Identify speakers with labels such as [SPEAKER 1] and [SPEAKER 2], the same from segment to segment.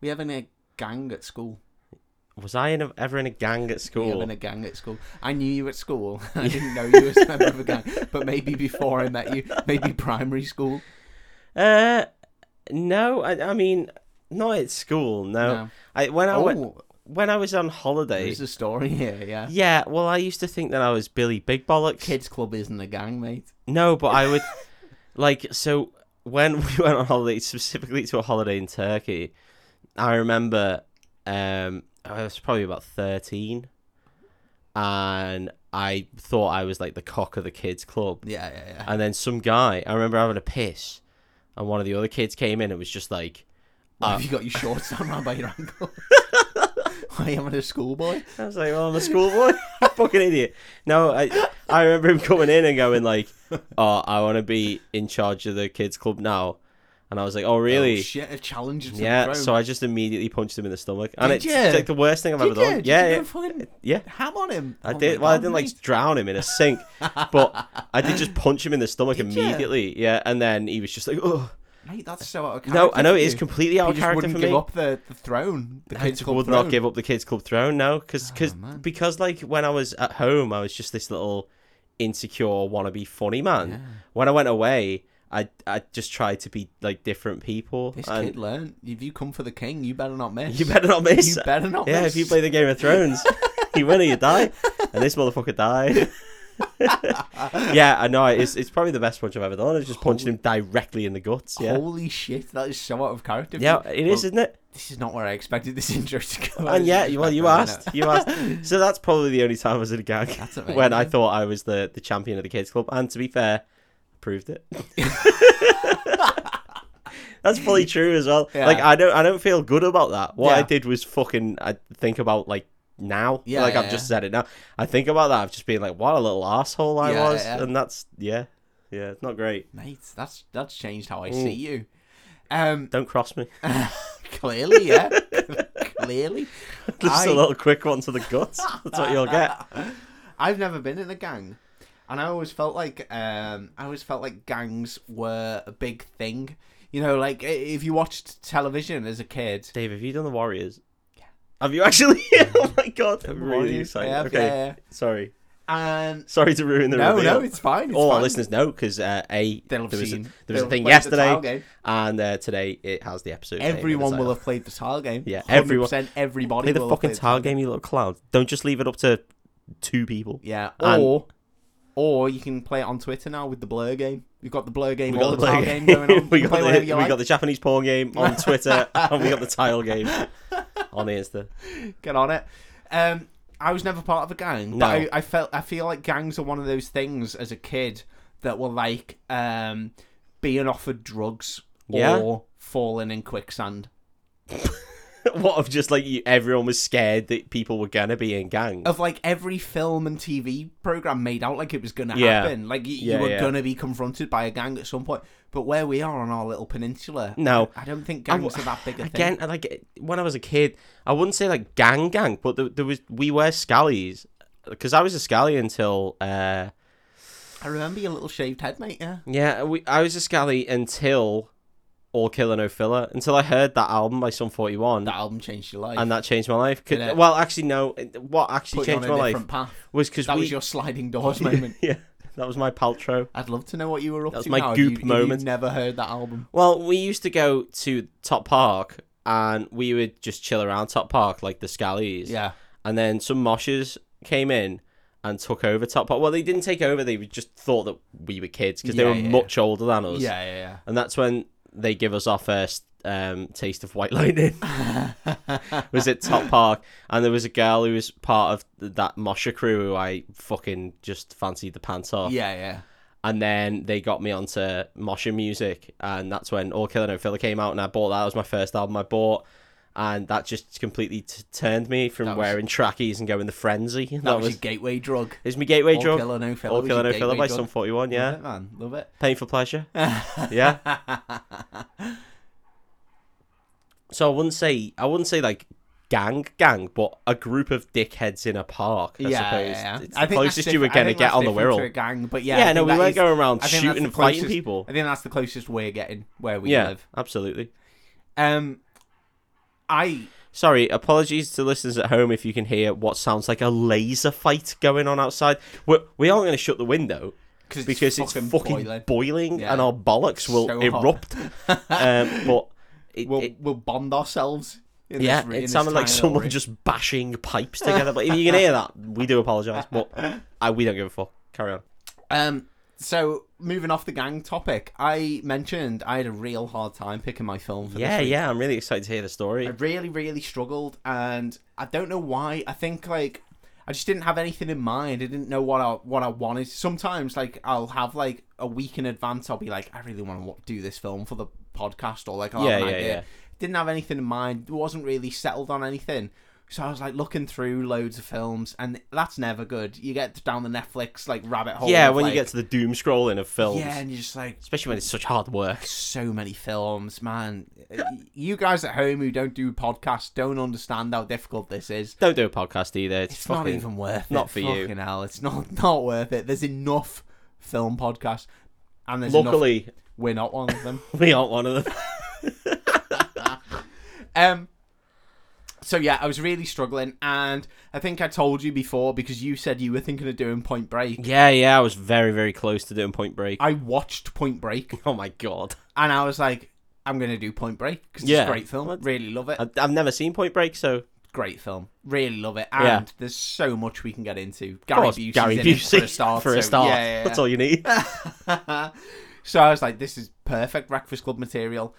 [SPEAKER 1] We having a gang at school.
[SPEAKER 2] Was I in a, ever in a gang at
[SPEAKER 1] We
[SPEAKER 2] school?
[SPEAKER 1] having a gang at school. I knew you at school. I didn't know you was a member of a gang, but maybe before I met you, maybe primary school.
[SPEAKER 2] uh, no. I, I mean, not at school. No.
[SPEAKER 1] No.
[SPEAKER 2] I when I
[SPEAKER 1] oh,
[SPEAKER 2] went when I was on holiday.
[SPEAKER 1] there's a story here. Yeah,
[SPEAKER 2] Yeah, well, I used to think that I was Billy Big Bollocks.
[SPEAKER 1] kids club isn't a gang, mate.
[SPEAKER 2] No, but I would like so when we went on holiday, specifically to a holiday in Turkey. I remember um, I was probably about thirteen, and I thought I was like the cock of the kids' club.
[SPEAKER 1] Yeah, yeah, yeah.
[SPEAKER 2] And then some guy, I remember having a piss, and one of the other kids came in and was just like,
[SPEAKER 1] Why
[SPEAKER 2] uh,
[SPEAKER 1] have you got your shorts down round by your ankles? Why are you having a schoolboy?
[SPEAKER 2] I was like, well, I'm a schoolboy. Fucking idiot. No, I I remember him coming in and going like, oh, I want to be in charge of the kids club now. And I was like, oh, really?
[SPEAKER 1] Oh, shit, a challenge. To
[SPEAKER 2] yeah.
[SPEAKER 1] The
[SPEAKER 2] So I just immediately punched him in the stomach. And
[SPEAKER 1] Did
[SPEAKER 2] it's
[SPEAKER 1] ya?
[SPEAKER 2] like the worst thing I've
[SPEAKER 1] did
[SPEAKER 2] ever
[SPEAKER 1] you?
[SPEAKER 2] done.
[SPEAKER 1] Did
[SPEAKER 2] yeah.
[SPEAKER 1] you
[SPEAKER 2] yeah.
[SPEAKER 1] go fucking
[SPEAKER 2] yeah.
[SPEAKER 1] ham on him?
[SPEAKER 2] I
[SPEAKER 1] Oh
[SPEAKER 2] did.
[SPEAKER 1] my
[SPEAKER 2] Well, I
[SPEAKER 1] God,
[SPEAKER 2] didn't like
[SPEAKER 1] mate.
[SPEAKER 2] drown him in a sink, but I did just punch him in the stomach
[SPEAKER 1] Did ya?
[SPEAKER 2] immediately. Yeah, and then he was just like, "Oh
[SPEAKER 1] Mate, that's so out of character.
[SPEAKER 2] no!" I know
[SPEAKER 1] for
[SPEAKER 2] it is
[SPEAKER 1] you.
[SPEAKER 2] completely out
[SPEAKER 1] He
[SPEAKER 2] of
[SPEAKER 1] just
[SPEAKER 2] character
[SPEAKER 1] wouldn't
[SPEAKER 2] for
[SPEAKER 1] give
[SPEAKER 2] me.
[SPEAKER 1] up the, the throne. The
[SPEAKER 2] I
[SPEAKER 1] kids
[SPEAKER 2] just
[SPEAKER 1] club
[SPEAKER 2] would
[SPEAKER 1] throne.
[SPEAKER 2] not give up the kids club throne no because
[SPEAKER 1] Oh, man.
[SPEAKER 2] because like when i was at home i was just this little insecure wannabe funny man
[SPEAKER 1] Yeah.
[SPEAKER 2] when i went away i i just tried to be like different people
[SPEAKER 1] This
[SPEAKER 2] and
[SPEAKER 1] kid learned. If you come for the king, you better not miss.
[SPEAKER 2] you better not miss
[SPEAKER 1] You better not
[SPEAKER 2] yeah
[SPEAKER 1] miss.
[SPEAKER 2] if you play the game of thrones you win or you die and this motherfucker died yeah i know it's, it's probably the best punch i've ever done i just punching him directly in the guts yeah
[SPEAKER 1] Holy shit, that is so out of character. for
[SPEAKER 2] yeah
[SPEAKER 1] you.
[SPEAKER 2] it is,
[SPEAKER 1] Well,
[SPEAKER 2] isn't it
[SPEAKER 1] This is not where I expected this intro to go.
[SPEAKER 2] and yeah well you
[SPEAKER 1] I know.
[SPEAKER 2] asked you asked so that's probably the only time i was in a gang
[SPEAKER 1] That's
[SPEAKER 2] when I
[SPEAKER 1] amazing.
[SPEAKER 2] thought I was the, the champion of the kids club, and to be fair, proved it. That's fully true as well.
[SPEAKER 1] Yeah.
[SPEAKER 2] Like I don't I don't feel good about that. What I
[SPEAKER 1] Yeah.
[SPEAKER 2] did was fucking I think about like now.
[SPEAKER 1] Yeah,
[SPEAKER 2] like
[SPEAKER 1] yeah,
[SPEAKER 2] I've just
[SPEAKER 1] yeah.
[SPEAKER 2] said it now. I think about that. I've just been like, what a little asshole I
[SPEAKER 1] Yeah,
[SPEAKER 2] was,
[SPEAKER 1] yeah.
[SPEAKER 2] and that's yeah, yeah, it's not great.
[SPEAKER 1] Mate, that's that's changed how I
[SPEAKER 2] Mm.
[SPEAKER 1] see you. Um,
[SPEAKER 2] Don't cross me.
[SPEAKER 1] clearly, yeah, clearly.
[SPEAKER 2] Just a
[SPEAKER 1] I-
[SPEAKER 2] little quick one to the guts. That's what you'll get.
[SPEAKER 1] I've never been in a gang, and I always felt like um, I always felt like gangs were a big thing. You know, like i- if you watched television as a kid,
[SPEAKER 2] Dave, have you done the Warriors? Have you actually? oh my god! I'm really
[SPEAKER 1] Warriors,
[SPEAKER 2] excited.
[SPEAKER 1] yeah,
[SPEAKER 2] okay,
[SPEAKER 1] yeah, yeah.
[SPEAKER 2] sorry.
[SPEAKER 1] and
[SPEAKER 2] Sorry to ruin the
[SPEAKER 1] no,
[SPEAKER 2] reveal.
[SPEAKER 1] no, it's fine. It's
[SPEAKER 2] All our
[SPEAKER 1] fine.
[SPEAKER 2] listeners know because uh, a
[SPEAKER 1] They'll
[SPEAKER 2] there
[SPEAKER 1] have
[SPEAKER 2] was a,
[SPEAKER 1] seen.
[SPEAKER 2] there was a
[SPEAKER 1] They'll
[SPEAKER 2] thing
[SPEAKER 1] have played the tile
[SPEAKER 2] yesterday,
[SPEAKER 1] game.
[SPEAKER 2] and uh, today it has the episode. name in the
[SPEAKER 1] Everyone will
[SPEAKER 2] title.
[SPEAKER 1] have played the tile game.
[SPEAKER 2] Yeah,
[SPEAKER 1] 100%
[SPEAKER 2] everyone-
[SPEAKER 1] Everybody
[SPEAKER 2] play the
[SPEAKER 1] will have
[SPEAKER 2] fucking
[SPEAKER 1] played
[SPEAKER 2] tile game, you little clown. Don't just leave it up to two people.
[SPEAKER 1] Yeah,
[SPEAKER 2] And-
[SPEAKER 1] or or you can play it on Twitter now with the blur game. We've got the blur game,
[SPEAKER 2] We
[SPEAKER 1] all
[SPEAKER 2] got
[SPEAKER 1] the,
[SPEAKER 2] the play
[SPEAKER 1] tile
[SPEAKER 2] game.
[SPEAKER 1] game going on. You can
[SPEAKER 2] we got
[SPEAKER 1] play
[SPEAKER 2] the
[SPEAKER 1] whatever
[SPEAKER 2] we
[SPEAKER 1] you like.
[SPEAKER 2] got the Japanese porn game on Twitter, and we got the tile game on the Insta.
[SPEAKER 1] Get on it. Um, I was never part of a gang,
[SPEAKER 2] No.
[SPEAKER 1] but I, I felt I feel like gangs are one of those things as a kid that were like um, being offered drugs
[SPEAKER 2] Yeah.
[SPEAKER 1] or falling in quicksand.
[SPEAKER 2] what of just like you, everyone was scared that people were gonna be in gangs.
[SPEAKER 1] Of like every film and TV program made out like it was gonna
[SPEAKER 2] Yeah.
[SPEAKER 1] happen, like y-
[SPEAKER 2] Yeah,
[SPEAKER 1] you were
[SPEAKER 2] yeah.
[SPEAKER 1] gonna be confronted by a gang at some point. But where we are on our little peninsula,
[SPEAKER 2] No.
[SPEAKER 1] I don't think
[SPEAKER 2] I w-
[SPEAKER 1] gangs are that big a thing.
[SPEAKER 2] Again, I like it- when I was a kid, I wouldn't say like gang gang, but there, there was we were scallies because I was a scally until uh,
[SPEAKER 1] I remember your little shaved head, mate. Yeah.
[SPEAKER 2] yeah, we, I was a scally until All Killer No Filler until I heard that album by Sum Forty One,
[SPEAKER 1] That album changed your life.
[SPEAKER 2] and that changed my life. 'Cause-
[SPEAKER 1] Did it?
[SPEAKER 2] well, actually, no, it- what actually
[SPEAKER 1] put you on
[SPEAKER 2] changed
[SPEAKER 1] a
[SPEAKER 2] my life
[SPEAKER 1] different path.
[SPEAKER 2] was because
[SPEAKER 1] That
[SPEAKER 2] we
[SPEAKER 1] was your sliding doors moment.
[SPEAKER 2] yeah, that was my Paltrow.
[SPEAKER 1] I'd love to know what you were up
[SPEAKER 2] That was
[SPEAKER 1] to.
[SPEAKER 2] my
[SPEAKER 1] now, if
[SPEAKER 2] goop
[SPEAKER 1] you, if
[SPEAKER 2] moment.
[SPEAKER 1] You've never heard that album.
[SPEAKER 2] Well, we used to go to Top Park and we would just chill around Top Park like the scallies.
[SPEAKER 1] Yeah.
[SPEAKER 2] and then some moshers came in and took over top Park. Well, they didn't take over; they just thought that we were kids because they
[SPEAKER 1] Yeah,
[SPEAKER 2] were
[SPEAKER 1] yeah,
[SPEAKER 2] much older than us.
[SPEAKER 1] Yeah, yeah,
[SPEAKER 2] and that's when they give us our first um, taste of White Lightning. was at Top Park, and there was a girl who was part of th- that mosher crew who I fucking just fancied the pants
[SPEAKER 1] yeah.
[SPEAKER 2] off.
[SPEAKER 1] Yeah, yeah.
[SPEAKER 2] And then they got me onto Mosher music, and that's when All Killer No Filler came out, and I bought that. That was my first album I bought, and that just completely t- turned me from
[SPEAKER 1] That was-
[SPEAKER 2] wearing trackies and going the frenzy. That,
[SPEAKER 1] That, was,
[SPEAKER 2] was,
[SPEAKER 1] your gateway drug.
[SPEAKER 2] it's my gateway
[SPEAKER 1] All
[SPEAKER 2] drug.
[SPEAKER 1] killer, no filler.
[SPEAKER 2] All
[SPEAKER 1] was
[SPEAKER 2] Killer
[SPEAKER 1] your
[SPEAKER 2] No Filler
[SPEAKER 1] gateway
[SPEAKER 2] by
[SPEAKER 1] drug.
[SPEAKER 2] Sum Forty One.
[SPEAKER 1] Love
[SPEAKER 2] Yeah,
[SPEAKER 1] it, man. Love it.
[SPEAKER 2] pain for pleasure. yeah. So I wouldn't say I wouldn't say like gang gang, but a group of dickheads in a park. I
[SPEAKER 1] yeah,
[SPEAKER 2] suppose
[SPEAKER 1] yeah, yeah.
[SPEAKER 2] it's
[SPEAKER 1] I
[SPEAKER 2] the
[SPEAKER 1] think that's
[SPEAKER 2] closest you were
[SPEAKER 1] diff- I
[SPEAKER 2] gonna
[SPEAKER 1] think
[SPEAKER 2] get
[SPEAKER 1] that's
[SPEAKER 2] on the
[SPEAKER 1] different to a
[SPEAKER 2] world.
[SPEAKER 1] gang, but yeah,
[SPEAKER 2] Yeah,
[SPEAKER 1] I think
[SPEAKER 2] no, we
[SPEAKER 1] that
[SPEAKER 2] weren't
[SPEAKER 1] is-
[SPEAKER 2] going around
[SPEAKER 1] I think that's
[SPEAKER 2] shooting
[SPEAKER 1] the
[SPEAKER 2] and fighting
[SPEAKER 1] closest-
[SPEAKER 2] people.
[SPEAKER 1] I think that's the closest we're getting where we
[SPEAKER 2] Yeah,
[SPEAKER 1] live.
[SPEAKER 2] absolutely.
[SPEAKER 1] Um, I
[SPEAKER 2] Sorry, apologies to listeners at home if you can hear what sounds like a laser fight going on outside. We're, we aren't going to shut the window
[SPEAKER 1] cause it's
[SPEAKER 2] because it's fucking, boiling,
[SPEAKER 1] boiling.
[SPEAKER 2] boiling
[SPEAKER 1] Yeah.
[SPEAKER 2] and our bollocks will
[SPEAKER 1] So hot.
[SPEAKER 2] erupt. um, but it,
[SPEAKER 1] we'll
[SPEAKER 2] it-
[SPEAKER 1] we'll bond ourselves. In
[SPEAKER 2] yeah,
[SPEAKER 1] this, re- in
[SPEAKER 2] it
[SPEAKER 1] this
[SPEAKER 2] sounded like
[SPEAKER 1] tiny
[SPEAKER 2] someone
[SPEAKER 1] little room.
[SPEAKER 2] just bashing pipes together. but if you can hear that, we do apologise, but I, we don't give a fuck. Carry on.
[SPEAKER 1] Um, so moving off the gang topic, I mentioned I had a real hard time picking my film for
[SPEAKER 2] Yeah,
[SPEAKER 1] this week.
[SPEAKER 2] yeah, I'm really excited to hear the story.
[SPEAKER 1] I really, really struggled, and I don't know why. I think like I just didn't have anything in mind. I didn't know what I what I wanted. Sometimes like I'll have like a week in advance. I'll be like, I really want to do this film for the podcast, or like I'll have
[SPEAKER 2] Yeah,
[SPEAKER 1] an
[SPEAKER 2] yeah,
[SPEAKER 1] idea.
[SPEAKER 2] yeah.
[SPEAKER 1] Didn't have anything in mind. wasn't really settled on anything. So I was like looking through loads of films, and that's never good. You get down the Netflix like rabbit hole.
[SPEAKER 2] yeah,
[SPEAKER 1] of,
[SPEAKER 2] when
[SPEAKER 1] like-
[SPEAKER 2] you get to the doom scrolling of films,
[SPEAKER 1] yeah, and you're just like,
[SPEAKER 2] especially when it's such hard work.
[SPEAKER 1] so many films, man. You guys at home who don't do podcasts don't understand how difficult this is.
[SPEAKER 2] Don't do a podcast either. It's,
[SPEAKER 1] It's
[SPEAKER 2] fucking
[SPEAKER 1] not even worth it.
[SPEAKER 2] not for you.
[SPEAKER 1] Fucking hell, it's not not worth it. There's enough film podcasts, and there's enough,
[SPEAKER 2] Luckily,
[SPEAKER 1] we're not one of them.
[SPEAKER 2] we aren't one of them.
[SPEAKER 1] um. So yeah, I was really struggling, and I think I told you before because you said you were thinking of doing Point Break.
[SPEAKER 2] Yeah, yeah, I was very, very close to doing Point Break.
[SPEAKER 1] I watched Point Break,
[SPEAKER 2] Oh my god,
[SPEAKER 1] and I was like, I'm gonna do Point Break because
[SPEAKER 2] Yeah.
[SPEAKER 1] it's a great film. Really love it.
[SPEAKER 2] I, I've never seen Point Break, so
[SPEAKER 1] great film. Really love it. And
[SPEAKER 2] Yeah.
[SPEAKER 1] there's so much we can get into.
[SPEAKER 2] of
[SPEAKER 1] Gary
[SPEAKER 2] course,
[SPEAKER 1] Busey's
[SPEAKER 2] Gary
[SPEAKER 1] in it
[SPEAKER 2] Busey
[SPEAKER 1] for a start.
[SPEAKER 2] for a
[SPEAKER 1] so-
[SPEAKER 2] start.
[SPEAKER 1] yeah, yeah,
[SPEAKER 2] That's all you need.
[SPEAKER 1] yeah. so I was like, this is perfect Breakfast Club material.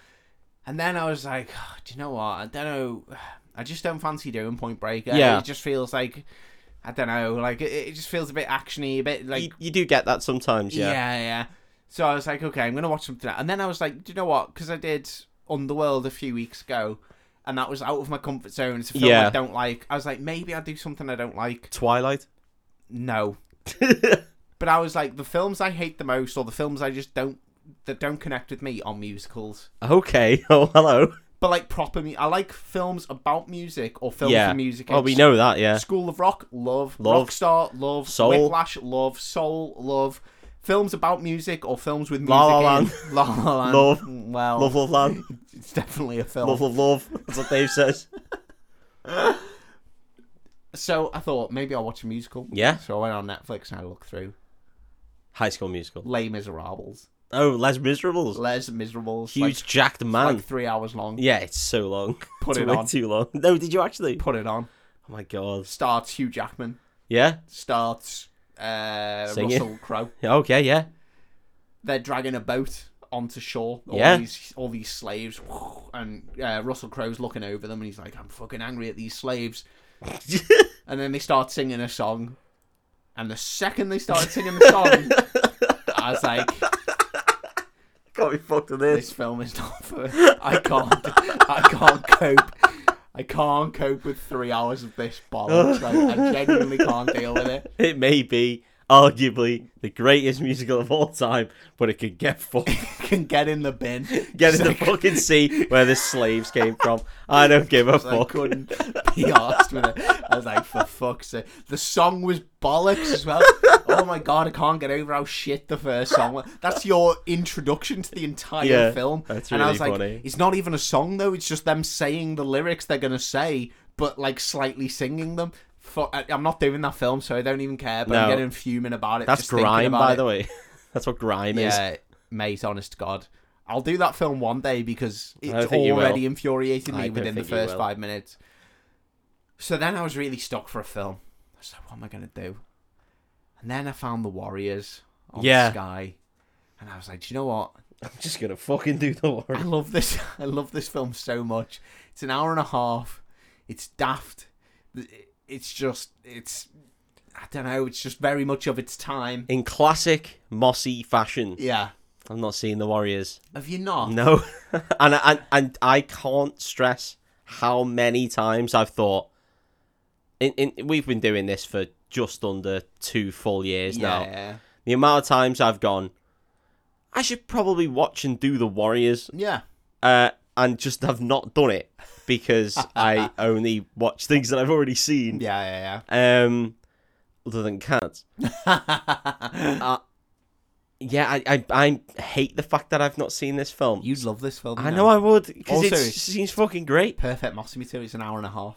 [SPEAKER 1] And then I was like, "Oh, do you know what? I don't know. I just don't fancy doing Point Break.
[SPEAKER 2] Yeah.
[SPEAKER 1] It just feels like, I don't know, like it, it just feels a bit actiony, a bit like
[SPEAKER 2] you, you do get that sometimes,
[SPEAKER 1] yeah.
[SPEAKER 2] yeah.
[SPEAKER 1] yeah, So I was like, okay, I'm gonna watch something, and then I was like, do you know what? Because I did Underworld a few weeks ago, and that was out of my comfort zone. It's a film
[SPEAKER 2] Yeah.
[SPEAKER 1] I don't like. I was like, maybe I'll do something I don't like.
[SPEAKER 2] Twilight.
[SPEAKER 1] No, but I was like, the films I hate the most, or the films I just don't that don't connect with me, are musicals.
[SPEAKER 2] okay. Oh, hello.
[SPEAKER 1] But like proper, mu- I like films about music or films
[SPEAKER 2] Yeah.
[SPEAKER 1] for music.
[SPEAKER 2] Oh, we know that, yeah.
[SPEAKER 1] School of Rock, love.
[SPEAKER 2] Love.
[SPEAKER 1] Rockstar, love.
[SPEAKER 2] Soul.
[SPEAKER 1] Whiplash, love. Soul, love. Films about music or films with music.
[SPEAKER 2] La La
[SPEAKER 1] in. La La Land.
[SPEAKER 2] Love.
[SPEAKER 1] Well,
[SPEAKER 2] Love, love, land.
[SPEAKER 1] it's definitely a film.
[SPEAKER 2] Love, love, love. That's what Dave says.
[SPEAKER 1] So I thought maybe I'll watch a musical.
[SPEAKER 2] Yeah.
[SPEAKER 1] So I went on Netflix and I looked through
[SPEAKER 2] High School Musical.
[SPEAKER 1] Les Miserables.
[SPEAKER 2] Oh, Les Miserables.
[SPEAKER 1] Les Miserables.
[SPEAKER 2] Huge jacked
[SPEAKER 1] Like,
[SPEAKER 2] man.
[SPEAKER 1] like three hours long.
[SPEAKER 2] yeah, it's so long.
[SPEAKER 1] Put
[SPEAKER 2] It's
[SPEAKER 1] it
[SPEAKER 2] way
[SPEAKER 1] on.
[SPEAKER 2] Too long. No, did you actually?
[SPEAKER 1] Put it on.
[SPEAKER 2] Oh my god.
[SPEAKER 1] Starts Hugh Jackman.
[SPEAKER 2] Yeah.
[SPEAKER 1] Starts uh,
[SPEAKER 2] Singing.
[SPEAKER 1] Russell Crowe.
[SPEAKER 2] Okay. Yeah.
[SPEAKER 1] they're dragging a boat onto shore. All
[SPEAKER 2] Yeah.
[SPEAKER 1] These, all these slaves, and uh, Russell Crowe's looking over them, and he's like, "I'm fucking angry at these slaves." and then they start singing a song, and the second they started singing the song, I was like,
[SPEAKER 2] Can't be fucked with this.
[SPEAKER 1] "This film is not for. I can't. I can't cope." I can't cope with three hours of this bollocks. Like, I genuinely can't deal with it.
[SPEAKER 2] It may be arguably the greatest musical of all time, but it could get fucked.
[SPEAKER 1] Can get in the bin.
[SPEAKER 2] Get in the
[SPEAKER 1] Like,
[SPEAKER 2] fucking sea where the slaves came from. I don't give a
[SPEAKER 1] I
[SPEAKER 2] fuck.
[SPEAKER 1] couldn't be arsed with it. I was like, for fuck's sake. The song was bollocks as well. Oh my god, I can't get over how shit the first song was. That's your introduction to the entire
[SPEAKER 2] Yeah,
[SPEAKER 1] film.
[SPEAKER 2] that's
[SPEAKER 1] and I was
[SPEAKER 2] really
[SPEAKER 1] like,
[SPEAKER 2] funny.
[SPEAKER 1] it's not even a song though, it's just them saying the lyrics they're gonna say, but like slightly singing them. Fu- I- I'm not doing that film, so I don't even care. But I'm
[SPEAKER 2] No.
[SPEAKER 1] getting fuming about it.
[SPEAKER 2] That's
[SPEAKER 1] just thinking
[SPEAKER 2] grime,
[SPEAKER 1] about
[SPEAKER 2] by
[SPEAKER 1] it.
[SPEAKER 2] the way. That's what grime is.
[SPEAKER 1] Yeah, mate, honest to God. I'll do that film one day because
[SPEAKER 2] don't
[SPEAKER 1] it's
[SPEAKER 2] think you will.
[SPEAKER 1] already infuriated
[SPEAKER 2] I
[SPEAKER 1] me
[SPEAKER 2] don't
[SPEAKER 1] within the
[SPEAKER 2] think you
[SPEAKER 1] first
[SPEAKER 2] will.
[SPEAKER 1] five minutes. So then I was really stuck for a film. I was like, what am I going to do? And then I found The Warriors on
[SPEAKER 2] Yeah.
[SPEAKER 1] Sky. And I was like, do you know what?
[SPEAKER 2] I'm just gonna fucking do the
[SPEAKER 1] I
[SPEAKER 2] work.
[SPEAKER 1] love this. I love this film so much. It's an hour and a half. It's daft. It's just, it's, I don't know, it's just very much of its time.
[SPEAKER 2] In classic mossy fashion.
[SPEAKER 1] Yeah.
[SPEAKER 2] I'm not seeing the Warriors.
[SPEAKER 1] Have you not?
[SPEAKER 2] No. and, I, and and I can't stress how many times I've thought in, in we've been doing this for just under two full years now.
[SPEAKER 1] yeah.
[SPEAKER 2] The amount of times I've gone, I should probably watch and do the Warriors,
[SPEAKER 1] Yeah.
[SPEAKER 2] uh, and just have not done it because I only watch things that I've already seen.
[SPEAKER 1] Yeah, yeah, yeah.
[SPEAKER 2] Um, other than cats. yeah, I, I I hate the fact that I've not seen this film.
[SPEAKER 1] You'd love this film.
[SPEAKER 2] I know I would because it
[SPEAKER 1] Also-
[SPEAKER 2] seems fucking great.
[SPEAKER 1] Perfect Mossy material. It's an hour and a half.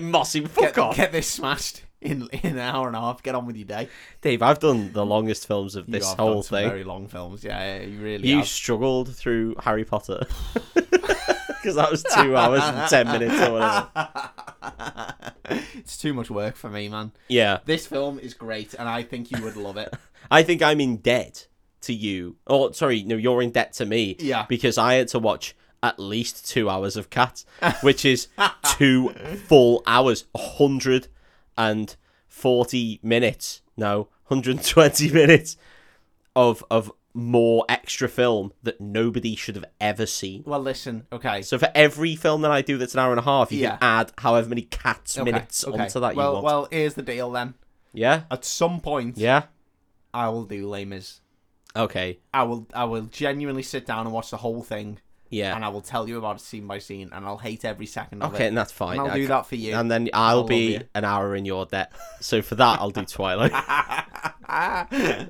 [SPEAKER 2] Mossy, fuck
[SPEAKER 1] get,
[SPEAKER 2] off,
[SPEAKER 1] Get this smashed in in an hour and a half. Get on with your day.
[SPEAKER 2] Dave. I've done the longest films of
[SPEAKER 1] You
[SPEAKER 2] this
[SPEAKER 1] have done
[SPEAKER 2] whole
[SPEAKER 1] some
[SPEAKER 2] thing.
[SPEAKER 1] Very long films. Yeah, yeah you really.
[SPEAKER 2] You
[SPEAKER 1] have.
[SPEAKER 2] struggled through Harry Potter because that was two hours and ten minutes or whatever.
[SPEAKER 1] it's too much work for me, man.
[SPEAKER 2] Yeah,
[SPEAKER 1] This film is great, and I think you would love it.
[SPEAKER 2] I think I'm in debt to you. Oh, sorry, no, you're in debt to me.
[SPEAKER 1] Yeah.
[SPEAKER 2] because I had to watch at least two hours of Cat, which is two full hours, hundred and forty minutes. No, hundred and twenty minutes of of more extra film that nobody should have ever seen.
[SPEAKER 1] Well, listen. Okay.
[SPEAKER 2] So for every film that I do that's an hour and a half, you
[SPEAKER 1] Yeah.
[SPEAKER 2] can add however many cats
[SPEAKER 1] okay,
[SPEAKER 2] minutes
[SPEAKER 1] okay.
[SPEAKER 2] onto that
[SPEAKER 1] well,
[SPEAKER 2] you want.
[SPEAKER 1] well, here's the deal then.
[SPEAKER 2] yeah,
[SPEAKER 1] At some point,
[SPEAKER 2] yeah,
[SPEAKER 1] I will do Lamers.
[SPEAKER 2] okay,
[SPEAKER 1] I will. I will genuinely sit down and watch the whole thing, and
[SPEAKER 2] yeah,
[SPEAKER 1] I will tell you about it scene by scene, and I'll hate every second of
[SPEAKER 2] okay,
[SPEAKER 1] it.
[SPEAKER 2] and that's fine.
[SPEAKER 1] And I'll
[SPEAKER 2] I
[SPEAKER 1] do
[SPEAKER 2] c-
[SPEAKER 1] that for you.
[SPEAKER 2] And then I'll
[SPEAKER 1] love
[SPEAKER 2] be
[SPEAKER 1] you.
[SPEAKER 2] an hour in your debt. So for that, I'll do Twilight.
[SPEAKER 1] Ah,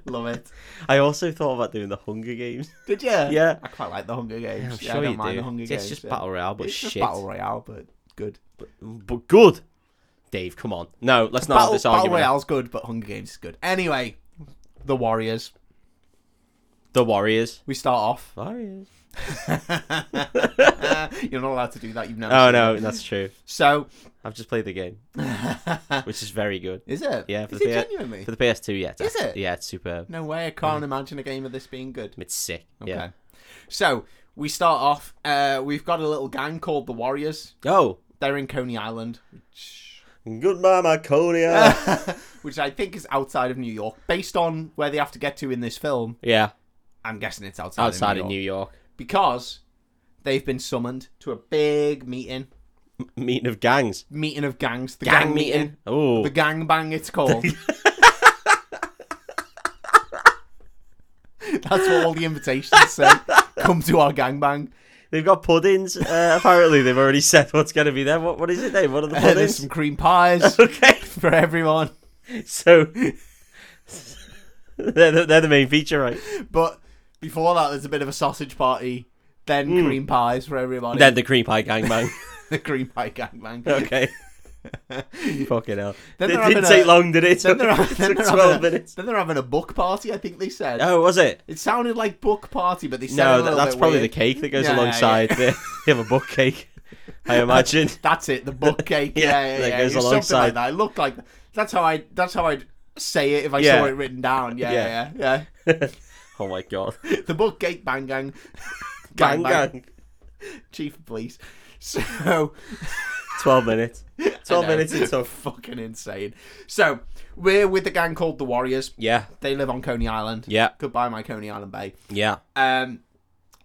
[SPEAKER 1] love it.
[SPEAKER 2] I also thought about doing the Hunger Games.
[SPEAKER 1] Did you?
[SPEAKER 2] Yeah.
[SPEAKER 1] I quite like the Hunger Games.
[SPEAKER 2] I'm
[SPEAKER 1] yeah,
[SPEAKER 2] sure
[SPEAKER 1] I don't
[SPEAKER 2] you
[SPEAKER 1] mind
[SPEAKER 2] do.
[SPEAKER 1] the Hunger
[SPEAKER 2] it's
[SPEAKER 1] Games.
[SPEAKER 2] just
[SPEAKER 1] yeah.
[SPEAKER 2] battle royale, but
[SPEAKER 1] It's just
[SPEAKER 2] shit.
[SPEAKER 1] battle royale, but good.
[SPEAKER 2] But good. Dave, come on. No, let's not have
[SPEAKER 1] battle
[SPEAKER 2] this
[SPEAKER 1] battle
[SPEAKER 2] argument.
[SPEAKER 1] royale's good, but Hunger Games is good. Anyway, the Warriors.
[SPEAKER 2] The Warriors.
[SPEAKER 1] We start off.
[SPEAKER 2] Warriors.
[SPEAKER 1] You're not allowed to do that. You've never.
[SPEAKER 2] Oh
[SPEAKER 1] seen
[SPEAKER 2] no,
[SPEAKER 1] it.
[SPEAKER 2] that's true.
[SPEAKER 1] So,
[SPEAKER 2] I've just played the game, which is very good
[SPEAKER 1] is it?
[SPEAKER 2] Yeah, for
[SPEAKER 1] is
[SPEAKER 2] the
[SPEAKER 1] it
[SPEAKER 2] P-
[SPEAKER 1] genuinely?
[SPEAKER 2] for the PS2. Yeah, it's
[SPEAKER 1] Is
[SPEAKER 2] excellent.
[SPEAKER 1] it?
[SPEAKER 2] Yeah, it's superb.
[SPEAKER 1] No way. I can't imagine a game of this being good.
[SPEAKER 2] It's sick.
[SPEAKER 1] Okay.
[SPEAKER 2] Yeah.
[SPEAKER 1] So we start off. Uh, we've got a little gang called the Warriors.
[SPEAKER 2] Oh,
[SPEAKER 1] They're in Coney Island, which
[SPEAKER 2] good mama Konya.
[SPEAKER 1] which I think is outside of New York. Based on where they have to get to in this film,
[SPEAKER 2] yeah,
[SPEAKER 1] I'm guessing it's outside,
[SPEAKER 2] outside
[SPEAKER 1] of, New,
[SPEAKER 2] of New
[SPEAKER 1] York.
[SPEAKER 2] York,
[SPEAKER 1] Because they've been summoned to a big meeting.
[SPEAKER 2] meeting of gangs,
[SPEAKER 1] Meeting of gangs. The
[SPEAKER 2] gang meeting. Oh,
[SPEAKER 1] The gang bang, it's called. That's what all the invitations say. Come to our gang bang.
[SPEAKER 2] They've got puddings. Uh, apparently, they've already said what's going to be there. What, what is it, Dave? What are the
[SPEAKER 1] Uh, there's
[SPEAKER 2] puddings?
[SPEAKER 1] some cream pies
[SPEAKER 2] okay,
[SPEAKER 1] for everyone.
[SPEAKER 2] so they're, the, they're the main feature, right?
[SPEAKER 1] But before that, there's a bit of a sausage party. Then cream pies for everybody.
[SPEAKER 2] Hmm. Then the cream pie gangbang.
[SPEAKER 1] the cream pie gang bang.
[SPEAKER 2] okay. Fucking
[SPEAKER 1] Then
[SPEAKER 2] hell. it
[SPEAKER 1] they're
[SPEAKER 2] didn't
[SPEAKER 1] having
[SPEAKER 2] take
[SPEAKER 1] a-
[SPEAKER 2] long, did it?
[SPEAKER 1] Then they're,
[SPEAKER 2] it
[SPEAKER 1] then,
[SPEAKER 2] took
[SPEAKER 1] they're
[SPEAKER 2] 12
[SPEAKER 1] having a,
[SPEAKER 2] minutes.
[SPEAKER 1] then they're having a book party, I think they said.
[SPEAKER 2] Oh, was it?
[SPEAKER 1] It sounded like book party, but they said
[SPEAKER 2] No,
[SPEAKER 1] it a
[SPEAKER 2] that,
[SPEAKER 1] little
[SPEAKER 2] that's
[SPEAKER 1] bit
[SPEAKER 2] probably
[SPEAKER 1] weird.
[SPEAKER 2] the cake that goes
[SPEAKER 1] Yeah, yeah,
[SPEAKER 2] alongside. the They have a book cake, I imagine.
[SPEAKER 1] That's it, the book cake.
[SPEAKER 2] Yeah,
[SPEAKER 1] yeah, yeah,
[SPEAKER 2] that
[SPEAKER 1] yeah.
[SPEAKER 2] goes
[SPEAKER 1] it was something
[SPEAKER 2] alongside.
[SPEAKER 1] like that. It looked like that's how I that's how I'd say it if I
[SPEAKER 2] Yeah.
[SPEAKER 1] saw it written down. Yeah,
[SPEAKER 2] Yeah.
[SPEAKER 1] yeah, yeah.
[SPEAKER 2] oh my god.
[SPEAKER 1] The book gate bang gang.
[SPEAKER 2] Gang, gang.
[SPEAKER 1] Chief of police. So
[SPEAKER 2] 12 minutes. 12
[SPEAKER 1] I know.
[SPEAKER 2] minutes in total.
[SPEAKER 1] fucking insane. So we're with the gang called the Warriors.
[SPEAKER 2] Yeah,
[SPEAKER 1] They live on Coney Island.
[SPEAKER 2] yeah,
[SPEAKER 1] Goodbye, my Coney Island Bay.
[SPEAKER 2] yeah.
[SPEAKER 1] Um,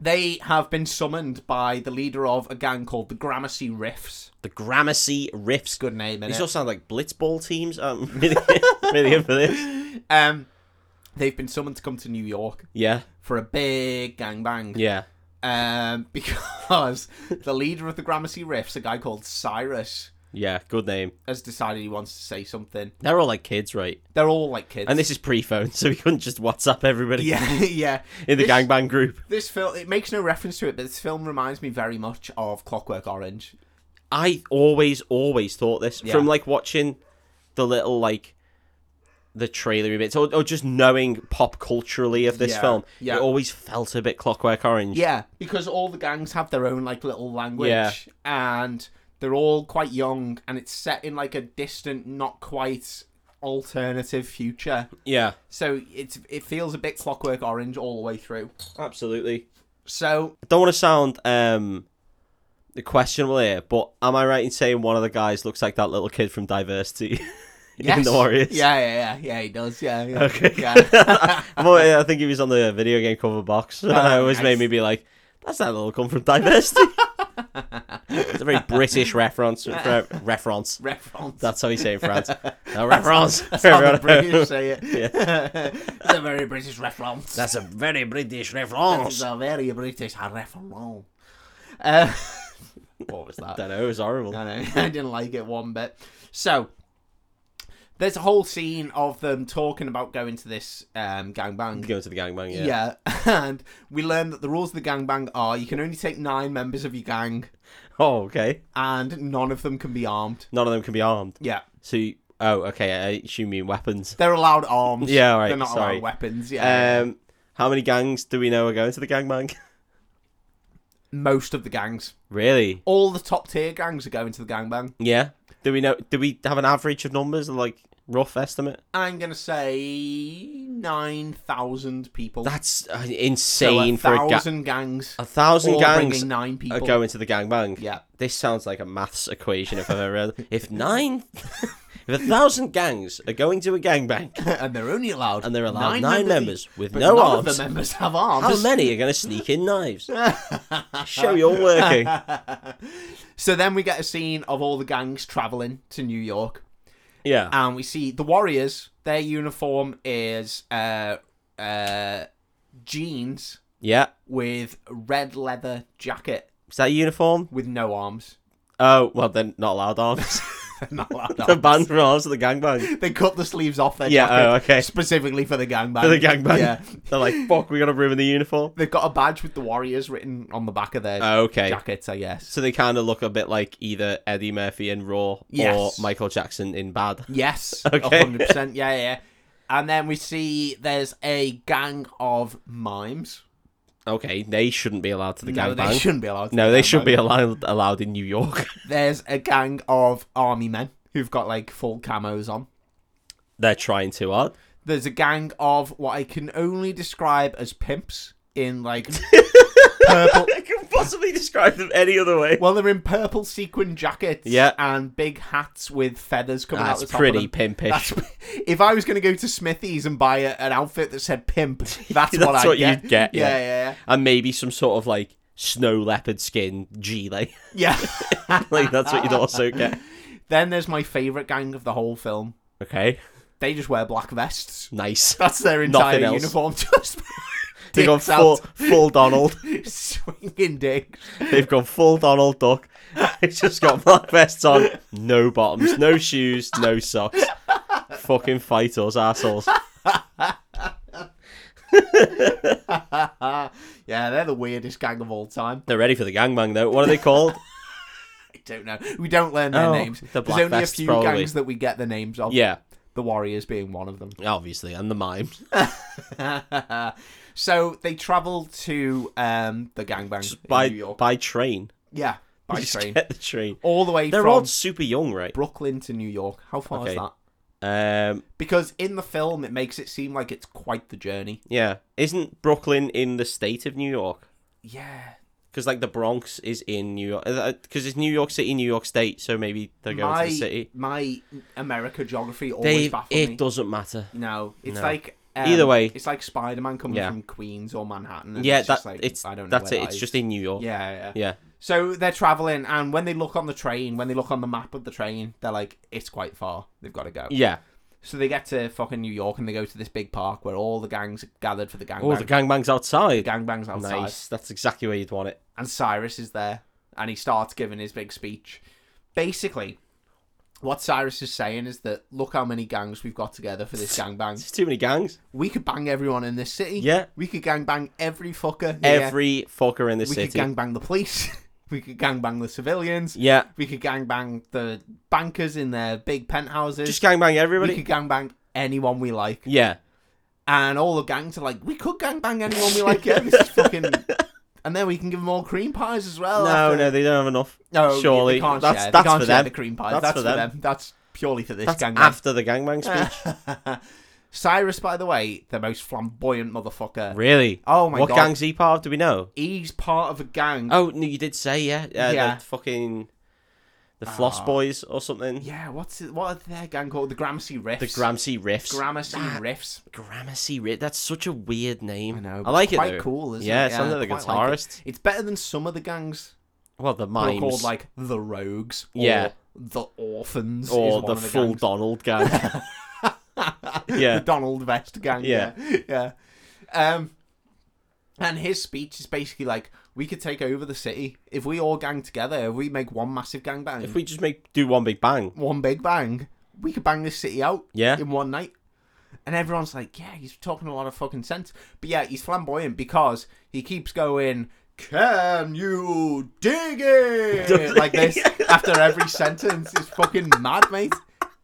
[SPEAKER 1] they have been summoned by the leader of a gang called the Gramercy Riffs.
[SPEAKER 2] The Gramercy Riffs
[SPEAKER 1] Good name,
[SPEAKER 2] These
[SPEAKER 1] innit?
[SPEAKER 2] all sound like blitzball teams. I'm really, really in for this.
[SPEAKER 1] Um, they've been summoned to come to New York
[SPEAKER 2] Yeah,
[SPEAKER 1] for a big gangbang.
[SPEAKER 2] yeah.
[SPEAKER 1] Um, because the leader of the Gramercy Riffs, a guy called Cyrus,
[SPEAKER 2] Yeah, good name.
[SPEAKER 1] has decided he wants to say something.
[SPEAKER 2] They're all like kids, right?
[SPEAKER 1] They're all like kids.
[SPEAKER 2] And this is pre-phone, so we couldn't just WhatsApp everybody
[SPEAKER 1] yeah, yeah.
[SPEAKER 2] in the
[SPEAKER 1] this,
[SPEAKER 2] gangbang group.
[SPEAKER 1] This film, it makes no reference to it, but this film reminds me very much of Clockwork Orange.
[SPEAKER 2] I always, always thought this
[SPEAKER 1] Yeah.
[SPEAKER 2] from like watching the little like the trailer bits, or, or just knowing pop culturally of this
[SPEAKER 1] Yeah,
[SPEAKER 2] film.
[SPEAKER 1] yeah.
[SPEAKER 2] It always felt a bit Clockwork Orange.
[SPEAKER 1] Yeah, because all the gangs have their own like little language,
[SPEAKER 2] Yeah.
[SPEAKER 1] and they're all quite young, and it's set in like a distant, not quite alternative future.
[SPEAKER 2] yeah,
[SPEAKER 1] So it's it feels a bit Clockwork Orange all the way through.
[SPEAKER 2] absolutely.
[SPEAKER 1] So
[SPEAKER 2] I don't want to sound um questionable here, but am I right in saying one of the guys looks like that little kid from Diversity in
[SPEAKER 1] yes.
[SPEAKER 2] the Warriors?
[SPEAKER 1] yeah, yeah, yeah, yeah, he does, yeah, yeah.
[SPEAKER 2] Okay.
[SPEAKER 1] yeah.
[SPEAKER 2] I'm always- I think he was on the video game cover box, and I
[SPEAKER 1] Oh,
[SPEAKER 2] always made
[SPEAKER 1] nice.
[SPEAKER 2] me be like, "That's that little come from Diversity." it's a very British reference. re- reference.
[SPEAKER 1] reference.
[SPEAKER 2] That's how you say it in France. A reference.
[SPEAKER 1] That's how the British say it. it's a very British reference.
[SPEAKER 2] That's a very British
[SPEAKER 1] it's
[SPEAKER 2] reference.
[SPEAKER 1] a very British reference. Uh, what was
[SPEAKER 2] I
[SPEAKER 1] that?
[SPEAKER 2] don't know. It was horrible.
[SPEAKER 1] I know. I didn't like it one bit. So There's a whole scene of them talking about going to this um, gangbang.
[SPEAKER 2] Go to the gangbang,
[SPEAKER 1] Yeah.
[SPEAKER 2] yeah.
[SPEAKER 1] and we learn that the rules of the gangbang are you can only take nine members of your gang,
[SPEAKER 2] Oh, okay.
[SPEAKER 1] and none of them can be armed.
[SPEAKER 2] None of them can be armed.
[SPEAKER 1] Yeah,
[SPEAKER 2] So, you, oh, okay. I assume you mean weapons.
[SPEAKER 1] they're allowed arms.
[SPEAKER 2] Yeah, all right,
[SPEAKER 1] they're not
[SPEAKER 2] sorry.
[SPEAKER 1] allowed weapons. Yeah,
[SPEAKER 2] Um, how many gangs do we know are going to the gangbang?
[SPEAKER 1] most of the gangs,
[SPEAKER 2] really?
[SPEAKER 1] all the top tier gangs are going to the gangbang.
[SPEAKER 2] Yeah. Do we know? Do we have an average of numbers, like rough estimate?
[SPEAKER 1] I'm gonna say nine thousand people.
[SPEAKER 2] That's uh,
[SPEAKER 1] So
[SPEAKER 2] insane
[SPEAKER 1] a
[SPEAKER 2] for a, ga-
[SPEAKER 1] thousand gangs.
[SPEAKER 2] a thousand
[SPEAKER 1] all
[SPEAKER 2] gangs
[SPEAKER 1] bringing nine
[SPEAKER 2] are
[SPEAKER 1] people.
[SPEAKER 2] going to the gangbang.
[SPEAKER 1] Yeah,
[SPEAKER 2] This sounds like a maths equation if I've ever read. If nine, if a thousand gangs are going to a gangbang
[SPEAKER 1] and they're only allowed
[SPEAKER 2] and they're allowed nine, members with
[SPEAKER 1] but
[SPEAKER 2] no
[SPEAKER 1] none
[SPEAKER 2] arms,
[SPEAKER 1] of the members have
[SPEAKER 2] how
[SPEAKER 1] arms.
[SPEAKER 2] many are going to sneak in knives? Show you're working.
[SPEAKER 1] so then we get a scene of all the gangs traveling to New York,
[SPEAKER 2] Yeah.
[SPEAKER 1] and we see the Warriors. Their uniform is uh, uh, jeans
[SPEAKER 2] Yeah.
[SPEAKER 1] with red leather jacket
[SPEAKER 2] Is that a uniform?
[SPEAKER 1] with no arms.
[SPEAKER 2] Oh, well, they're not allowed arms.
[SPEAKER 1] Not allowed
[SPEAKER 2] they're
[SPEAKER 1] arms.
[SPEAKER 2] banned from arms at the gangbang.
[SPEAKER 1] They cut the sleeves off their
[SPEAKER 2] Yeah,
[SPEAKER 1] jacket
[SPEAKER 2] oh, okay.
[SPEAKER 1] specifically for the gangbang.
[SPEAKER 2] For the gangbang.
[SPEAKER 1] Yeah.
[SPEAKER 2] They're like, fuck, we got to ruin the uniform.
[SPEAKER 1] They've got a badge with the Warriors written on the back of their
[SPEAKER 2] Oh, okay.
[SPEAKER 1] jackets, I guess.
[SPEAKER 2] So they kind of look a bit like either Eddie Murphy in Raw
[SPEAKER 1] Yes.
[SPEAKER 2] or Michael Jackson in Bad.
[SPEAKER 1] Yes,
[SPEAKER 2] Okay.
[SPEAKER 1] hundred percent. Yeah, yeah. And then we see there's a gang of mimes.
[SPEAKER 2] Okay, they shouldn't be allowed to the
[SPEAKER 1] no, they
[SPEAKER 2] gangbang.
[SPEAKER 1] shouldn't be allowed. To
[SPEAKER 2] no,
[SPEAKER 1] do
[SPEAKER 2] they
[SPEAKER 1] that,
[SPEAKER 2] should be
[SPEAKER 1] man.
[SPEAKER 2] allowed allowed in New York.
[SPEAKER 1] There's a gang of army men who've got like full camos on.
[SPEAKER 2] They're trying too hard.
[SPEAKER 1] There's a gang of what I can only describe as pimps in like purple.
[SPEAKER 2] I can possibly describe them any other way.
[SPEAKER 1] Well, they're in purple sequin jackets
[SPEAKER 2] Yeah.
[SPEAKER 1] and big hats with feathers coming out the
[SPEAKER 2] That's
[SPEAKER 1] top of
[SPEAKER 2] pretty
[SPEAKER 1] them.
[SPEAKER 2] pimpish.
[SPEAKER 1] That's, if I was going to go to Smithies and buy a, an outfit that said pimp, that's,
[SPEAKER 2] That's
[SPEAKER 1] what I
[SPEAKER 2] what
[SPEAKER 1] get.
[SPEAKER 2] you'd get, yeah.
[SPEAKER 1] yeah, yeah. yeah.
[SPEAKER 2] And maybe some sort of like snow leopard skin gilet.
[SPEAKER 1] Yeah.
[SPEAKER 2] like that's what you'd also get.
[SPEAKER 1] then there's my favorite gang of the whole film.
[SPEAKER 2] Okay,
[SPEAKER 1] They just wear black vests.
[SPEAKER 2] nice.
[SPEAKER 1] That's their
[SPEAKER 2] Nothing
[SPEAKER 1] entire
[SPEAKER 2] else.
[SPEAKER 1] uniform. Just
[SPEAKER 2] They've gone
[SPEAKER 1] dicks out,
[SPEAKER 2] full full Donald.
[SPEAKER 1] swinging dicks.
[SPEAKER 2] They've gone full Donald Duck. They've just got black vests on, no bottoms, no shoes, no socks. Fucking fight us, assholes.
[SPEAKER 1] yeah, they're the weirdest gang of all time.
[SPEAKER 2] They're ready for the gangbang though. What are they called?
[SPEAKER 1] I don't know. We don't learn their
[SPEAKER 2] Oh,
[SPEAKER 1] names.
[SPEAKER 2] the
[SPEAKER 1] There's
[SPEAKER 2] black
[SPEAKER 1] only a
[SPEAKER 2] vests,
[SPEAKER 1] few
[SPEAKER 2] probably.
[SPEAKER 1] gangs that we get the names of.
[SPEAKER 2] yeah,
[SPEAKER 1] The Warriors being one of them.
[SPEAKER 2] obviously, and the mimes.
[SPEAKER 1] so they travel to um, the gangbang in
[SPEAKER 2] By
[SPEAKER 1] New York.
[SPEAKER 2] by train.
[SPEAKER 1] yeah, by
[SPEAKER 2] Just
[SPEAKER 1] train.
[SPEAKER 2] Get the train.
[SPEAKER 1] All the way
[SPEAKER 2] They're
[SPEAKER 1] from
[SPEAKER 2] all super young, right?
[SPEAKER 1] Brooklyn to New York. How far
[SPEAKER 2] Okay.
[SPEAKER 1] is that?
[SPEAKER 2] Um,
[SPEAKER 1] Because in the film, it makes it seem like it's quite the journey.
[SPEAKER 2] yeah. Isn't Brooklyn in the state of New York?
[SPEAKER 1] Yeah.
[SPEAKER 2] Because like the Bronx is in New York. Because it's New York City, New York State. So maybe they're going
[SPEAKER 1] my,
[SPEAKER 2] to the city.
[SPEAKER 1] my America geography always
[SPEAKER 2] Dave,
[SPEAKER 1] baffles
[SPEAKER 2] it
[SPEAKER 1] me.
[SPEAKER 2] doesn't matter.
[SPEAKER 1] No, it's
[SPEAKER 2] No.
[SPEAKER 1] like um,
[SPEAKER 2] Either way.
[SPEAKER 1] it's like Spider Man coming
[SPEAKER 2] Yeah.
[SPEAKER 1] from Queens or Manhattan. And
[SPEAKER 2] yeah,
[SPEAKER 1] it's just
[SPEAKER 2] that
[SPEAKER 1] like,
[SPEAKER 2] it's
[SPEAKER 1] I don't know
[SPEAKER 2] that's
[SPEAKER 1] where
[SPEAKER 2] it.
[SPEAKER 1] that
[SPEAKER 2] It's
[SPEAKER 1] is.
[SPEAKER 2] just in New York.
[SPEAKER 1] yeah, yeah,
[SPEAKER 2] Yeah.
[SPEAKER 1] So they're traveling, and when they look on the train, when they look on the map of the train, they're like, "It's quite far. They've got to go."
[SPEAKER 2] Yeah.
[SPEAKER 1] So they get to fucking New York, and they go to this big park where all the gangs are gathered for the gangbang.
[SPEAKER 2] Oh, the gangbang's outside.
[SPEAKER 1] gangbangs outside,
[SPEAKER 2] Nice. That's exactly where you'd want it.
[SPEAKER 1] and Cyrus is there, and he starts giving his big speech. Basically, what Cyrus is saying is that look how many gangs we've got together for this gangbang.
[SPEAKER 2] There's too many gangs.
[SPEAKER 1] We could bang everyone in this city.
[SPEAKER 2] Yeah.
[SPEAKER 1] We could gang bang every fucker. here.
[SPEAKER 2] Every fucker in the
[SPEAKER 1] we could
[SPEAKER 2] city.
[SPEAKER 1] gang bang the police. we could gang bang the civilians.
[SPEAKER 2] yeah.
[SPEAKER 1] We could gang bang the bankers in their big penthouses.
[SPEAKER 2] Just gangbang
[SPEAKER 1] we
[SPEAKER 2] everybody.
[SPEAKER 1] could gang bang anyone we like.
[SPEAKER 2] Yeah.
[SPEAKER 1] And all the gangs are like, we could gang bang anyone we like. Yeah, this is fucking. And then we can give them all cream pies as well.
[SPEAKER 2] No,
[SPEAKER 1] Oh, after-
[SPEAKER 2] no, they don't have enough.
[SPEAKER 1] No,
[SPEAKER 2] surely
[SPEAKER 1] they can't
[SPEAKER 2] that's
[SPEAKER 1] share.
[SPEAKER 2] that's
[SPEAKER 1] they can't
[SPEAKER 2] for
[SPEAKER 1] share
[SPEAKER 2] them.
[SPEAKER 1] The cream pies.
[SPEAKER 2] That's
[SPEAKER 1] That's,
[SPEAKER 2] for
[SPEAKER 1] for
[SPEAKER 2] them.
[SPEAKER 1] them. That's purely for this
[SPEAKER 2] That's
[SPEAKER 1] gang.
[SPEAKER 2] after the gangbang speech.
[SPEAKER 1] Cyrus, by the way, the most flamboyant motherfucker.
[SPEAKER 2] really?
[SPEAKER 1] Oh my
[SPEAKER 2] what
[SPEAKER 1] god,
[SPEAKER 2] gang's he part of? Do we know?
[SPEAKER 1] he's part of a gang.
[SPEAKER 2] Oh no, you did say yeah. Uh,
[SPEAKER 1] Yeah.
[SPEAKER 2] The fucking the Floss
[SPEAKER 1] Ah.
[SPEAKER 2] Boys or something.
[SPEAKER 1] Yeah, what's it, what are their gang called? The Gramercy Riffs.
[SPEAKER 2] The Gramsci Riffs.
[SPEAKER 1] Gramercy Riffs.
[SPEAKER 2] Gramercy Riff. That's such a weird name.
[SPEAKER 1] I know.
[SPEAKER 2] I
[SPEAKER 1] but
[SPEAKER 2] like
[SPEAKER 1] it's
[SPEAKER 2] it
[SPEAKER 1] Quite
[SPEAKER 2] though.
[SPEAKER 1] cool, isn't
[SPEAKER 2] yeah,
[SPEAKER 1] it?
[SPEAKER 2] it sounds like the
[SPEAKER 1] quite like it.
[SPEAKER 2] guitarist.
[SPEAKER 1] It's better than some of the gangs
[SPEAKER 2] Well, the
[SPEAKER 1] who are called
[SPEAKER 2] mimes
[SPEAKER 1] like the Rogues. Or
[SPEAKER 2] Yeah.
[SPEAKER 1] The Orphans. is
[SPEAKER 2] or
[SPEAKER 1] one
[SPEAKER 2] the
[SPEAKER 1] of the
[SPEAKER 2] full
[SPEAKER 1] gangs.
[SPEAKER 2] Donald gang. yeah.
[SPEAKER 1] the Donald Vest gang.
[SPEAKER 2] Yeah.
[SPEAKER 1] Yeah. Yeah. Um, and his speech is basically like, we could take over the city if we all gang together. If we make one massive gang bang,
[SPEAKER 2] If we just make do one big bang,
[SPEAKER 1] one big bang, we could bang this city out
[SPEAKER 2] Yeah.
[SPEAKER 1] in one night. And everyone's like, yeah, he's talking a lot of fucking sense. But yeah, he's flamboyant because he keeps going, can you dig it? like this after every sentence. It's fucking mad, mate.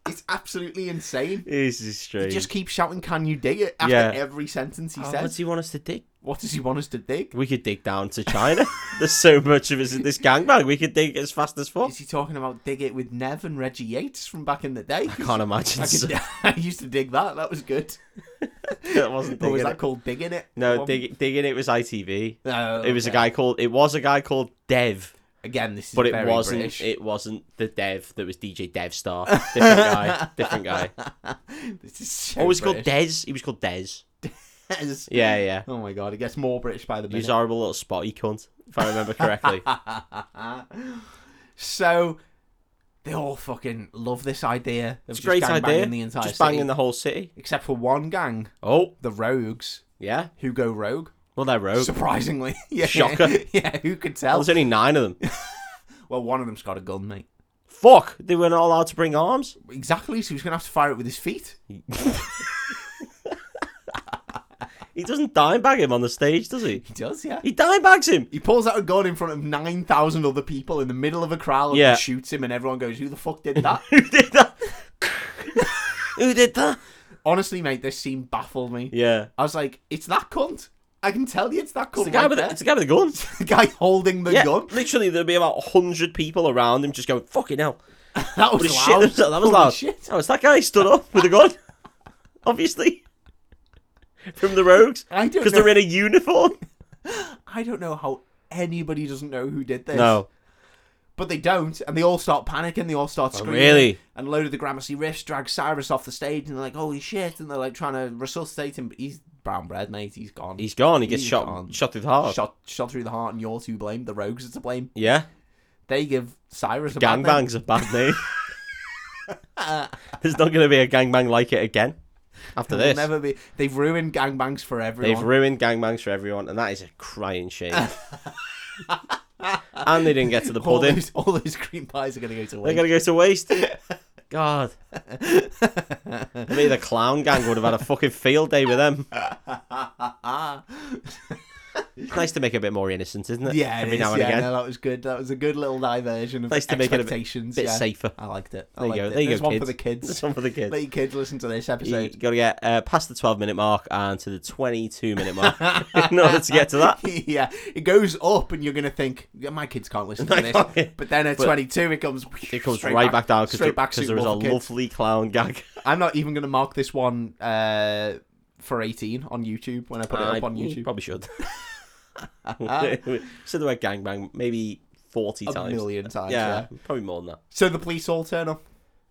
[SPEAKER 1] It's absolutely insane.
[SPEAKER 2] This is strange.
[SPEAKER 1] He just keeps shouting, can you dig it? After
[SPEAKER 2] Yeah.
[SPEAKER 1] every sentence he
[SPEAKER 2] Oh, what
[SPEAKER 1] says.
[SPEAKER 2] do you want us to dig?
[SPEAKER 1] What does he want us to dig?
[SPEAKER 2] We could dig down to China. There's so much of us in this gangbang. We could dig as fast as fuck.
[SPEAKER 1] Is he talking about dig it with Nev and Reggie Yates from back in the day?
[SPEAKER 2] I can't imagine.
[SPEAKER 1] I,
[SPEAKER 2] so-
[SPEAKER 1] could, I used to dig that. That was good.
[SPEAKER 2] that wasn't
[SPEAKER 1] Or
[SPEAKER 2] digging.
[SPEAKER 1] was Oh, that
[SPEAKER 2] it.
[SPEAKER 1] called digging it? Um,
[SPEAKER 2] No,
[SPEAKER 1] One-
[SPEAKER 2] dig, digging it was ITV.
[SPEAKER 1] Oh,
[SPEAKER 2] It was a
[SPEAKER 1] okay.
[SPEAKER 2] guy called. It was a guy called Dev,
[SPEAKER 1] Again, this is
[SPEAKER 2] but it
[SPEAKER 1] very
[SPEAKER 2] wasn't.
[SPEAKER 1] British.
[SPEAKER 2] It wasn't the Dev that was DJ Devstar. Different guy. Different guy.
[SPEAKER 1] this is so
[SPEAKER 2] Oh, it was called
[SPEAKER 1] British.
[SPEAKER 2] Des. He was called Des.
[SPEAKER 1] Yes.
[SPEAKER 2] Yeah, yeah.
[SPEAKER 1] Oh my god, it gets more British by the
[SPEAKER 2] He was
[SPEAKER 1] minute.
[SPEAKER 2] a horrible little spotty cunt, if I remember correctly.
[SPEAKER 1] so they all fucking love this idea. Of
[SPEAKER 2] it's a
[SPEAKER 1] just
[SPEAKER 2] great
[SPEAKER 1] gang
[SPEAKER 2] idea.
[SPEAKER 1] banging The entire
[SPEAKER 2] just
[SPEAKER 1] city.
[SPEAKER 2] banging the whole city.
[SPEAKER 1] Except for one gang,
[SPEAKER 2] Oh,
[SPEAKER 1] the Rogues,
[SPEAKER 2] yeah.
[SPEAKER 1] who go rogue.
[SPEAKER 2] Well, they're rogue.
[SPEAKER 1] Surprisingly, yeah.
[SPEAKER 2] Shocker.
[SPEAKER 1] yeah, who could
[SPEAKER 2] Well,
[SPEAKER 1] tell?
[SPEAKER 2] There's only nine of them.
[SPEAKER 1] Well, one of them's got a gun, mate.
[SPEAKER 2] Fuck! They weren't allowed to bring arms.
[SPEAKER 1] Exactly. So he's gonna have to fire it with his feet.
[SPEAKER 2] He doesn't dimebag him on the stage, does he?
[SPEAKER 1] He does, yeah.
[SPEAKER 2] He dimebags him.
[SPEAKER 1] He pulls out a gun in front of 9,000 other people in the middle of a crowd
[SPEAKER 2] Yeah.
[SPEAKER 1] and shoots him, and everyone goes, Who the fuck did that?
[SPEAKER 2] Who did that? Who did that?
[SPEAKER 1] Honestly, mate, this scene baffled me.
[SPEAKER 2] Yeah.
[SPEAKER 1] I was like, It's that cunt. I can tell you it's that cunt.
[SPEAKER 2] It's the guy
[SPEAKER 1] right
[SPEAKER 2] with the,
[SPEAKER 1] there."
[SPEAKER 2] it's the guy with the gun.
[SPEAKER 1] the guy holding the
[SPEAKER 2] Yeah,
[SPEAKER 1] gun.
[SPEAKER 2] literally, there'll be about hundred people around him, just going "fucking hell."
[SPEAKER 1] That was
[SPEAKER 2] Holy
[SPEAKER 1] loud.
[SPEAKER 2] shit! That was, that was
[SPEAKER 1] Holy
[SPEAKER 2] loud.
[SPEAKER 1] shit.
[SPEAKER 2] Oh, it's that guy stood up with a gun, obviously, from the Rogues,
[SPEAKER 1] I don't,
[SPEAKER 2] because
[SPEAKER 1] know,
[SPEAKER 2] they're in a uniform.
[SPEAKER 1] I don't know how anybody doesn't know who did this.
[SPEAKER 2] No,
[SPEAKER 1] But they don't, and they all start panicking, they all start screaming.
[SPEAKER 2] Oh, really?
[SPEAKER 1] And a load of the Gramercy riffs drag Cyrus off the stage, and they're like, Holy shit. And they're like trying to resuscitate him, but he's brown bread, mate. He's gone.
[SPEAKER 2] he's gone. He gets
[SPEAKER 1] He's
[SPEAKER 2] shot,
[SPEAKER 1] gone.
[SPEAKER 2] shot through the heart.
[SPEAKER 1] shot shot through the heart, and you're to blame. The rogues are to blame.
[SPEAKER 2] Yeah,
[SPEAKER 1] They give Cyrus a bad name.
[SPEAKER 2] gangbang's a bad name. There's not going to be a gangbang like it again after
[SPEAKER 1] They'll
[SPEAKER 2] this.
[SPEAKER 1] never be. They've ruined gangbangs for everyone.
[SPEAKER 2] They've ruined gangbangs for everyone, and that is a crying shame. and they didn't get to the
[SPEAKER 1] all
[SPEAKER 2] pudding.
[SPEAKER 1] those, all those cream pies are gonna go to
[SPEAKER 2] They're
[SPEAKER 1] waste.
[SPEAKER 2] gonna go to waste. God. Maybe the clown gang would have had a fucking field day with them. It's nice to make it a bit more innocent, isn't it?
[SPEAKER 1] yeah, it
[SPEAKER 2] every
[SPEAKER 1] is.
[SPEAKER 2] now and
[SPEAKER 1] yeah,
[SPEAKER 2] again.
[SPEAKER 1] no, that was good. That was a good little diversion of
[SPEAKER 2] Nice to make it a bit-
[SPEAKER 1] expectations.
[SPEAKER 2] A bit
[SPEAKER 1] yeah.
[SPEAKER 2] safer.
[SPEAKER 1] I liked it. I
[SPEAKER 2] There you
[SPEAKER 1] liked
[SPEAKER 2] go.
[SPEAKER 1] it.
[SPEAKER 2] There you
[SPEAKER 1] There's
[SPEAKER 2] go.
[SPEAKER 1] one
[SPEAKER 2] kids.
[SPEAKER 1] for the kids.
[SPEAKER 2] There's one for the kids.
[SPEAKER 1] Let your kids listen to this
[SPEAKER 2] You
[SPEAKER 1] episode.
[SPEAKER 2] got to get uh, past the 12 minute mark and to the 22 minute mark in order to get to that.
[SPEAKER 1] yeah, it goes up, and you're gonna think yeah, my kids can't listen to
[SPEAKER 2] My
[SPEAKER 1] this.
[SPEAKER 2] God.
[SPEAKER 1] But then at
[SPEAKER 2] But
[SPEAKER 1] 22, it comes.
[SPEAKER 2] It comes
[SPEAKER 1] straight
[SPEAKER 2] right back, down
[SPEAKER 1] straight back.
[SPEAKER 2] because
[SPEAKER 1] Super
[SPEAKER 2] there was a
[SPEAKER 1] Bowl for kids.
[SPEAKER 2] lovely clown gag.
[SPEAKER 1] I'm not even gonna mark this one uh, for 18 on YouTube when I put it
[SPEAKER 2] I-
[SPEAKER 1] up on
[SPEAKER 2] you
[SPEAKER 1] YouTube.
[SPEAKER 2] Probably should. Said the word gangbang maybe 40
[SPEAKER 1] a
[SPEAKER 2] times.
[SPEAKER 1] million times. Yeah.
[SPEAKER 2] yeah, probably more than that.
[SPEAKER 1] So the police all turn up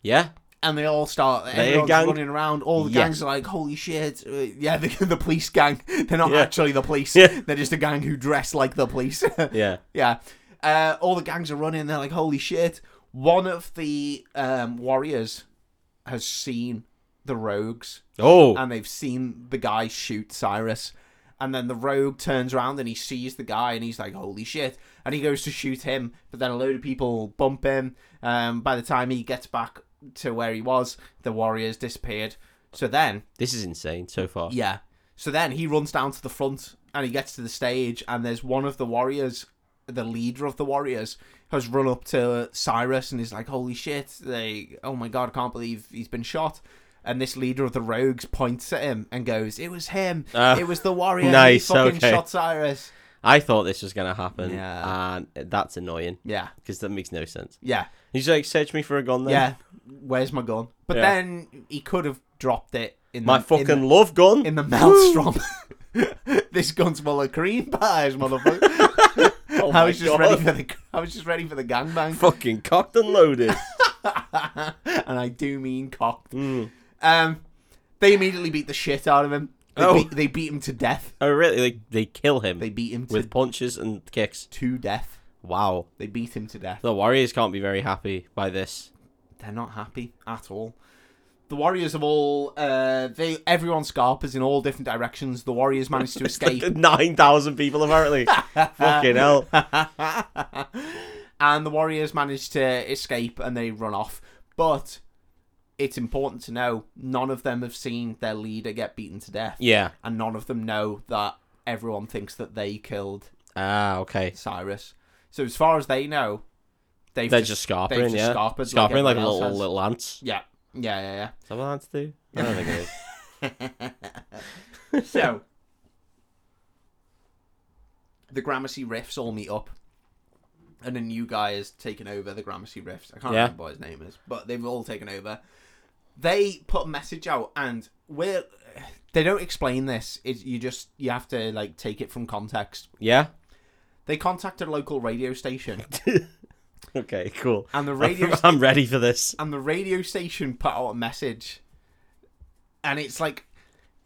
[SPEAKER 2] Yeah,
[SPEAKER 1] and they all start.
[SPEAKER 2] a
[SPEAKER 1] Everyone's
[SPEAKER 2] gang?
[SPEAKER 1] running around. All the
[SPEAKER 2] Yes.
[SPEAKER 1] gangs are like, "Holy shit!" Uh, yeah, the, the police gang. They're not
[SPEAKER 2] Yeah.
[SPEAKER 1] actually the police.
[SPEAKER 2] Yeah.
[SPEAKER 1] They're just a gang who dress like the police.
[SPEAKER 2] yeah.
[SPEAKER 1] yeah. Uh, all the gangs are running. They're like, "Holy shit!" One of the um, warriors has seen the rogues
[SPEAKER 2] Oh,
[SPEAKER 1] and they've seen the guy shoot Cyrus. And then the rogue turns around and he sees the guy and he's like, holy shit. And he goes to shoot him, but then a load of people bump him. Um, by the time he gets back to where he was, the warriors disappeared. So then,
[SPEAKER 2] this is insane so far.
[SPEAKER 1] yeah. So then he runs down to the front and he gets to the stage and there's one of the warriors, the leader of the warriors, has run up to Cyrus and is like, holy shit, they, oh my god, I can't believe he's been shot. And this leader of the rogues points at him and goes, it was him.
[SPEAKER 2] Ah,
[SPEAKER 1] it was the warrior.
[SPEAKER 2] nice,
[SPEAKER 1] He fucking
[SPEAKER 2] okay.
[SPEAKER 1] shot Cyrus.
[SPEAKER 2] I thought this was gonna happen,
[SPEAKER 1] Yeah.
[SPEAKER 2] and that's annoying
[SPEAKER 1] Yeah,
[SPEAKER 2] because that makes no sense.
[SPEAKER 1] yeah,
[SPEAKER 2] He's like, search me for a gun. Then.
[SPEAKER 1] yeah. Where's my gun? But
[SPEAKER 2] Yeah.
[SPEAKER 1] then he could have dropped it in
[SPEAKER 2] my
[SPEAKER 1] the, in
[SPEAKER 2] fucking
[SPEAKER 1] the-
[SPEAKER 2] love gun.
[SPEAKER 1] in the maelstrom. this gun's full of cream pies, motherfucker.
[SPEAKER 2] Oh
[SPEAKER 1] I
[SPEAKER 2] my
[SPEAKER 1] was just
[SPEAKER 2] God.
[SPEAKER 1] ready for the I was just ready for the gangbang,
[SPEAKER 2] fucking cocked and loaded.
[SPEAKER 1] and I do mean cocked.
[SPEAKER 2] mm.
[SPEAKER 1] Um, they immediately beat the shit out of him. They,
[SPEAKER 2] Oh.
[SPEAKER 1] beat, they beat him to death.
[SPEAKER 2] Oh really? Like they kill him
[SPEAKER 1] They beat him to,
[SPEAKER 2] with punches and kicks.
[SPEAKER 1] to death.
[SPEAKER 2] Wow.
[SPEAKER 1] They beat him to death.
[SPEAKER 2] The Warriors can't be very happy by this.
[SPEAKER 1] They're not happy at all. The Warriors have all uh, they everyone scarpers in all different directions. The Warriors managed to escape.
[SPEAKER 2] Nine thousand people apparently. fucking hell.
[SPEAKER 1] and the Warriors manage to escape and they run off. But it's important to know none of them have seen their leader get beaten to death,
[SPEAKER 2] Yeah.
[SPEAKER 1] and none of them know that everyone thinks that they killed
[SPEAKER 2] Ah, okay.
[SPEAKER 1] Cyrus. So as far as they know, they've
[SPEAKER 2] They're just scarpering,
[SPEAKER 1] just
[SPEAKER 2] yeah.
[SPEAKER 1] scarpered like
[SPEAKER 2] Scarpering like,
[SPEAKER 1] everyone else
[SPEAKER 2] little
[SPEAKER 1] has.
[SPEAKER 2] little ants.
[SPEAKER 1] yeah, yeah, yeah, yeah.
[SPEAKER 2] Is that what ants do? I don't think it is.
[SPEAKER 1] so the Gramercy Riffs all meet up, and a new guy has taken over the Gramercy Riffs. I can't
[SPEAKER 2] Yeah.
[SPEAKER 1] remember what his name is, but they've all taken over. They put a message out, and we're they don't explain this. It, you just you have to like take it from context.
[SPEAKER 2] Yeah.
[SPEAKER 1] They contact a local radio station,
[SPEAKER 2] Okay. Cool.
[SPEAKER 1] and the radio
[SPEAKER 2] I'm, I'm ready for this.
[SPEAKER 1] and the radio station put out a message, and it's like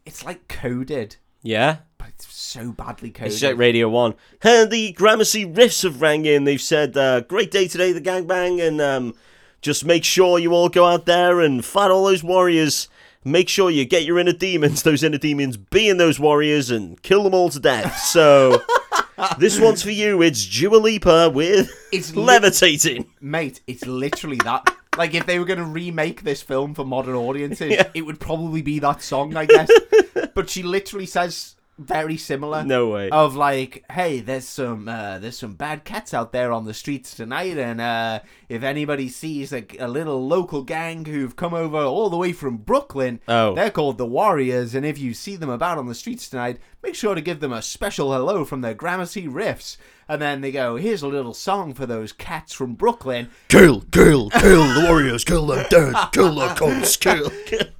[SPEAKER 1] it's like coded,
[SPEAKER 2] Yeah.
[SPEAKER 1] but it's so badly coded.
[SPEAKER 2] It's like Radio One. Hey, the Gramercy Riffs have rang in. They've said, uh, "Great day today, the gangbang, and um, just make sure you all go out there and fight all those warriors. Make sure you get your inner demons. Those inner demons being those warriors, and kill them all to death." So. This one's for you. It's Dua Lipa with
[SPEAKER 1] It's li-
[SPEAKER 2] levitating.
[SPEAKER 1] mate, it's literally that. like if they were going to remake this film for modern audiences, it would probably be that song, I guess. but she literally says very similar.
[SPEAKER 2] No way.
[SPEAKER 1] Of like, hey, there's some uh, there's some bad cats out there on the streets tonight, and uh, if anybody sees a, a little local gang who've come over all the way from Brooklyn,
[SPEAKER 2] Oh.
[SPEAKER 1] they're called the Warriors, and if you see them about on the streets tonight, make sure to give them a special hello from the Gramercy Riffs. And then they go, here's a little song for those cats from Brooklyn,
[SPEAKER 3] Kill, kill, kill the warriors, kill them dead, kill the cunts, kill.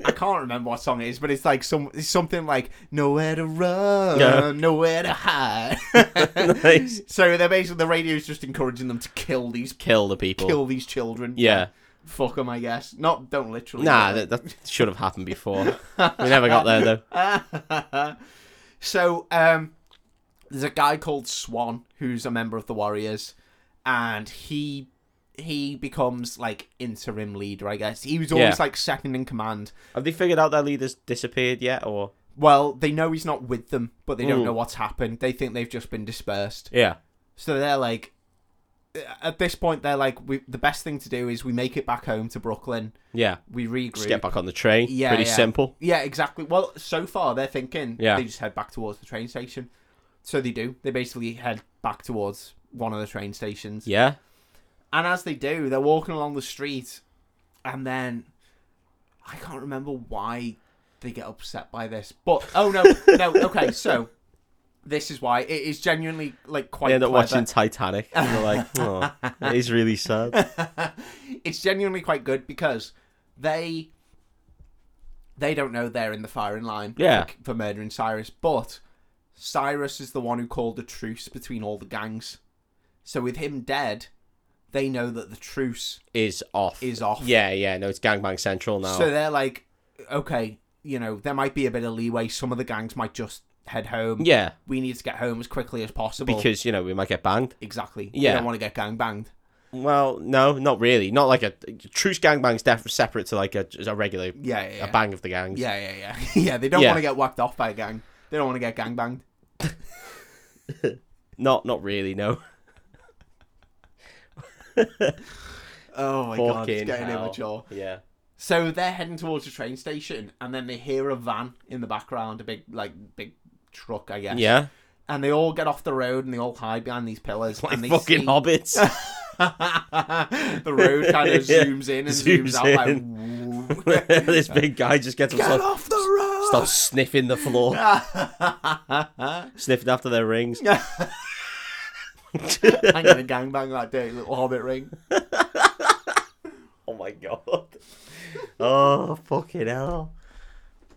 [SPEAKER 1] I can't remember what song it is, but it's like some it's something like nowhere to run,
[SPEAKER 2] Yeah.
[SPEAKER 1] nowhere to hide.
[SPEAKER 2] Nice.
[SPEAKER 1] so they're basically the radio is just encouraging them to kill these
[SPEAKER 2] Kill the people.
[SPEAKER 1] kill these children.
[SPEAKER 2] Yeah.
[SPEAKER 1] fuck them, I guess. Not don't literally.
[SPEAKER 2] Nah,
[SPEAKER 1] but-
[SPEAKER 2] that, that should have happened before. We never got there though.
[SPEAKER 1] so um, there's a guy called Swan who's a member of the Warriors, and he he becomes like interim leader, I guess. He was always
[SPEAKER 2] Yeah.
[SPEAKER 1] like second in command.
[SPEAKER 2] Have they figured out their leader's disappeared yet, or
[SPEAKER 1] Well, they know he's not with them, but they don't
[SPEAKER 2] Mm.
[SPEAKER 1] know what's happened. They think they've just been dispersed.
[SPEAKER 2] yeah?
[SPEAKER 1] So they're like, at this point, they're like, we, the best thing to do is we make it back home to Brooklyn.
[SPEAKER 2] Yeah,
[SPEAKER 1] We regroup.
[SPEAKER 2] just get back on the train.
[SPEAKER 1] Yeah,
[SPEAKER 2] pretty
[SPEAKER 1] yeah.
[SPEAKER 2] simple.
[SPEAKER 1] Yeah, exactly. Well, so far they're thinking
[SPEAKER 2] Yeah.
[SPEAKER 1] they just head back towards the train station. So they do. They basically head back towards one of the train stations.
[SPEAKER 2] Yeah,
[SPEAKER 1] And as they do, they're walking along the street, and then I can't remember why they get upset by this. But oh no, no. Okay, so this is why it is genuinely like quite.
[SPEAKER 2] they end up
[SPEAKER 1] clever.
[SPEAKER 2] watching Titanic. And they're like, oh, that is really sad.
[SPEAKER 1] it's genuinely quite good because they they don't know they're in the firing line
[SPEAKER 2] Yeah.
[SPEAKER 1] for, for murdering Cyrus, but Cyrus is the one who called a truce between all the gangs. So with him dead, they know that the truce
[SPEAKER 2] Is off.
[SPEAKER 1] is off.
[SPEAKER 2] Yeah, yeah. No, it's Gangbang Central now.
[SPEAKER 1] So they're like, okay, you know, there might be a bit of leeway. Some of the gangs might just head home.
[SPEAKER 2] yeah,
[SPEAKER 1] We need to get home as quickly as possible.
[SPEAKER 2] because you know we might get banged.
[SPEAKER 1] exactly.
[SPEAKER 2] Yeah.
[SPEAKER 1] We don't want to get gang banged.
[SPEAKER 2] Well, no, not really. Not like a truce gangbang's def- separate to like a, a regular
[SPEAKER 1] Yeah, yeah, yeah.
[SPEAKER 2] a bang of the gangs.
[SPEAKER 1] Yeah, yeah, yeah. yeah, they don't
[SPEAKER 2] Yeah.
[SPEAKER 1] want to get whacked off by a gang. They don't want to get gang banged.
[SPEAKER 2] Not not really. No.
[SPEAKER 1] Oh my god, it's
[SPEAKER 2] Fucking
[SPEAKER 1] getting
[SPEAKER 2] hell.
[SPEAKER 1] immature.
[SPEAKER 2] Yeah.
[SPEAKER 1] So they're heading towards the train station, and then they hear a van in the background, a big like big truck, I guess.
[SPEAKER 2] Yeah.
[SPEAKER 1] And they all get off the road and they all hide behind these pillars.
[SPEAKER 2] Like
[SPEAKER 1] and they
[SPEAKER 2] fucking
[SPEAKER 1] see-
[SPEAKER 2] hobbits.
[SPEAKER 1] the road kind of
[SPEAKER 2] Yeah.
[SPEAKER 1] zooms in and
[SPEAKER 2] Zooms
[SPEAKER 1] zooms, out. Like,
[SPEAKER 2] this big guy just gets
[SPEAKER 1] get
[SPEAKER 2] himself
[SPEAKER 1] off the
[SPEAKER 2] starts sniffing the floor,
[SPEAKER 1] road!
[SPEAKER 2] sniffing after their rings.
[SPEAKER 1] I'm gonna gangbang that day, little hobbit ring.
[SPEAKER 2] Oh my god. Oh fucking hell.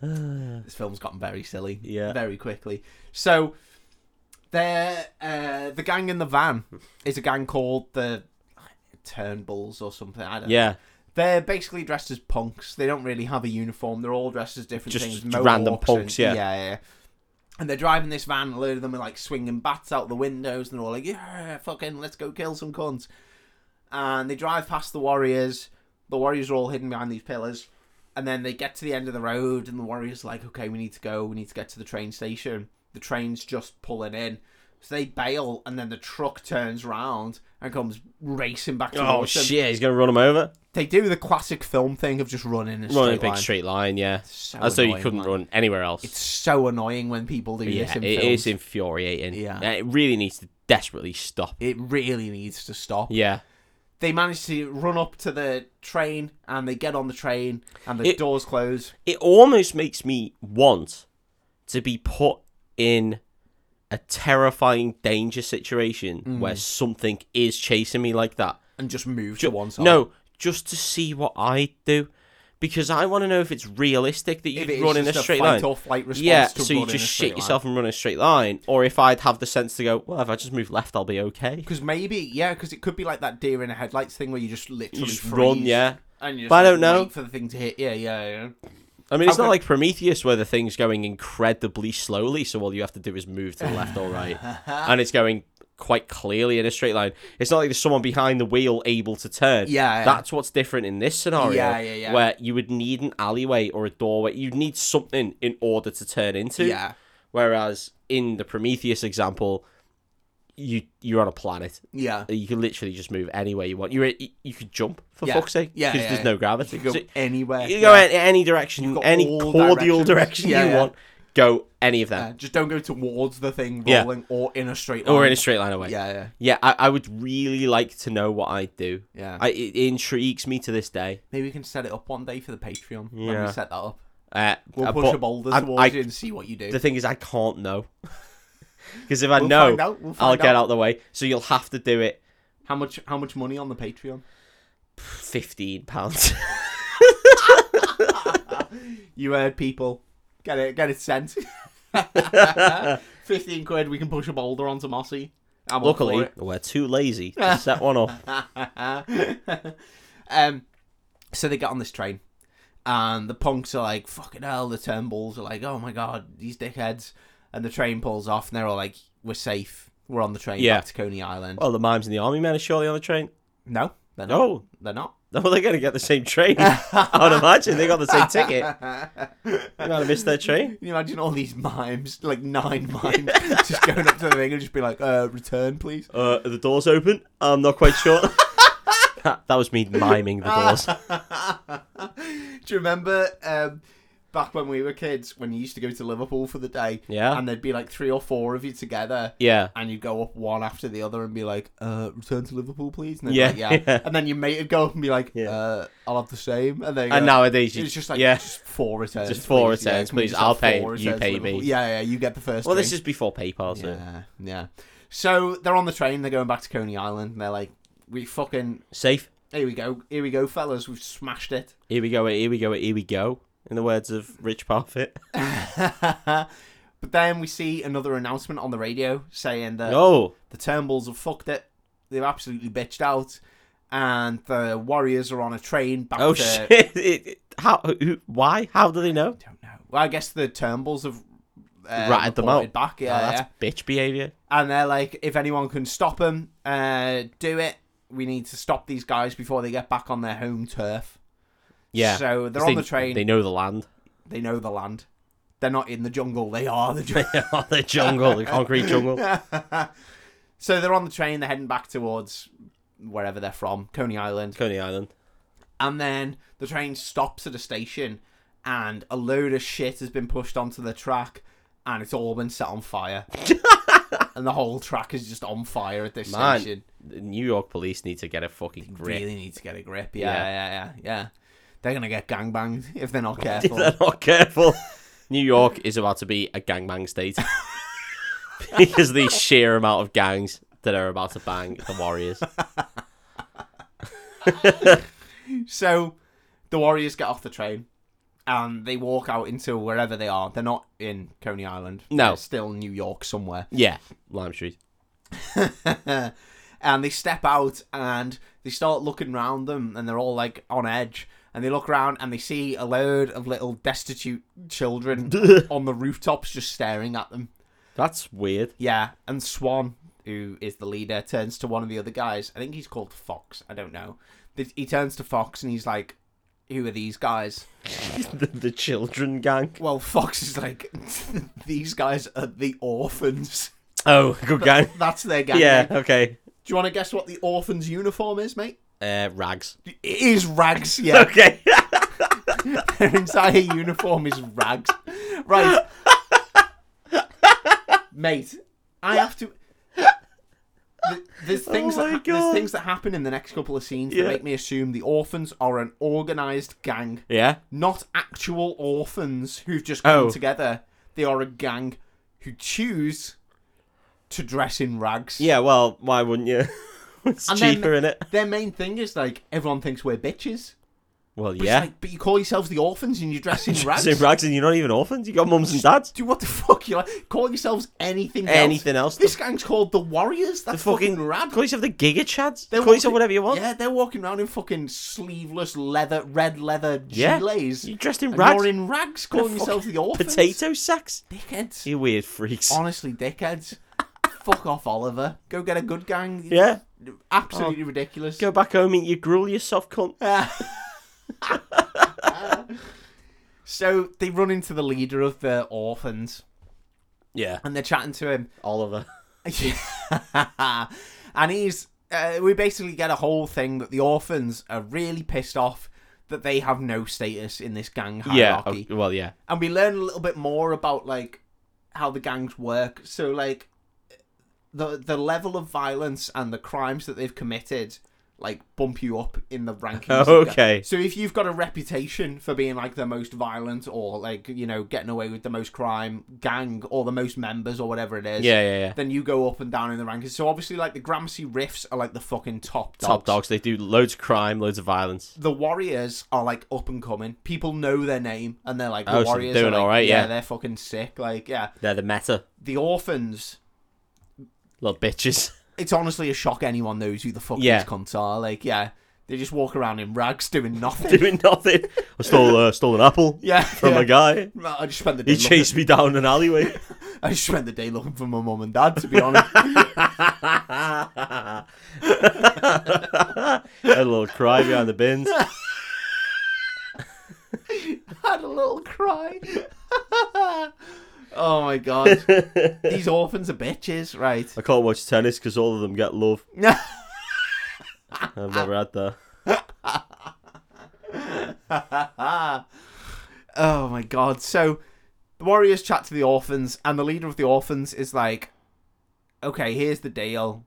[SPEAKER 1] this film's gotten very silly
[SPEAKER 2] Yeah.
[SPEAKER 1] very quickly so there uh the gang in the van is a gang called the turnbulls or something i don't know
[SPEAKER 2] Yeah,
[SPEAKER 1] they're basically dressed as punks they don't really have a uniform they're all dressed as different
[SPEAKER 2] Just
[SPEAKER 1] things
[SPEAKER 2] random
[SPEAKER 1] mohawks
[SPEAKER 2] punks, yeah.
[SPEAKER 1] yeah yeah and they're driving this van a load of them are like swinging bats out the windows and they're all like yeah fucking let's go kill some cunts and they drive past the warriors the warriors are all hidden behind these pillars and then they get to the end of the road, and the warrior's like, okay, we need to go. We need to get to the train station. The train's just pulling in. So they bail, and then the truck turns round and comes racing back
[SPEAKER 2] Oh
[SPEAKER 1] towards them.
[SPEAKER 2] shit! He's gonna run him over.
[SPEAKER 1] They do the classic film thing of just running a straight
[SPEAKER 2] Running a big
[SPEAKER 1] line.
[SPEAKER 2] straight line. Yeah.
[SPEAKER 1] So
[SPEAKER 2] As though you
[SPEAKER 1] annoying,
[SPEAKER 2] couldn't
[SPEAKER 1] man.
[SPEAKER 2] run anywhere else.
[SPEAKER 1] It's so annoying when people do
[SPEAKER 2] yeah,
[SPEAKER 1] this in
[SPEAKER 2] it
[SPEAKER 1] films.
[SPEAKER 2] is infuriating.
[SPEAKER 1] Yeah.
[SPEAKER 2] Uh, it really needs to desperately stop.
[SPEAKER 1] It really needs to stop.
[SPEAKER 2] Yeah.
[SPEAKER 1] They manage to run up to the train and they get on the train and the
[SPEAKER 2] It-
[SPEAKER 1] doors close.
[SPEAKER 2] It almost makes me want to be put in a terrifying danger situation
[SPEAKER 1] Mm.
[SPEAKER 2] where something is chasing me like that.
[SPEAKER 1] and just move
[SPEAKER 2] Ju-
[SPEAKER 1] to one side.
[SPEAKER 2] No, just to see what I do, because I want to know if it's realistic that you
[SPEAKER 1] if it is
[SPEAKER 2] run in a
[SPEAKER 1] just
[SPEAKER 2] straight
[SPEAKER 1] fight
[SPEAKER 2] line.
[SPEAKER 1] or flight response
[SPEAKER 2] yeah,
[SPEAKER 1] to
[SPEAKER 2] so
[SPEAKER 1] run
[SPEAKER 2] you
[SPEAKER 1] in a
[SPEAKER 2] just
[SPEAKER 1] straight
[SPEAKER 2] shit yourself and run in a straight line, or if I'd have the sense to go, well, if I just move left, I'll be okay.
[SPEAKER 1] Because maybe, yeah, because it could be like that deer in the headlights thing where you just literally
[SPEAKER 2] You just
[SPEAKER 1] freeze
[SPEAKER 2] run, yeah.
[SPEAKER 1] and you just
[SPEAKER 2] But I don't
[SPEAKER 1] wait
[SPEAKER 2] know.
[SPEAKER 1] for the thing to hit. Yeah, yeah, yeah.
[SPEAKER 2] I mean, it's
[SPEAKER 1] How
[SPEAKER 2] not
[SPEAKER 1] could-
[SPEAKER 2] like Prometheus where the thing's going incredibly slowly, so all you have to do is move to the left or right, and it's going quite clearly in a straight line. It's not like there's someone behind the wheel able to turn.
[SPEAKER 1] Yeah, yeah.
[SPEAKER 2] that's what's different in this scenario.
[SPEAKER 1] Yeah, yeah, yeah.
[SPEAKER 2] Where you would need an alleyway or a doorway, you'd need something in order to turn into.
[SPEAKER 1] Yeah.
[SPEAKER 2] Whereas in the Prometheus example, you you're on a planet.
[SPEAKER 1] Yeah.
[SPEAKER 2] You can literally just move anywhere you want. You're you you could jump for
[SPEAKER 1] Yeah.
[SPEAKER 2] fuck's sake
[SPEAKER 1] Yeah,
[SPEAKER 2] because
[SPEAKER 1] yeah,
[SPEAKER 2] there's
[SPEAKER 1] yeah.
[SPEAKER 2] no gravity.
[SPEAKER 1] You go
[SPEAKER 2] So-
[SPEAKER 1] anywhere.
[SPEAKER 2] you go
[SPEAKER 1] yeah.
[SPEAKER 2] in any direction,
[SPEAKER 1] got
[SPEAKER 2] any
[SPEAKER 1] all
[SPEAKER 2] cordial
[SPEAKER 1] directions.
[SPEAKER 2] direction
[SPEAKER 1] Yeah,
[SPEAKER 2] you
[SPEAKER 1] yeah.
[SPEAKER 2] want. Go any of them,
[SPEAKER 1] Yeah, uh, Just don't go towards the thing
[SPEAKER 2] Yeah.
[SPEAKER 1] rolling or in a straight line.
[SPEAKER 2] or in a straight line away.
[SPEAKER 1] Yeah, yeah.
[SPEAKER 2] yeah. I, I would really like to know what I do.
[SPEAKER 1] Yeah.
[SPEAKER 2] I, it intrigues me to this day.
[SPEAKER 1] Maybe we can set it up one day for the Patreon when
[SPEAKER 2] Yeah.
[SPEAKER 1] we set that up.
[SPEAKER 2] Uh,
[SPEAKER 1] We'll
[SPEAKER 2] uh,
[SPEAKER 1] push
[SPEAKER 2] but
[SPEAKER 1] a boulder
[SPEAKER 2] I-
[SPEAKER 1] towards
[SPEAKER 2] I-
[SPEAKER 1] you and see what you do.
[SPEAKER 2] The thing is, I can't know because if I
[SPEAKER 1] We'll
[SPEAKER 2] know,
[SPEAKER 1] find out, we'll
[SPEAKER 2] I'll
[SPEAKER 1] find
[SPEAKER 2] get
[SPEAKER 1] out.
[SPEAKER 2] out the way. So you'll have to do it.
[SPEAKER 1] How much how much money on the Patreon?
[SPEAKER 2] Fifteen pounds.
[SPEAKER 1] You heard people. Get it get it sent. Fifteen quid, we can push a boulder onto Mossy. I'm all for
[SPEAKER 2] Luckily,
[SPEAKER 1] it.
[SPEAKER 2] we're too lazy to set one up.
[SPEAKER 1] um, so they get on this train, and the punks are like, "Fucking hell!" The Turnbulls are like, "Oh my god, these dickheads!" And the train pulls off, and they're all like, "We're safe. We're on the train
[SPEAKER 2] Yeah.
[SPEAKER 1] back to Coney Island."
[SPEAKER 2] Well, the mimes and the army men are surely on the train.
[SPEAKER 1] no, they're not.
[SPEAKER 2] No,
[SPEAKER 1] They're not.
[SPEAKER 2] no, they're going to get the same train. I would imagine they got the same ticket. They might have missed their train.
[SPEAKER 1] Can you imagine all these mimes, like nine mimes, just going up to the thing and just be like, uh, "Return, please."
[SPEAKER 2] Uh, the doors open. I'm not quite sure. that, that was me miming the doors.
[SPEAKER 1] Do you remember um, back when we were kids when you used to go to Liverpool for the day?
[SPEAKER 2] Yeah.
[SPEAKER 1] And there'd be like three or four of you together.
[SPEAKER 2] Yeah.
[SPEAKER 1] And you'd go up one after the other and be like, uh, return to Liverpool, please. And they'd be
[SPEAKER 2] Yeah,
[SPEAKER 1] like, yeah.
[SPEAKER 2] yeah.
[SPEAKER 1] And then your mate would go up and be like,
[SPEAKER 2] Yeah.
[SPEAKER 1] uh, I'll have the same. And then
[SPEAKER 2] And nowadays, you,
[SPEAKER 1] it's just like,
[SPEAKER 2] yeah.
[SPEAKER 1] just four returns.
[SPEAKER 2] Just four
[SPEAKER 1] please. Yeah,
[SPEAKER 2] returns,
[SPEAKER 1] can we
[SPEAKER 2] please.
[SPEAKER 1] just have
[SPEAKER 2] I'll pay,
[SPEAKER 1] four
[SPEAKER 2] you
[SPEAKER 1] returns to
[SPEAKER 2] pay me.
[SPEAKER 1] Liverpool? Yeah, yeah, you get the first
[SPEAKER 2] Well, this
[SPEAKER 1] drink.
[SPEAKER 2] is before PayPal, so
[SPEAKER 1] Yeah, yeah. So they're on the train, they're going back to Coney Island, and they're like, we fucking,
[SPEAKER 2] safe.
[SPEAKER 1] here we go, here we go, fellas, we've smashed it.
[SPEAKER 2] Here we go. Here we go. Here we go. In the words of Rich Parfit.
[SPEAKER 1] but then we see another announcement on the radio saying that
[SPEAKER 2] Oh,
[SPEAKER 1] the Turnbulls have fucked it. They've absolutely bitched out, and the Warriors are on a train back
[SPEAKER 2] oh
[SPEAKER 1] to.
[SPEAKER 2] shit! It- it- how? Who, why? How do they know?
[SPEAKER 1] I don't know. Well, I guess the Turnbulls have uh,
[SPEAKER 2] Ratted them
[SPEAKER 1] reported
[SPEAKER 2] out.
[SPEAKER 1] back, yeah,
[SPEAKER 2] Oh, that's
[SPEAKER 1] yeah.
[SPEAKER 2] bitch behavior.
[SPEAKER 1] And they're like, if anyone can stop them, uh, do it. We need to stop these guys before they get back on their home turf.
[SPEAKER 2] Yeah.
[SPEAKER 1] So they're
[SPEAKER 2] 'Cause
[SPEAKER 1] on
[SPEAKER 2] they-
[SPEAKER 1] the train.
[SPEAKER 2] They
[SPEAKER 1] They...
[SPEAKER 2] know the land.
[SPEAKER 1] know the land. They're not in the jungle. They are the jungle.
[SPEAKER 2] the jungle, the concrete jungle.
[SPEAKER 1] so they're on the train. They're heading back towards wherever they're from, Coney Island.
[SPEAKER 2] Coney Island.
[SPEAKER 1] and then the train stops at a station and a load of shit has been pushed onto the track and it's all been set on fire and the whole track is just on fire at this
[SPEAKER 2] Man,
[SPEAKER 1] station
[SPEAKER 2] the New York police need to get a fucking grip.
[SPEAKER 1] really need to get a grip yeah
[SPEAKER 2] Yeah.
[SPEAKER 1] yeah yeah yeah they're gonna get gangbanged if they're not
[SPEAKER 2] If
[SPEAKER 1] careful
[SPEAKER 2] they're not careful, New York is about to be a gangbang state because the sheer amount of gangs that are about to bang the Warriors.
[SPEAKER 1] so the warriors get off the train and they walk out into wherever they are they're not in coney island
[SPEAKER 2] No.
[SPEAKER 1] They're still new york somewhere
[SPEAKER 2] Yeah, Lime Street.
[SPEAKER 1] and they step out and they start looking round them and they're all like on edge and they look around and they see a load of little destitute children on the rooftops just staring at them
[SPEAKER 2] That's weird.
[SPEAKER 1] yeah and swan who is the leader turns to one of the other guys i think he's called fox i don't know Th- he turns to fox and he's like who are these guys
[SPEAKER 2] the, the children gang.
[SPEAKER 1] well fox is like these guys are the orphans
[SPEAKER 2] Oh, good gang.
[SPEAKER 1] That's their gang.
[SPEAKER 2] yeah.
[SPEAKER 1] name.
[SPEAKER 2] Okay.
[SPEAKER 1] Do you want to guess what the orphan's uniform is, mate?
[SPEAKER 2] Uh, rags.
[SPEAKER 1] It is rags. Yeah.
[SPEAKER 2] Okay.
[SPEAKER 1] Their entire uniform is rags. Right. Mate, I have to. Th- There's things,
[SPEAKER 2] Oh
[SPEAKER 1] that
[SPEAKER 2] my
[SPEAKER 1] ha- there's
[SPEAKER 2] God.
[SPEAKER 1] things that happen in the next couple of scenes
[SPEAKER 2] Yeah.
[SPEAKER 1] that make me assume the orphans are an organised gang,
[SPEAKER 2] yeah.
[SPEAKER 1] not actual orphans who've just come
[SPEAKER 2] Oh.
[SPEAKER 1] together. They are a gang who choose to dress in rags.
[SPEAKER 2] Yeah. Well, why wouldn't you? it's
[SPEAKER 1] And then-
[SPEAKER 2] cheaper in it.
[SPEAKER 1] Their main thing is like everyone thinks we're bitches.
[SPEAKER 2] Well,
[SPEAKER 1] But it's
[SPEAKER 2] yeah.
[SPEAKER 1] like, but you call yourselves the orphans and you dress in rags.
[SPEAKER 2] So rags, and you're not even orphans. You got mums and dads.
[SPEAKER 1] Do what the fuck you like? Call yourselves anything? else.
[SPEAKER 2] Anything else?
[SPEAKER 1] This gang's called the Warriors. That's fucking, rad.
[SPEAKER 2] Call yourself the Giga Chads.
[SPEAKER 1] They're
[SPEAKER 2] Call
[SPEAKER 1] walking-
[SPEAKER 2] yourself whatever you want.
[SPEAKER 1] Yeah, they're walking around in fucking sleeveless leather, red leather
[SPEAKER 2] Yeah.
[SPEAKER 1] gilets.
[SPEAKER 2] You're dressed in
[SPEAKER 1] and
[SPEAKER 2] rags.
[SPEAKER 1] You're in rags, calling yourself the orphans.
[SPEAKER 2] Potato sacks.
[SPEAKER 1] dickheads.
[SPEAKER 2] You weird freaks.
[SPEAKER 1] Honestly, dickheads. Fuck off, Oliver. Go get a good gang.
[SPEAKER 2] Yeah. Oh.
[SPEAKER 1] Absolutely ridiculous.
[SPEAKER 2] Go back home, eat your gruel, you soft cunt.
[SPEAKER 1] So they run into the leader of the orphans,
[SPEAKER 2] Yeah.
[SPEAKER 1] and they're chatting to him.
[SPEAKER 2] Oliver.
[SPEAKER 1] and he's uh, we basically get a whole thing that the orphans are really pissed off that they have no status in this gang
[SPEAKER 2] Yeah.
[SPEAKER 1] hierarchy
[SPEAKER 2] oh, well, yeah.
[SPEAKER 1] and we learn a little bit more about like how the gangs work so like the the level of violence and the crimes that they've committed like bump you up in the rankings
[SPEAKER 2] Oh, okay.
[SPEAKER 1] so if you've got a reputation for being like the most violent or like you know getting away with the most crime gang or the most members or whatever it is
[SPEAKER 2] Yeah, yeah, yeah.
[SPEAKER 1] then you go up and down in the rankings. So obviously, like the Gramercy Riffs are like the fucking top dogs.
[SPEAKER 2] Top dogs. They do loads of crime, loads of violence.
[SPEAKER 1] The Warriors are like up and coming. People know their name, and they're like the
[SPEAKER 2] Oh, so they're
[SPEAKER 1] Warriors.
[SPEAKER 2] doing
[SPEAKER 1] are, like,
[SPEAKER 2] all right, yeah.
[SPEAKER 1] they're fucking sick. Like, yeah,
[SPEAKER 2] They're the meta.
[SPEAKER 1] the Orphans.
[SPEAKER 2] Little bitches.
[SPEAKER 1] It's honestly a shock anyone knows who the fuck
[SPEAKER 2] Yeah.
[SPEAKER 1] these cunts are. Like, yeah, they just walk around in rags doing nothing.
[SPEAKER 2] Doing nothing. I stole, uh, stole an apple
[SPEAKER 1] yeah,
[SPEAKER 2] from
[SPEAKER 1] yeah.
[SPEAKER 2] a guy.
[SPEAKER 1] Well, I just spent the day.
[SPEAKER 2] He
[SPEAKER 1] looking-
[SPEAKER 2] chased me down an alleyway.
[SPEAKER 1] I just spent the day looking for my mum and dad. To be honest,
[SPEAKER 2] Had a little cry behind the bins.
[SPEAKER 1] had a little cry. oh my god, these orphans are bitches, right?
[SPEAKER 2] I can't watch tennis because all of them get love. I've never had that.
[SPEAKER 1] Oh my god. So the Warriors chat to the orphans, and the leader of the orphans is like, okay, here's the deal.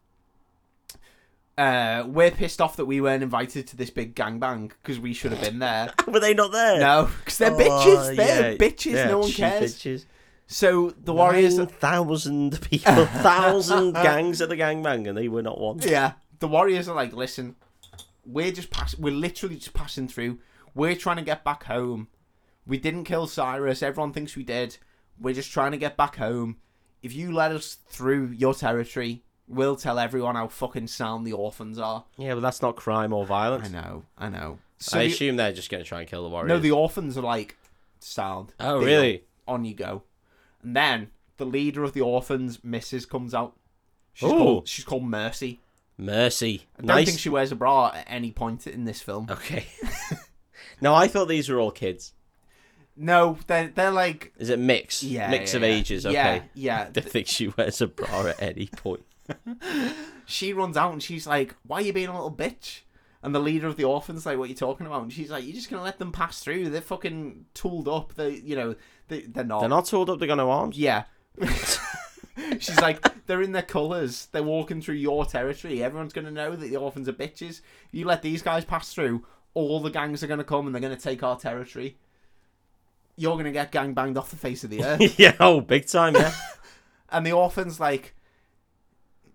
[SPEAKER 1] Uh, we're pissed off that we weren't invited to this big gangbang because we should have been there.
[SPEAKER 2] Were they not there?
[SPEAKER 1] No, because
[SPEAKER 2] Oh,
[SPEAKER 1] they're bitches. They're bitches. no one cares. So the Warriors,
[SPEAKER 2] thousand people, thousand gangs at the gangbang, and they were not one.
[SPEAKER 1] yeah, the Warriors are like, listen, we're just pass- we're literally just passing through. We're trying to get back home. We didn't kill Cyrus. Everyone thinks we did. We're just trying to get back home. If you let us through your territory, we'll tell everyone how fucking sound the orphans are.
[SPEAKER 2] Yeah, but that's not crime or
[SPEAKER 1] I
[SPEAKER 2] violence.
[SPEAKER 1] know, I know. So
[SPEAKER 2] I,
[SPEAKER 1] the-
[SPEAKER 2] assume they're just going to try and kill the warriors.
[SPEAKER 1] no, the orphans are like sound.
[SPEAKER 2] oh,
[SPEAKER 1] Deal.
[SPEAKER 2] really?
[SPEAKER 1] On you go. And then the leader of the orphans, Mrs. comes out. She's
[SPEAKER 2] Ooh.
[SPEAKER 1] called she's called Mercy.
[SPEAKER 2] Mercy.
[SPEAKER 1] I don't
[SPEAKER 2] Nice.
[SPEAKER 1] think she wears a bra at any point in this film.
[SPEAKER 2] Okay. no, I thought these were all kids.
[SPEAKER 1] No, they're they're like
[SPEAKER 2] Is it mix?
[SPEAKER 1] yeah,
[SPEAKER 2] mix
[SPEAKER 1] yeah,
[SPEAKER 2] of
[SPEAKER 1] yeah.
[SPEAKER 2] ages. Okay.
[SPEAKER 1] Yeah, yeah.
[SPEAKER 2] I don't think she wears a bra at any point.
[SPEAKER 1] She runs out and she's like, "Why are you being a little bitch?" And the leader of the orphans like, "What are you talking about?" And she's like, "You're just gonna let them pass through? They're fucking tooled up. They, you know, they they're not.
[SPEAKER 2] They're not tooled up. They got no arms.
[SPEAKER 1] Yeah." she's like, "They're in their colours. They're walking through your territory. Everyone's gonna know that the orphans are bitches. You let these guys pass through, all the gangs are gonna come and they're gonna take our territory." You're gonna get gang banged off the face of the earth.
[SPEAKER 2] yeah. Oh, big time. Yeah.
[SPEAKER 1] and the orphan's like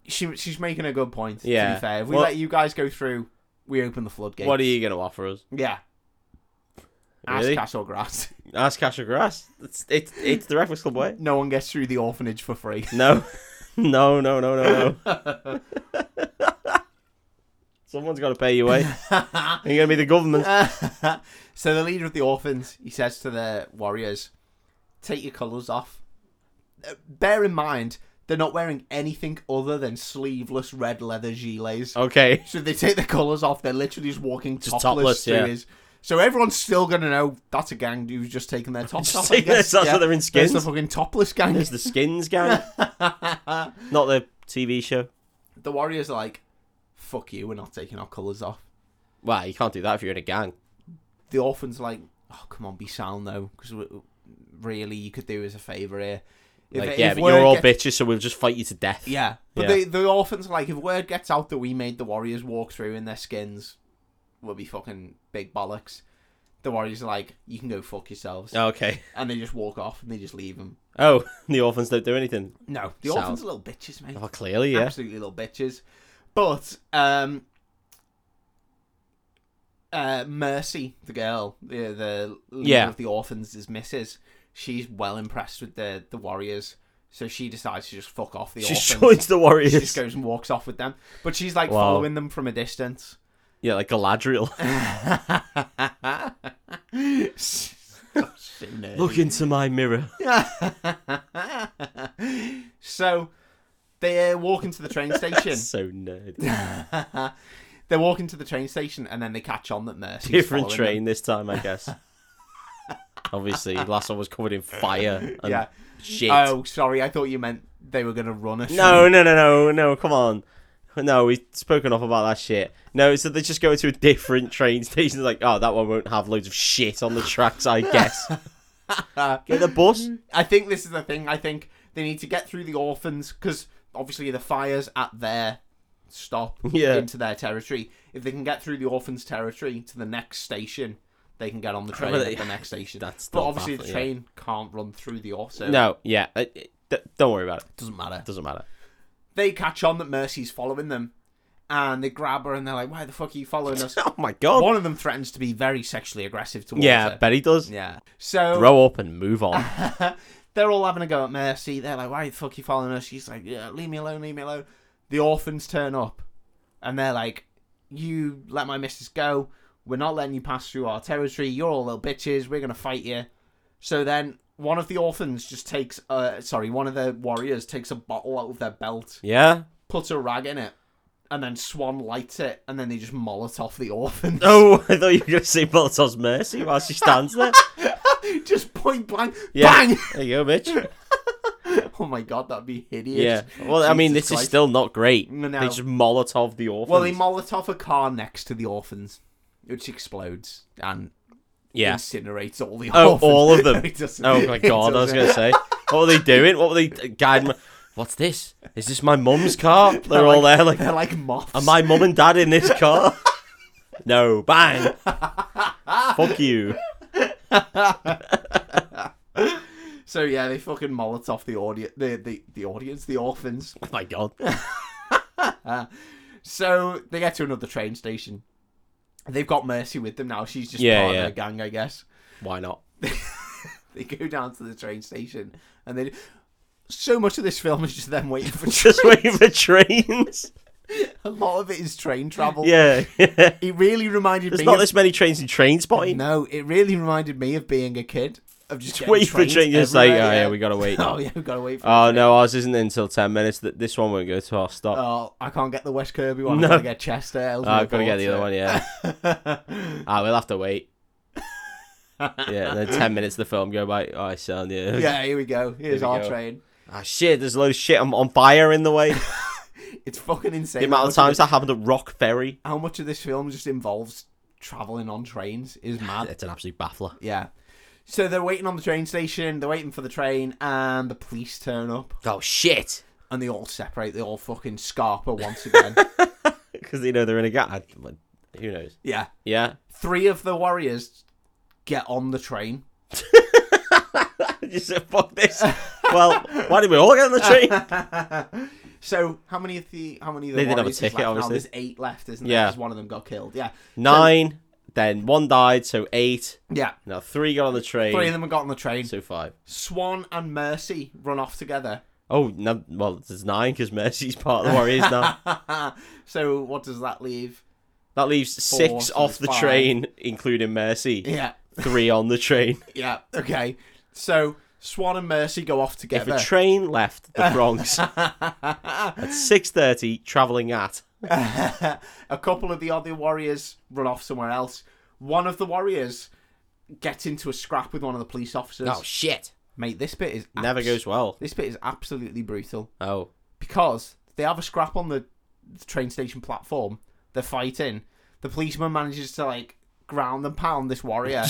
[SPEAKER 1] she she's making a good point to
[SPEAKER 2] Yeah.
[SPEAKER 1] be fair if we
[SPEAKER 2] Well-
[SPEAKER 1] let you guys go through we open the floodgates
[SPEAKER 2] what are you going to offer us?
[SPEAKER 1] yeah
[SPEAKER 2] Really?
[SPEAKER 1] ass cash or grass
[SPEAKER 2] Ask Cash or Grass. It's it's it's the Breakfast Club way.
[SPEAKER 1] no one gets through the orphanage for free
[SPEAKER 2] No, no, no, no, no, no. Someone's got to pay your way. You're gonna be the government.
[SPEAKER 1] so the leader of the orphans he says to the warriors take your colours off Uh, bear in mind they're not wearing anything other than sleeveless red leather gilets
[SPEAKER 2] Okay.
[SPEAKER 1] So they take the colours off. They're literally just walking topless,
[SPEAKER 2] topless,
[SPEAKER 1] through
[SPEAKER 2] yeah.
[SPEAKER 1] his. So everyone's still gonna know that's a gang who's just taking their tops
[SPEAKER 2] Just
[SPEAKER 1] off. I
[SPEAKER 2] taking their
[SPEAKER 1] guess.
[SPEAKER 2] tops off, they're in
[SPEAKER 1] There's the
[SPEAKER 2] skins.
[SPEAKER 1] fucking topless gang.
[SPEAKER 2] There's the skins gang. Not the TV show.
[SPEAKER 1] The Warriors are like, fuck you, we're not taking our colours off.
[SPEAKER 2] Wow, you can't do that if you're in a gang.
[SPEAKER 1] The Orphans are like, oh, come on, be sound though, because really, you could do us a favour here. If-
[SPEAKER 2] Like,
[SPEAKER 1] if
[SPEAKER 2] yeah, but
[SPEAKER 1] word
[SPEAKER 2] you're all
[SPEAKER 1] get-
[SPEAKER 2] bitches, so we'll just fight you to death.
[SPEAKER 1] Yeah. But
[SPEAKER 2] Yeah.
[SPEAKER 1] The, the Orphans are like, if word gets out that we made the Warriors walk through in their skins, we'll be fucking big bollocks. The Warriors are like, you can go fuck yourselves.
[SPEAKER 2] Okay.
[SPEAKER 1] And they just walk off and they just leave them.
[SPEAKER 2] Oh, the orphans don't do anything.
[SPEAKER 1] No, the
[SPEAKER 2] Sound.
[SPEAKER 1] Orphans are little bitches, mate.
[SPEAKER 2] Oh, clearly, yeah.
[SPEAKER 1] absolutely little bitches. But um, uh, Mercy, the girl, the the leader
[SPEAKER 2] Yeah.
[SPEAKER 1] of the orphans, is Mrs. She's well impressed with the the warriors, so she decides to just fuck off the
[SPEAKER 2] She
[SPEAKER 1] orphans.
[SPEAKER 2] joins
[SPEAKER 1] She just
[SPEAKER 2] the warriors.
[SPEAKER 1] goes and walks off with them, but she's like
[SPEAKER 2] Wow.
[SPEAKER 1] following them from a distance.
[SPEAKER 2] Yeah, like Galadriel.
[SPEAKER 1] So nerdy.
[SPEAKER 2] Look into my mirror.
[SPEAKER 1] so they're walking to the train station.
[SPEAKER 2] so nerd.
[SPEAKER 1] They're walking to the train station and then they catch on that Mercy's
[SPEAKER 2] Different
[SPEAKER 1] following them.
[SPEAKER 2] train this time, I guess. Obviously, last one was covered in fire and
[SPEAKER 1] Yeah.
[SPEAKER 2] shit.
[SPEAKER 1] Oh, sorry. I thought you meant they were going to run us.
[SPEAKER 2] No, no, no, no, no, come on. No, we've spoken off about that shit. No, so they just go to a different train station. Like, oh, that one won't have loads of shit on the tracks, I guess. Get the bus.
[SPEAKER 1] I think this is the thing. I think they need to get through the orphans because obviously the fire's at their stop
[SPEAKER 2] Yeah.
[SPEAKER 1] into their territory. If they can get through the orphans' territory to the next station, they can get on the train
[SPEAKER 2] Well,
[SPEAKER 1] at
[SPEAKER 2] yeah,
[SPEAKER 1] the next station.
[SPEAKER 2] that's
[SPEAKER 1] but
[SPEAKER 2] still
[SPEAKER 1] obviously the
[SPEAKER 2] baffling, yeah.
[SPEAKER 1] train can't run through the orphans. So
[SPEAKER 2] No, yeah. uh, it- d- don't worry about it.
[SPEAKER 1] it doesn't matter.
[SPEAKER 2] Doesn't matter.
[SPEAKER 1] They catch on that Mercy's following them, and they grab her and they're like, "Why the fuck are you following us?"
[SPEAKER 2] Oh my god.
[SPEAKER 1] One of them threatens to be very sexually aggressive towards
[SPEAKER 2] Yeah,
[SPEAKER 1] her.
[SPEAKER 2] I bet he does.
[SPEAKER 1] yeah. So
[SPEAKER 2] Grow up and move on.
[SPEAKER 1] they're all having a go at Mercy. They're like, "Why the fuck you following us?" She's like, "Yeah, leave me alone, leave me alone." The orphans turn up, and they're like, "You let my missus go. We're not letting you pass through our territory. You're all little bitches. We're gonna fight you." So then one of the orphans just takes, uh, sorry, one of the warriors takes a bottle out of their belt,
[SPEAKER 2] yeah.
[SPEAKER 1] puts a rag in it, and then Swan lights it, and then they just molotov off the orphans.
[SPEAKER 2] Oh, I thought you were going to say Molotov's mercy while she stands there.
[SPEAKER 1] just point blank,
[SPEAKER 2] Yeah.
[SPEAKER 1] bang!
[SPEAKER 2] There you go, bitch.
[SPEAKER 1] Oh my god, that'd be
[SPEAKER 2] Yeah.
[SPEAKER 1] hideous.
[SPEAKER 2] Well, I mean, this
[SPEAKER 1] Jesus
[SPEAKER 2] is
[SPEAKER 1] Christ.
[SPEAKER 2] still not great.
[SPEAKER 1] No.
[SPEAKER 2] They just Molotov the orphans.
[SPEAKER 1] Well, they molotov a car next to the orphans, which explodes and
[SPEAKER 2] yeah.
[SPEAKER 1] incinerates all the
[SPEAKER 2] Oh,
[SPEAKER 1] orphans.
[SPEAKER 2] all of them.
[SPEAKER 1] It doesn't-
[SPEAKER 2] Oh my
[SPEAKER 1] it
[SPEAKER 2] god, I was
[SPEAKER 1] doesn't-
[SPEAKER 2] gonna say, what were they doing? What were they uh, guiding? My... What's this? Is this my mum's car? They're,
[SPEAKER 1] They're
[SPEAKER 2] all
[SPEAKER 1] like-
[SPEAKER 2] there like,
[SPEAKER 1] They're like moths.
[SPEAKER 2] are my mum and dad in this car? no, bang! Fuck you!
[SPEAKER 1] So yeah, they fucking molotov the audience, the, the the audience, the orphans.
[SPEAKER 2] Oh my god!
[SPEAKER 1] So they get to another train station. They've got Mercy with them now. She's just
[SPEAKER 2] Yeah,
[SPEAKER 1] part
[SPEAKER 2] yeah.
[SPEAKER 1] of their gang, I guess.
[SPEAKER 2] Why not?
[SPEAKER 1] They go down to the train station, and they. So much of this film is just them waiting for.
[SPEAKER 2] Just waiting for trains.
[SPEAKER 1] a lot of it is train travel.
[SPEAKER 2] Yeah, there's
[SPEAKER 1] It really reminded me.
[SPEAKER 2] not
[SPEAKER 1] of-
[SPEAKER 2] this many trains in train spotting.
[SPEAKER 1] No, it really reminded me of being a kid. Of just getting
[SPEAKER 2] Wait for
[SPEAKER 1] trains
[SPEAKER 2] trains. It's like, oh
[SPEAKER 1] everywhere,
[SPEAKER 2] yeah, we gotta wait.
[SPEAKER 1] Oh yeah, we gotta wait for.
[SPEAKER 2] Oh
[SPEAKER 1] it.
[SPEAKER 2] no, ours isn't until ten minutes. Th- This one won't go to our stop.
[SPEAKER 1] Oh, I can't get the West Kirby one.
[SPEAKER 2] No.
[SPEAKER 1] I'm gonna get Chester.
[SPEAKER 2] Oh, I've got to get the other one, yeah. ah, we'll have to wait. yeah, and then 10 minutes of the film go by. Oh, I sound, yeah.
[SPEAKER 1] Yeah, here we go. Here's
[SPEAKER 2] we
[SPEAKER 1] our
[SPEAKER 2] go.
[SPEAKER 1] train.
[SPEAKER 2] Ah, shit, there's a load of shit on, on fire in the way.
[SPEAKER 1] It's fucking insane.
[SPEAKER 2] the amount of
[SPEAKER 1] how much
[SPEAKER 2] times that happened at Rock Ferry.
[SPEAKER 1] this- how much of this film just involves traveling on trains is mad.
[SPEAKER 2] It's an absolute baffler.
[SPEAKER 1] yeah. So they're waiting on the train station. They're waiting for the train, and the police turn up,
[SPEAKER 2] Oh, shit.
[SPEAKER 1] and they all separate. They all fucking scarper once again.
[SPEAKER 2] Because, you know, they're in a gap. Who knows?
[SPEAKER 1] yeah.
[SPEAKER 2] Yeah.
[SPEAKER 1] Three of the warriors get on the train.
[SPEAKER 2] Just said, fuck this. well, why did we all get on the train?
[SPEAKER 1] So how many of the how many of the
[SPEAKER 2] They didn't have a
[SPEAKER 1] warriors is
[SPEAKER 2] ticket,
[SPEAKER 1] left now?
[SPEAKER 2] obviously.
[SPEAKER 1] there's eight left, isn't
[SPEAKER 2] Yeah.
[SPEAKER 1] there? Because one of them got killed. Yeah,
[SPEAKER 2] Nine, then one died, so eight.
[SPEAKER 1] yeah.
[SPEAKER 2] Now three got on the train,
[SPEAKER 1] Three of them got on the train.
[SPEAKER 2] so five.
[SPEAKER 1] Swan and Mercy run off together.
[SPEAKER 2] Oh, no, well, there's nine because Mercy's part of the Warriors now.
[SPEAKER 1] so what does that leave?
[SPEAKER 2] That leaves
[SPEAKER 1] Four,
[SPEAKER 2] six
[SPEAKER 1] so
[SPEAKER 2] off
[SPEAKER 1] it's
[SPEAKER 2] the
[SPEAKER 1] five.
[SPEAKER 2] train, including Mercy.
[SPEAKER 1] Yeah,
[SPEAKER 2] Three on the train.
[SPEAKER 1] yeah. Okay. So Swan and Mercy go off
[SPEAKER 2] If
[SPEAKER 1] together.
[SPEAKER 2] a train left the Bronx at 6.30, travelling at...
[SPEAKER 1] a couple of the other warriors run off somewhere else. One of the warriors gets into a scrap with one of the police officers.
[SPEAKER 2] shit.
[SPEAKER 1] mate, this bit is
[SPEAKER 2] Oh, Never
[SPEAKER 1] abs-
[SPEAKER 2] goes well.
[SPEAKER 1] This bit is absolutely brutal
[SPEAKER 2] Oh,
[SPEAKER 1] because they have a scrap on the train station platform. They're fighting. The policeman manages to like ground and pound this warrior,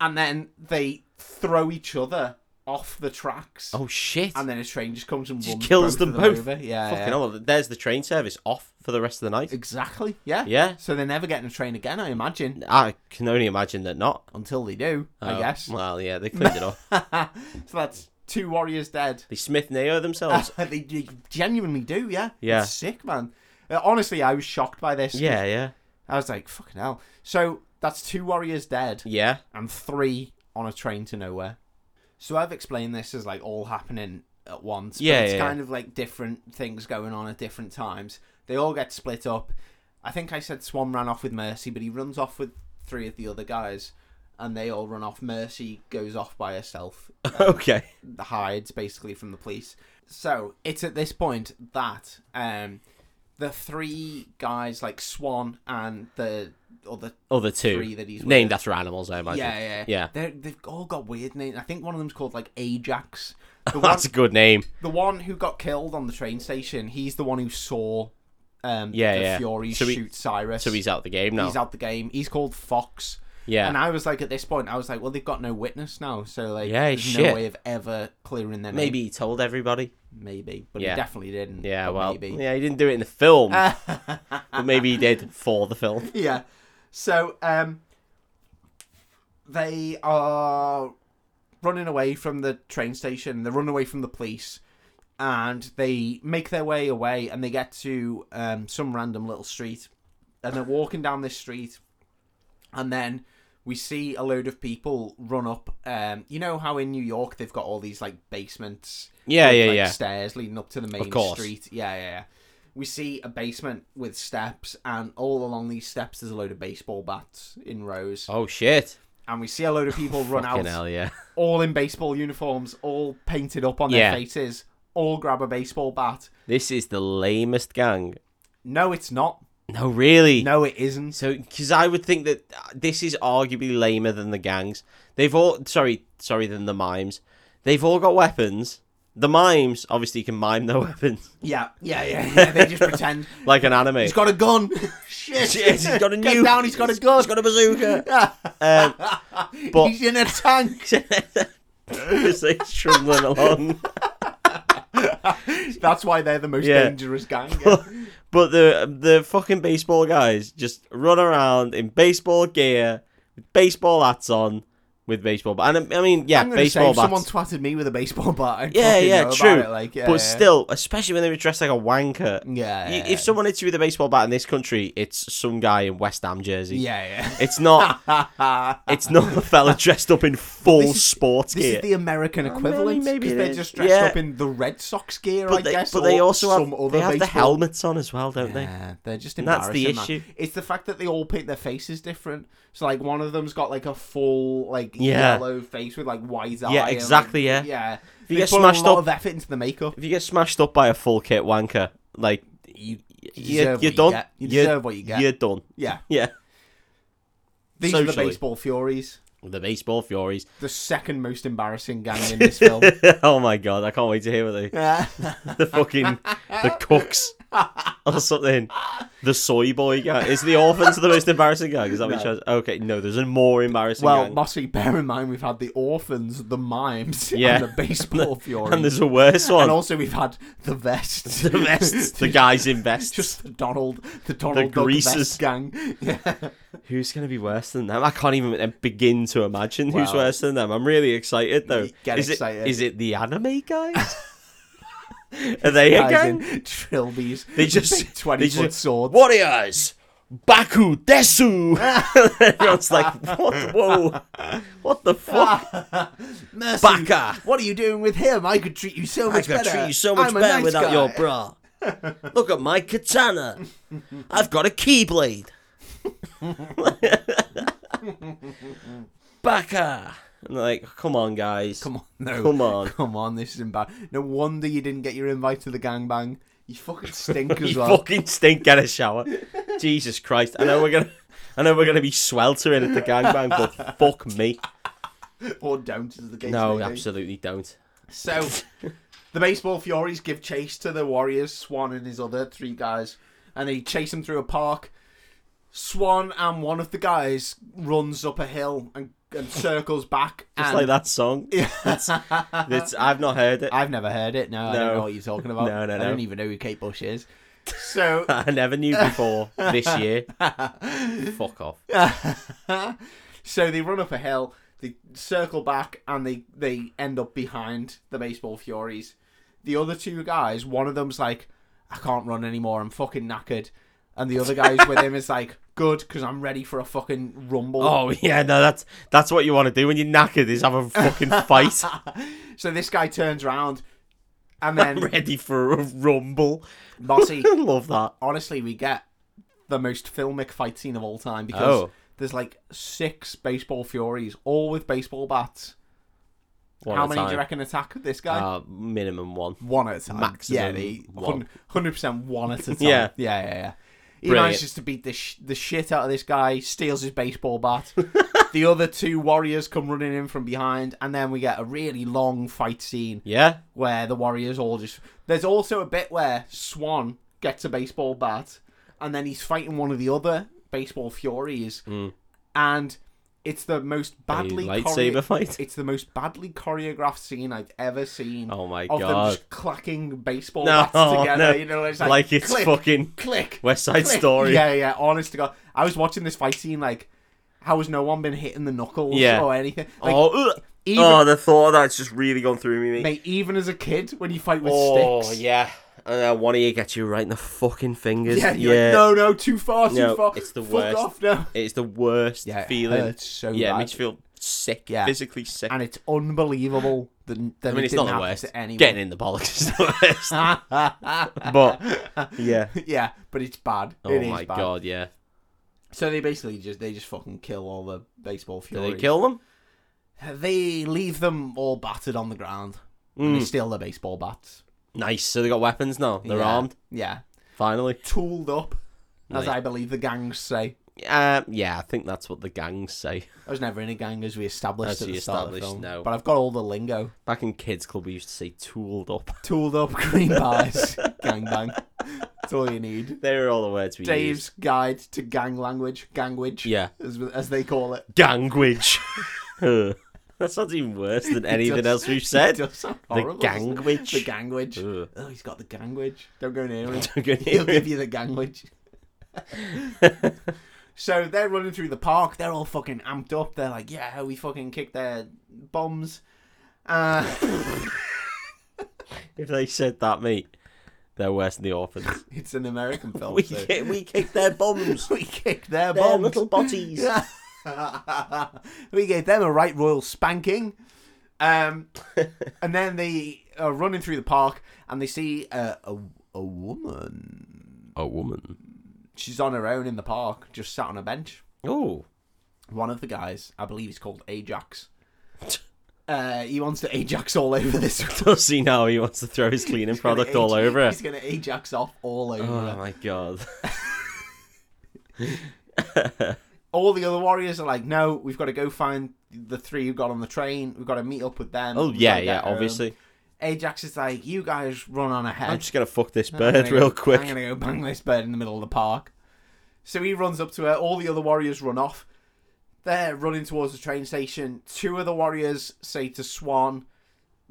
[SPEAKER 1] and then they throw each other off the tracks.
[SPEAKER 2] oh shit!
[SPEAKER 1] And then a train just comes and
[SPEAKER 2] Just
[SPEAKER 1] runs
[SPEAKER 2] kills
[SPEAKER 1] both
[SPEAKER 2] them
[SPEAKER 1] of
[SPEAKER 2] both.
[SPEAKER 1] Over. Yeah,
[SPEAKER 2] Fucking
[SPEAKER 1] yeah.
[SPEAKER 2] hell! uh, There's the train service off for the rest of the night.
[SPEAKER 1] exactly. Yeah.
[SPEAKER 2] Yeah,
[SPEAKER 1] So they're never getting a train again, I imagine,
[SPEAKER 2] I can only imagine that not.
[SPEAKER 1] until they do. I
[SPEAKER 2] Oh,
[SPEAKER 1] guess.
[SPEAKER 2] Well, yeah, they cleaned it up.
[SPEAKER 1] so that's two warriors dead.
[SPEAKER 2] They Smith Neo themselves.
[SPEAKER 1] they, they genuinely do, yeah.
[SPEAKER 2] Yeah.
[SPEAKER 1] It's sick, man. Uh, honestly, I was shocked by this.
[SPEAKER 2] yeah, yeah,
[SPEAKER 1] I was like, fucking hell. So that's two warriors dead
[SPEAKER 2] yeah.
[SPEAKER 1] and three on a train to nowhere. So I've explained this as like all happening at once.
[SPEAKER 2] Yeah,
[SPEAKER 1] But it's
[SPEAKER 2] yeah,
[SPEAKER 1] kind of like different things going on at different times. They all get split up. I think I said Swan ran off with Mercy, but he runs off with three of the other guys. And they all run off. Mercy goes off by herself
[SPEAKER 2] Okay.
[SPEAKER 1] hides basically from the police. So it's at this point that um, the three guys like Swan and the other
[SPEAKER 2] Other two
[SPEAKER 1] three that he's with-
[SPEAKER 2] named after animals, I
[SPEAKER 1] yeah
[SPEAKER 2] imagine.
[SPEAKER 1] yeah yeah,
[SPEAKER 2] Yeah.
[SPEAKER 1] They're, they've all got weird names. I think one of them's called like Ajax. The one,
[SPEAKER 2] That's a good name.
[SPEAKER 1] the one who got killed on the train station. He's the one who saw um,
[SPEAKER 2] Yeah,
[SPEAKER 1] the
[SPEAKER 2] yeah.
[SPEAKER 1] Fury
[SPEAKER 2] So he-
[SPEAKER 1] shoot Cyrus.
[SPEAKER 2] So he's out the game now.
[SPEAKER 1] he's out the game. He's called Fox.
[SPEAKER 2] yeah.
[SPEAKER 1] And I was like, at this point, I was like, well, they've got no witness now, so like,
[SPEAKER 2] Yeah,
[SPEAKER 1] there's no
[SPEAKER 2] shit.
[SPEAKER 1] way of ever clearing their name.
[SPEAKER 2] Maybe he told everybody.
[SPEAKER 1] Maybe, but he
[SPEAKER 2] Yeah.
[SPEAKER 1] definitely didn't.
[SPEAKER 2] Yeah,
[SPEAKER 1] but
[SPEAKER 2] well,
[SPEAKER 1] maybe.
[SPEAKER 2] yeah, he didn't do it in the film, but maybe he did for the film.
[SPEAKER 1] yeah. So, um, they are running away from the train station. They run away from the police, and they make their way away, and they get to um, some random little street, and they're walking down this street, and then. We see a load of people run up. Um, you know how in New York they've got all these like basements
[SPEAKER 2] Yeah,
[SPEAKER 1] with,
[SPEAKER 2] yeah,
[SPEAKER 1] like,
[SPEAKER 2] yeah.
[SPEAKER 1] Stairs leading up to the main
[SPEAKER 2] course.
[SPEAKER 1] street. Yeah, yeah, yeah. We see a basement with steps, and all along these steps, there's a load of baseball bats in rows.
[SPEAKER 2] Oh shit!
[SPEAKER 1] And we see a load of people run
[SPEAKER 2] Fucking
[SPEAKER 1] out,
[SPEAKER 2] hell, yeah.
[SPEAKER 1] all in baseball uniforms, all painted up on
[SPEAKER 2] Yeah.
[SPEAKER 1] their faces, all grab a baseball bat.
[SPEAKER 2] This is the lamest gang.
[SPEAKER 1] No, it's not.
[SPEAKER 2] No, really.
[SPEAKER 1] No, it isn't.
[SPEAKER 2] So, because I would think that uh, this is arguably lamer than the gangs. They've all sorry, sorry, than the mimes. They've all got weapons. The mimes obviously can mime their weapons,
[SPEAKER 1] Yeah, yeah, yeah. yeah. They just pretend.
[SPEAKER 2] like an anime.
[SPEAKER 1] He's got a gun. Shit.
[SPEAKER 2] Shit, he's got a
[SPEAKER 1] Get
[SPEAKER 2] nuke.
[SPEAKER 1] down, he's got a gun.
[SPEAKER 2] He's got a bazooka. um, but-
[SPEAKER 1] He's in a tank.
[SPEAKER 2] as they trundling along.
[SPEAKER 1] That's why they're the most
[SPEAKER 2] Yeah.
[SPEAKER 1] dangerous gang. yeah.
[SPEAKER 2] But the the fucking baseball guys just run around in baseball gear, with baseball hats on, with baseball. ba- And I I mean, yeah,
[SPEAKER 1] I'm gonna say
[SPEAKER 2] baseball
[SPEAKER 1] if someone
[SPEAKER 2] bats.
[SPEAKER 1] twatted me with a baseball bat. I'd
[SPEAKER 2] Yeah,
[SPEAKER 1] fucking
[SPEAKER 2] yeah,
[SPEAKER 1] know
[SPEAKER 2] true.
[SPEAKER 1] About it. Like, yeah,
[SPEAKER 2] but
[SPEAKER 1] yeah.
[SPEAKER 2] still, especially when they were dressed like a wanker.
[SPEAKER 1] yeah,
[SPEAKER 2] You-
[SPEAKER 1] yeah,
[SPEAKER 2] If someone hits you with a baseball bat in this country, it's some guy in West Ham jersey.
[SPEAKER 1] yeah,
[SPEAKER 2] It's not.
[SPEAKER 1] yeah.
[SPEAKER 2] It's not a fella dressed up in full
[SPEAKER 1] this is-
[SPEAKER 2] sports
[SPEAKER 1] This
[SPEAKER 2] gear.
[SPEAKER 1] is the American equivalent
[SPEAKER 2] maybe
[SPEAKER 1] because
[SPEAKER 2] it
[SPEAKER 1] they're
[SPEAKER 2] is.
[SPEAKER 1] just dressed
[SPEAKER 2] Yeah.
[SPEAKER 1] up in the Red Sox gear, I
[SPEAKER 2] but they,
[SPEAKER 1] guess.
[SPEAKER 2] but they
[SPEAKER 1] or
[SPEAKER 2] also
[SPEAKER 1] some
[SPEAKER 2] have,
[SPEAKER 1] other
[SPEAKER 2] they have the
[SPEAKER 1] baseball.
[SPEAKER 2] helmets on as well, don't they?
[SPEAKER 1] Yeah, they're just
[SPEAKER 2] And that's the
[SPEAKER 1] embarrassing. man.
[SPEAKER 2] issue.
[SPEAKER 1] It's the fact that they all paint their faces different. So like one of them's got like a full like
[SPEAKER 2] Yeah.
[SPEAKER 1] yellow face with like white eye.
[SPEAKER 2] Yeah,
[SPEAKER 1] and,
[SPEAKER 2] exactly, yeah.
[SPEAKER 1] Like, yeah.
[SPEAKER 2] you
[SPEAKER 1] They
[SPEAKER 2] get
[SPEAKER 1] put
[SPEAKER 2] smashed
[SPEAKER 1] a lot
[SPEAKER 2] up-
[SPEAKER 1] of effort into the makeup.
[SPEAKER 2] If you get smashed up by a full kit wanker, like
[SPEAKER 1] You, you
[SPEAKER 2] you,
[SPEAKER 1] deserve
[SPEAKER 2] you're
[SPEAKER 1] what
[SPEAKER 2] done.
[SPEAKER 1] You, get. you
[SPEAKER 2] You're-
[SPEAKER 1] deserve what you get.
[SPEAKER 2] You're done.
[SPEAKER 1] yeah.
[SPEAKER 2] Yeah.
[SPEAKER 1] These are the
[SPEAKER 2] socially.
[SPEAKER 1] baseball furies.
[SPEAKER 2] The baseball furies.
[SPEAKER 1] the second most embarrassing gang in this film.
[SPEAKER 2] oh my god, I can't wait to hear what they the fucking the cooks or something. The soy boy gang. Is the orphans the most embarrassing gang? Is that what
[SPEAKER 1] No.
[SPEAKER 2] you chose? Okay, no, there's a more embarrassing
[SPEAKER 1] well,
[SPEAKER 2] gang.
[SPEAKER 1] mostly bear in mind we've had the orphans, the mimes,
[SPEAKER 2] Yeah.
[SPEAKER 1] and the baseball fury.
[SPEAKER 2] and there's a worse one.
[SPEAKER 1] And also we've had the vests.
[SPEAKER 2] the vests. The guys in vests.
[SPEAKER 1] Just the Donald, the Donald Duck
[SPEAKER 2] greasers.
[SPEAKER 1] vest gang. Yeah.
[SPEAKER 2] Who's gonna be worse than them? I can't even uh, begin to imagine who's
[SPEAKER 1] Wow.
[SPEAKER 2] worse than them. I'm really excited though.
[SPEAKER 1] Get
[SPEAKER 2] is
[SPEAKER 1] excited.
[SPEAKER 2] It, is it the anime guys? Are they a
[SPEAKER 1] Guys
[SPEAKER 2] gang?
[SPEAKER 1] in trilbies.
[SPEAKER 2] They just-
[SPEAKER 1] big twenty
[SPEAKER 2] they
[SPEAKER 1] foot
[SPEAKER 2] just-
[SPEAKER 1] swords.
[SPEAKER 2] Warriors! Baku Desu! Everyone's like, what? Whoa! What the
[SPEAKER 1] Ah,
[SPEAKER 2] fuck?
[SPEAKER 1] Mercy,
[SPEAKER 2] Baka!
[SPEAKER 1] What are you doing with him? I could treat you so
[SPEAKER 2] I
[SPEAKER 1] much
[SPEAKER 2] could
[SPEAKER 1] better.
[SPEAKER 2] treat you so much
[SPEAKER 1] I'm a
[SPEAKER 2] better
[SPEAKER 1] nice
[SPEAKER 2] without
[SPEAKER 1] guy.
[SPEAKER 2] your bra. Look at my katana. I've got a keyblade. Baka! And they're like, come on, guys.
[SPEAKER 1] Come on, no.
[SPEAKER 2] Come on.
[SPEAKER 1] Come on, this is embarrassing. No wonder you didn't get your invite to the gangbang. You fucking stink as
[SPEAKER 2] You
[SPEAKER 1] well.
[SPEAKER 2] fucking stink. Get a shower. Jesus Christ! I know we're gonna, I know we're gonna be sweltering at the gangbang, but fuck me.
[SPEAKER 1] or don't, as the case
[SPEAKER 2] No,
[SPEAKER 1] may be.
[SPEAKER 2] absolutely don't.
[SPEAKER 1] So the baseball furies give chase to the Warriors, Swan and his other three guys, and they chase them through a park. Swan and one of the guys runs up a hill and, and circles back.
[SPEAKER 2] Just
[SPEAKER 1] and
[SPEAKER 2] like that song. It's, it's, I've not heard it.
[SPEAKER 1] I've never heard it. No, I don't
[SPEAKER 2] No.
[SPEAKER 1] know what you're talking about.
[SPEAKER 2] No, no,
[SPEAKER 1] I don't
[SPEAKER 2] no.
[SPEAKER 1] even know who Kate Bush is. So
[SPEAKER 2] I never knew before this year. Fuck off.
[SPEAKER 1] so they run up a hill, they circle back, and they they end up behind the baseball furies. The other two guys, one of them's like, "I can't run anymore. I'm fucking knackered," and the other guy's with him is like, "Good, because I'm ready for a fucking rumble."
[SPEAKER 2] Oh yeah, no, that's that's what you want to do when you're knackered is have a fucking fight.
[SPEAKER 1] So this guy turns around, and then
[SPEAKER 2] ready for a rumble.
[SPEAKER 1] Mossy.
[SPEAKER 2] I love that.
[SPEAKER 1] Honestly, we get the most filmic fight scene of all time because
[SPEAKER 2] Oh.
[SPEAKER 1] there's like six baseball furies, all with baseball bats.
[SPEAKER 2] One
[SPEAKER 1] How
[SPEAKER 2] at a
[SPEAKER 1] many do you
[SPEAKER 2] time.
[SPEAKER 1] reckon attack this guy?
[SPEAKER 2] Uh, minimum one.
[SPEAKER 1] one at a time.
[SPEAKER 2] Maximum
[SPEAKER 1] yeah, they
[SPEAKER 2] one.
[SPEAKER 1] hundred percent one at a time.
[SPEAKER 2] Yeah.
[SPEAKER 1] yeah, yeah. yeah. He
[SPEAKER 2] Brilliant.
[SPEAKER 1] manages to beat the sh- the shit out of this guy. Steals his baseball bat. the other two warriors come running in from behind, and then we get a really long fight scene
[SPEAKER 2] Yeah.
[SPEAKER 1] where the warriors all just. There's also a bit where Swan gets a baseball bat, and then he's fighting one of the other baseball furies,
[SPEAKER 2] Hmm.
[SPEAKER 1] and it's the most badly chore-
[SPEAKER 2] lightsaber fight.
[SPEAKER 1] It's the most badly choreographed scene I've ever seen
[SPEAKER 2] Oh my
[SPEAKER 1] of them
[SPEAKER 2] god.
[SPEAKER 1] just clacking baseball
[SPEAKER 2] No,
[SPEAKER 1] bats together.
[SPEAKER 2] no.
[SPEAKER 1] You know, it's like,
[SPEAKER 2] Like, it's
[SPEAKER 1] click,
[SPEAKER 2] fucking
[SPEAKER 1] click
[SPEAKER 2] West Side
[SPEAKER 1] click.
[SPEAKER 2] Story.
[SPEAKER 1] Yeah, yeah. Honest to God, I was watching this fight scene like, how has no one been hitting the knuckles
[SPEAKER 2] Yeah.
[SPEAKER 1] or anything? Like,
[SPEAKER 2] oh, ugh.
[SPEAKER 1] even
[SPEAKER 2] oh, the thought of that's just really gone through me. mate.
[SPEAKER 1] mate, even as a kid when you fight with
[SPEAKER 2] oh
[SPEAKER 1] sticks,
[SPEAKER 2] yeah. And uh, one of you gets you right in the fucking fingers.
[SPEAKER 1] yeah, you're like, no, no, too far, too
[SPEAKER 2] No,
[SPEAKER 1] far.
[SPEAKER 2] it's the
[SPEAKER 1] Fuck
[SPEAKER 2] worst.
[SPEAKER 1] off now.
[SPEAKER 2] It's the worst
[SPEAKER 1] Yeah, it
[SPEAKER 2] feeling.
[SPEAKER 1] hurts so
[SPEAKER 2] yeah,
[SPEAKER 1] bad.
[SPEAKER 2] it makes you feel sick.
[SPEAKER 1] Yeah.
[SPEAKER 2] Physically sick.
[SPEAKER 1] And it's unbelievable that, that
[SPEAKER 2] I mean,
[SPEAKER 1] it
[SPEAKER 2] it's not
[SPEAKER 1] didn't
[SPEAKER 2] the
[SPEAKER 1] happen
[SPEAKER 2] worst.
[SPEAKER 1] to anyone.
[SPEAKER 2] Getting in the bollocks is the worst. but yeah.
[SPEAKER 1] yeah, but it's bad.
[SPEAKER 2] Oh
[SPEAKER 1] it is
[SPEAKER 2] my
[SPEAKER 1] bad.
[SPEAKER 2] god, yeah.
[SPEAKER 1] So they basically just they just fucking kill all the baseball
[SPEAKER 2] Do
[SPEAKER 1] furies.
[SPEAKER 2] they kill them?
[SPEAKER 1] They leave them all battered on the ground. And
[SPEAKER 2] Hmm.
[SPEAKER 1] they steal their baseball bats.
[SPEAKER 2] Nice. So they got weapons now. They're
[SPEAKER 1] Yeah.
[SPEAKER 2] armed.
[SPEAKER 1] Yeah.
[SPEAKER 2] Finally.
[SPEAKER 1] Tooled up, as
[SPEAKER 2] Nice.
[SPEAKER 1] I believe the gangs say.
[SPEAKER 2] Um, yeah, I think that's what the gangs say.
[SPEAKER 1] I was never in a gang, as we established
[SPEAKER 2] As
[SPEAKER 1] at
[SPEAKER 2] you
[SPEAKER 1] the start of the
[SPEAKER 2] established,
[SPEAKER 1] film.
[SPEAKER 2] no.
[SPEAKER 1] But I've got all the lingo.
[SPEAKER 2] Back in kids' club, we used to say "tooled up."
[SPEAKER 1] Tooled up, green bars, gangbang. That's all you need.
[SPEAKER 2] They were all the words we used.
[SPEAKER 1] Dave's guide to gang language, gangwage,
[SPEAKER 2] Yeah,
[SPEAKER 1] as, as they call it.
[SPEAKER 2] gangwage. that sounds even worse than anything
[SPEAKER 1] does-
[SPEAKER 2] else we've said.
[SPEAKER 1] It does sound
[SPEAKER 2] The
[SPEAKER 1] horrible, doesn't it?
[SPEAKER 2] gangwage.
[SPEAKER 1] The gangwage.
[SPEAKER 2] Ugh.
[SPEAKER 1] Oh, he's got the gangwage. Don't go near him.
[SPEAKER 2] Don't go
[SPEAKER 1] He'll
[SPEAKER 2] near
[SPEAKER 1] give
[SPEAKER 2] it.
[SPEAKER 1] you the gangwage. so they're running through the park. They're all fucking amped up. They're like, yeah, we fucking kick their bombs. Uh,
[SPEAKER 2] If they said that, mate, they're worse than the orphans.
[SPEAKER 1] it's an American film.
[SPEAKER 2] we
[SPEAKER 1] Oh, so-
[SPEAKER 2] kick, we kick their bombs.
[SPEAKER 1] we kick their
[SPEAKER 2] their
[SPEAKER 1] bombs.
[SPEAKER 2] little bodies.
[SPEAKER 1] we gave them a right royal spanking. Um, and then they are running through the park and they see a, a, a woman.
[SPEAKER 2] A woman.
[SPEAKER 1] She's on her own in the park, just sat on a bench.
[SPEAKER 2] Oh,
[SPEAKER 1] one of the guys, I believe he's called Ajax. Uh, he wants to Ajax all over this.
[SPEAKER 2] does he know he wants to throw his cleaning product all
[SPEAKER 1] Aj-
[SPEAKER 2] over
[SPEAKER 1] He's
[SPEAKER 2] it?
[SPEAKER 1] gonna Ajax off all over.
[SPEAKER 2] Oh
[SPEAKER 1] her.
[SPEAKER 2] my god.
[SPEAKER 1] All the other warriors are like, no, we've got to go find the three who got on the train. We've got to meet up with them.
[SPEAKER 2] Oh
[SPEAKER 1] We've
[SPEAKER 2] yeah,
[SPEAKER 1] gotta get
[SPEAKER 2] yeah,
[SPEAKER 1] home."
[SPEAKER 2] obviously.
[SPEAKER 1] Ajax is like, you guys run on ahead.
[SPEAKER 2] I'm just gonna fuck this
[SPEAKER 1] I'm
[SPEAKER 2] bird
[SPEAKER 1] gonna
[SPEAKER 2] real
[SPEAKER 1] go-
[SPEAKER 2] quick.
[SPEAKER 1] I'm gonna go bang this bird in the middle of the park. So he runs up to her. All the other warriors run off. They're running towards the train station. Two of the warriors say to Swan,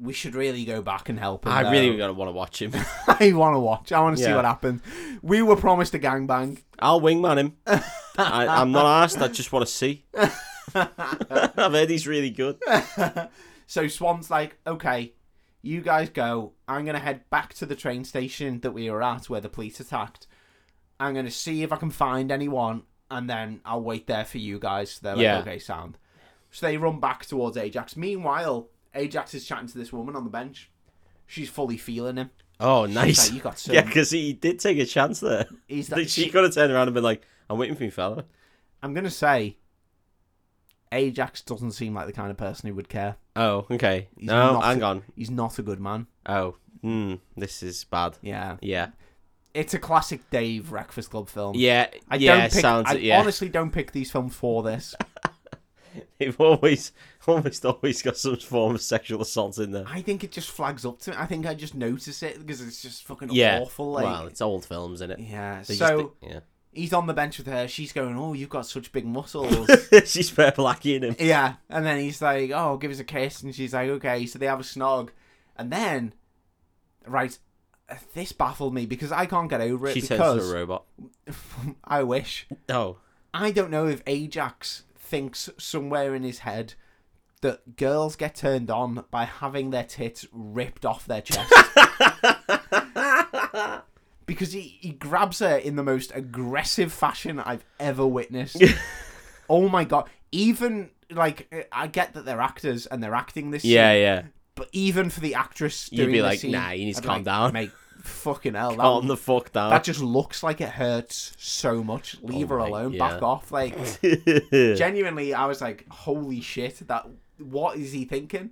[SPEAKER 1] "We should really go back and help him."
[SPEAKER 2] I
[SPEAKER 1] though."
[SPEAKER 2] really gonna want to watch him.
[SPEAKER 1] I want to watch. I want to see
[SPEAKER 2] Yeah.
[SPEAKER 1] what happens. We were promised a gangbang.
[SPEAKER 2] I'll wingman him. I, I'm not asked. I just want to see. I've heard he's really good.
[SPEAKER 1] So Swan's like, okay, you guys go. I'm going to head back to the train station that we were at where the police attacked. I'm going to see if I can find anyone and then I'll wait there for you guys. So they're like,
[SPEAKER 2] Yeah.
[SPEAKER 1] okay, sound. So they run back towards Ajax. Meanwhile, Ajax is chatting to this woman on the bench. She's fully feeling him.
[SPEAKER 2] Oh,
[SPEAKER 1] She's
[SPEAKER 2] nice.
[SPEAKER 1] like, you got some.
[SPEAKER 2] Yeah, because he did take a chance there.
[SPEAKER 1] He's
[SPEAKER 2] Like,
[SPEAKER 1] like,
[SPEAKER 2] she could have turned around and been like, "I'm waiting for you, fella."
[SPEAKER 1] I'm going to say, Ajax doesn't seem like the kind of person who would care.
[SPEAKER 2] Oh, okay.
[SPEAKER 1] He's
[SPEAKER 2] no,
[SPEAKER 1] not-
[SPEAKER 2] hang on.
[SPEAKER 1] He's not a good man.
[SPEAKER 2] Oh, hmm, this is bad.
[SPEAKER 1] Yeah.
[SPEAKER 2] Yeah,
[SPEAKER 1] It's a classic Dave Breakfast Club film.
[SPEAKER 2] yeah,
[SPEAKER 1] I
[SPEAKER 2] yeah.
[SPEAKER 1] don't pick,
[SPEAKER 2] sounds
[SPEAKER 1] I
[SPEAKER 2] yeah.
[SPEAKER 1] honestly don't pick these films for this.
[SPEAKER 2] They've always, almost always got some form of sexual assault in there.
[SPEAKER 1] I think it just flags up to me. I think I just notice it because it's just fucking
[SPEAKER 2] Yeah.
[SPEAKER 1] awful. Like,
[SPEAKER 2] well, it's old films, isn't it?
[SPEAKER 1] yeah.
[SPEAKER 2] They just
[SPEAKER 1] so
[SPEAKER 2] think- yeah.
[SPEAKER 1] he's on the bench with her. She's going, "Oh, you've got such big muscles."
[SPEAKER 2] She's fair blacking him.
[SPEAKER 1] yeah. And then he's like, "Oh, give us a kiss," and she's like, "Okay." So they have a snog, and then, right, this baffled me because I can't get over it.
[SPEAKER 2] She uh, turns into a
[SPEAKER 1] because
[SPEAKER 2] robot.
[SPEAKER 1] I wish
[SPEAKER 2] Oh,
[SPEAKER 1] I don't know if Ajax thinks somewhere in his head that girls get turned on by having their tits ripped off their chest. because he, he grabs her in the most aggressive fashion I've ever witnessed. oh my god. Even like I get that they're actors and they're acting this
[SPEAKER 2] yeah,
[SPEAKER 1] scene,
[SPEAKER 2] yeah.
[SPEAKER 1] but even for the actress
[SPEAKER 2] You'd
[SPEAKER 1] doing
[SPEAKER 2] be
[SPEAKER 1] the
[SPEAKER 2] like,
[SPEAKER 1] scene,
[SPEAKER 2] "Nah, you need to
[SPEAKER 1] I'd be
[SPEAKER 2] calm
[SPEAKER 1] like,
[SPEAKER 2] down."
[SPEAKER 1] Mate, fucking hell. that
[SPEAKER 2] Calm the fuck down.
[SPEAKER 1] that just looks like it hurts so much. Leave her
[SPEAKER 2] Oh my-
[SPEAKER 1] alone.
[SPEAKER 2] yeah.
[SPEAKER 1] Back off. Like genuinely, I was like, holy shit! That what is he thinking?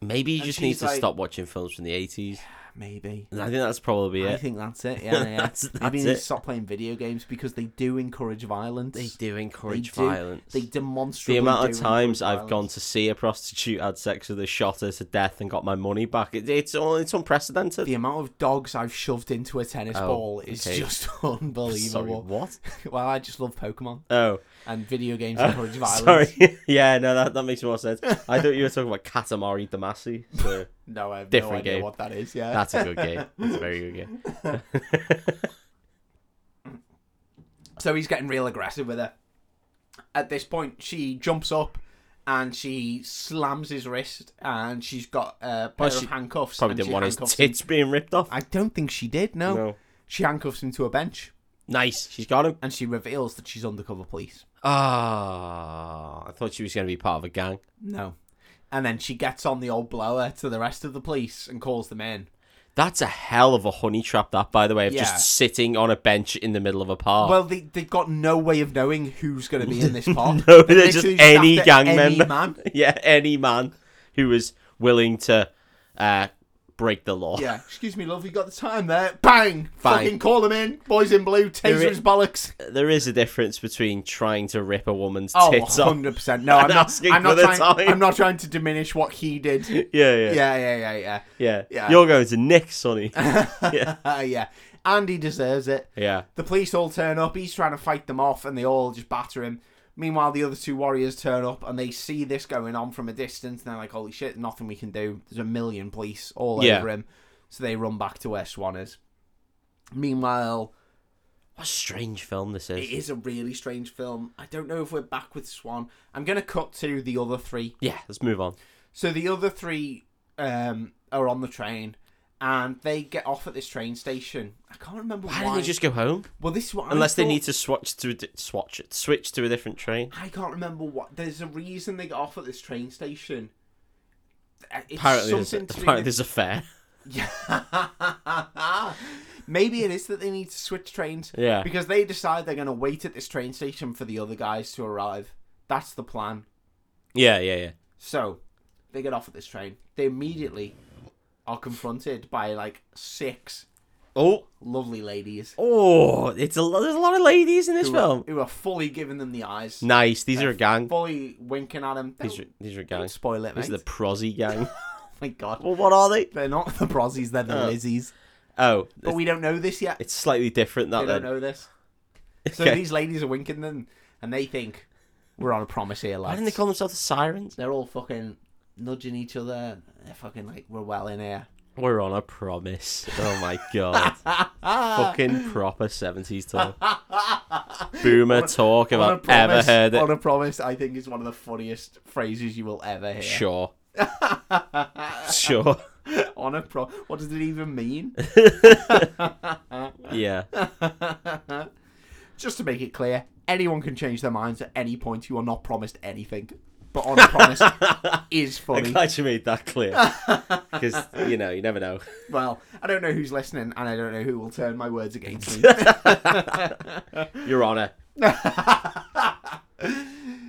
[SPEAKER 2] Maybe you just need
[SPEAKER 1] she's
[SPEAKER 2] to
[SPEAKER 1] like-
[SPEAKER 2] stop watching films from the eighties.
[SPEAKER 1] Maybe.
[SPEAKER 2] I think that's probably
[SPEAKER 1] I
[SPEAKER 2] it.
[SPEAKER 1] think that's it. Yeah, yeah.
[SPEAKER 2] That's-
[SPEAKER 1] Maybe
[SPEAKER 2] that's
[SPEAKER 1] they need
[SPEAKER 2] it.
[SPEAKER 1] to stop playing video games because they do encourage violence.
[SPEAKER 2] They do encourage
[SPEAKER 1] do.
[SPEAKER 2] violence.
[SPEAKER 1] They demonstrably.
[SPEAKER 2] the amount
[SPEAKER 1] do
[SPEAKER 2] of times
[SPEAKER 1] encourage
[SPEAKER 2] I've gone
[SPEAKER 1] violence.
[SPEAKER 2] to see a prostitute, had sex with her, shot her to death, and got my money back. It, it's all it's unprecedented.
[SPEAKER 1] The amount of dogs I've shoved into a tennis
[SPEAKER 2] Oh,
[SPEAKER 1] ball is
[SPEAKER 2] okay.
[SPEAKER 1] just
[SPEAKER 2] Sorry,
[SPEAKER 1] unbelievable.
[SPEAKER 2] what?
[SPEAKER 1] well, I just love Pokemon
[SPEAKER 2] Oh,
[SPEAKER 1] and video games encourage violence.
[SPEAKER 2] Uh, sorry. yeah, no, that, that makes more sense. I thought you were talking about Katamari Damacy. So
[SPEAKER 1] No, I have no
[SPEAKER 2] Different
[SPEAKER 1] idea
[SPEAKER 2] game.
[SPEAKER 1] what that is. Yeah,
[SPEAKER 2] that's a good game. That's a very good game.
[SPEAKER 1] So he's getting real aggressive with her. At this point, she jumps up and she slams his wrist, and she's got a pair
[SPEAKER 2] she
[SPEAKER 1] of handcuffs.
[SPEAKER 2] Probably
[SPEAKER 1] and
[SPEAKER 2] didn't
[SPEAKER 1] she
[SPEAKER 2] want his
[SPEAKER 1] handcuffs
[SPEAKER 2] tits being ripped off.
[SPEAKER 1] Him. I don't think she did. No.
[SPEAKER 2] No.
[SPEAKER 1] she handcuffs him to a bench,
[SPEAKER 2] Nice. She's got him.
[SPEAKER 1] and she reveals that she's undercover police.
[SPEAKER 2] Ah, I thought she was going to be part of a gang.
[SPEAKER 1] No, and then she gets on the old blower to the rest of the police and calls them in.
[SPEAKER 2] That's a hell of a honey trap, that, by the way, of
[SPEAKER 1] Yeah.
[SPEAKER 2] just sitting on a bench in the middle of a park.
[SPEAKER 1] Well, they they've got no way of knowing who's going to be in this part.
[SPEAKER 2] no,
[SPEAKER 1] They
[SPEAKER 2] they're just
[SPEAKER 1] literally
[SPEAKER 2] any
[SPEAKER 1] after
[SPEAKER 2] gang
[SPEAKER 1] any
[SPEAKER 2] member.
[SPEAKER 1] man.
[SPEAKER 2] yeah, any man who was willing to uh, break the law.
[SPEAKER 1] Yeah, excuse me, love, you got the time there. Bang!
[SPEAKER 2] Bang.
[SPEAKER 1] Fucking call him in. Boys in blue, taser
[SPEAKER 2] There i-
[SPEAKER 1] his bollocks.
[SPEAKER 2] There is a difference between trying to rip a woman's
[SPEAKER 1] Oh,
[SPEAKER 2] tits off.
[SPEAKER 1] 100%. No, I'm
[SPEAKER 2] And
[SPEAKER 1] not,
[SPEAKER 2] asking
[SPEAKER 1] I'm,
[SPEAKER 2] for
[SPEAKER 1] not
[SPEAKER 2] the
[SPEAKER 1] trying,
[SPEAKER 2] time.
[SPEAKER 1] I'm not trying to diminish what he did. Yeah,
[SPEAKER 2] Yeah, yeah, yeah,
[SPEAKER 1] yeah, yeah, yeah.
[SPEAKER 2] yeah,
[SPEAKER 1] yeah.
[SPEAKER 2] You're going to Nick, Sonny. yeah,
[SPEAKER 1] Uh, yeah. And he deserves it.
[SPEAKER 2] yeah.
[SPEAKER 1] The police all turn up. He's trying to fight them off, and they all just batter him. Meanwhile, the other two warriors turn up and they see this going on from a distance. And they're like, holy shit, nothing we can do. There's a million police all
[SPEAKER 2] Yeah.
[SPEAKER 1] over him. So they run back to where Swan is. Meanwhile,
[SPEAKER 2] What a strange film this is.
[SPEAKER 1] It is a really strange film. I don't know if we're back with Swan. I'm going to cut to the other three.
[SPEAKER 2] Yeah, let's move on.
[SPEAKER 1] So the other three um, are on the train, and they get off at this train station. I can't remember why.
[SPEAKER 2] Why don't they just go home?
[SPEAKER 1] Well, this is what I
[SPEAKER 2] Unless they
[SPEAKER 1] thought.
[SPEAKER 2] need to swatch to a di- swatch it, switch to a different train.
[SPEAKER 1] I can't remember what. There's a reason they got off at this train station. Uh, It's
[SPEAKER 2] Apparently, there's,
[SPEAKER 1] something to do
[SPEAKER 2] apparently
[SPEAKER 1] with-
[SPEAKER 2] there's a fair.
[SPEAKER 1] Maybe it is that they need to switch trains.
[SPEAKER 2] Yeah.
[SPEAKER 1] Because they decide they're going to wait at this train station for the other guys to arrive. That's the plan.
[SPEAKER 2] Yeah, yeah, yeah.
[SPEAKER 1] So they get off at this train. They immediately are confronted by like six
[SPEAKER 2] Oh,
[SPEAKER 1] lovely ladies
[SPEAKER 2] oh, it's a lo- there's a lot of ladies in this
[SPEAKER 1] who are,
[SPEAKER 2] film.
[SPEAKER 1] who are fully giving them the eyes,
[SPEAKER 2] Nice. These are a gang.
[SPEAKER 1] fully winking at them.
[SPEAKER 2] These are
[SPEAKER 1] Don't,
[SPEAKER 2] these are a
[SPEAKER 1] don't
[SPEAKER 2] gang.
[SPEAKER 1] spoil it, mate.
[SPEAKER 2] These are the prosy gang.
[SPEAKER 1] Oh my god.
[SPEAKER 2] well, what are they?
[SPEAKER 1] They're not the Brozzies, they're the
[SPEAKER 2] Oh.
[SPEAKER 1] Lizzies.
[SPEAKER 2] Oh,
[SPEAKER 1] But we don't know this yet.
[SPEAKER 2] it's slightly different
[SPEAKER 1] They
[SPEAKER 2] that
[SPEAKER 1] don't
[SPEAKER 2] then.
[SPEAKER 1] know this. So
[SPEAKER 2] Okay.
[SPEAKER 1] these ladies are winking them and they think we're on a promise here,
[SPEAKER 2] Why
[SPEAKER 1] lads.
[SPEAKER 2] didn't they call themselves the Sirens?
[SPEAKER 1] They're all fucking nudging each other. They're fucking like, we're well in here.
[SPEAKER 2] We're on a promise. Oh my god. Fucking proper seventies talk. Boomer talk if
[SPEAKER 1] on a
[SPEAKER 2] I've ever
[SPEAKER 1] promise,
[SPEAKER 2] heard it.
[SPEAKER 1] on a promise, I think is one of the funniest phrases you will ever hear.
[SPEAKER 2] Sure. sure.
[SPEAKER 1] on a pro, what does it even mean?
[SPEAKER 2] Yeah.
[SPEAKER 1] Just to make it clear, anyone can change their minds at any point. You are not promised anything, but on a promise is
[SPEAKER 2] I'm
[SPEAKER 1] funny.
[SPEAKER 2] glad you made that clear. Because, you know, you never know.
[SPEAKER 1] Well, I don't know who's listening, and I don't know who will turn my words against me.
[SPEAKER 2] Your Honour.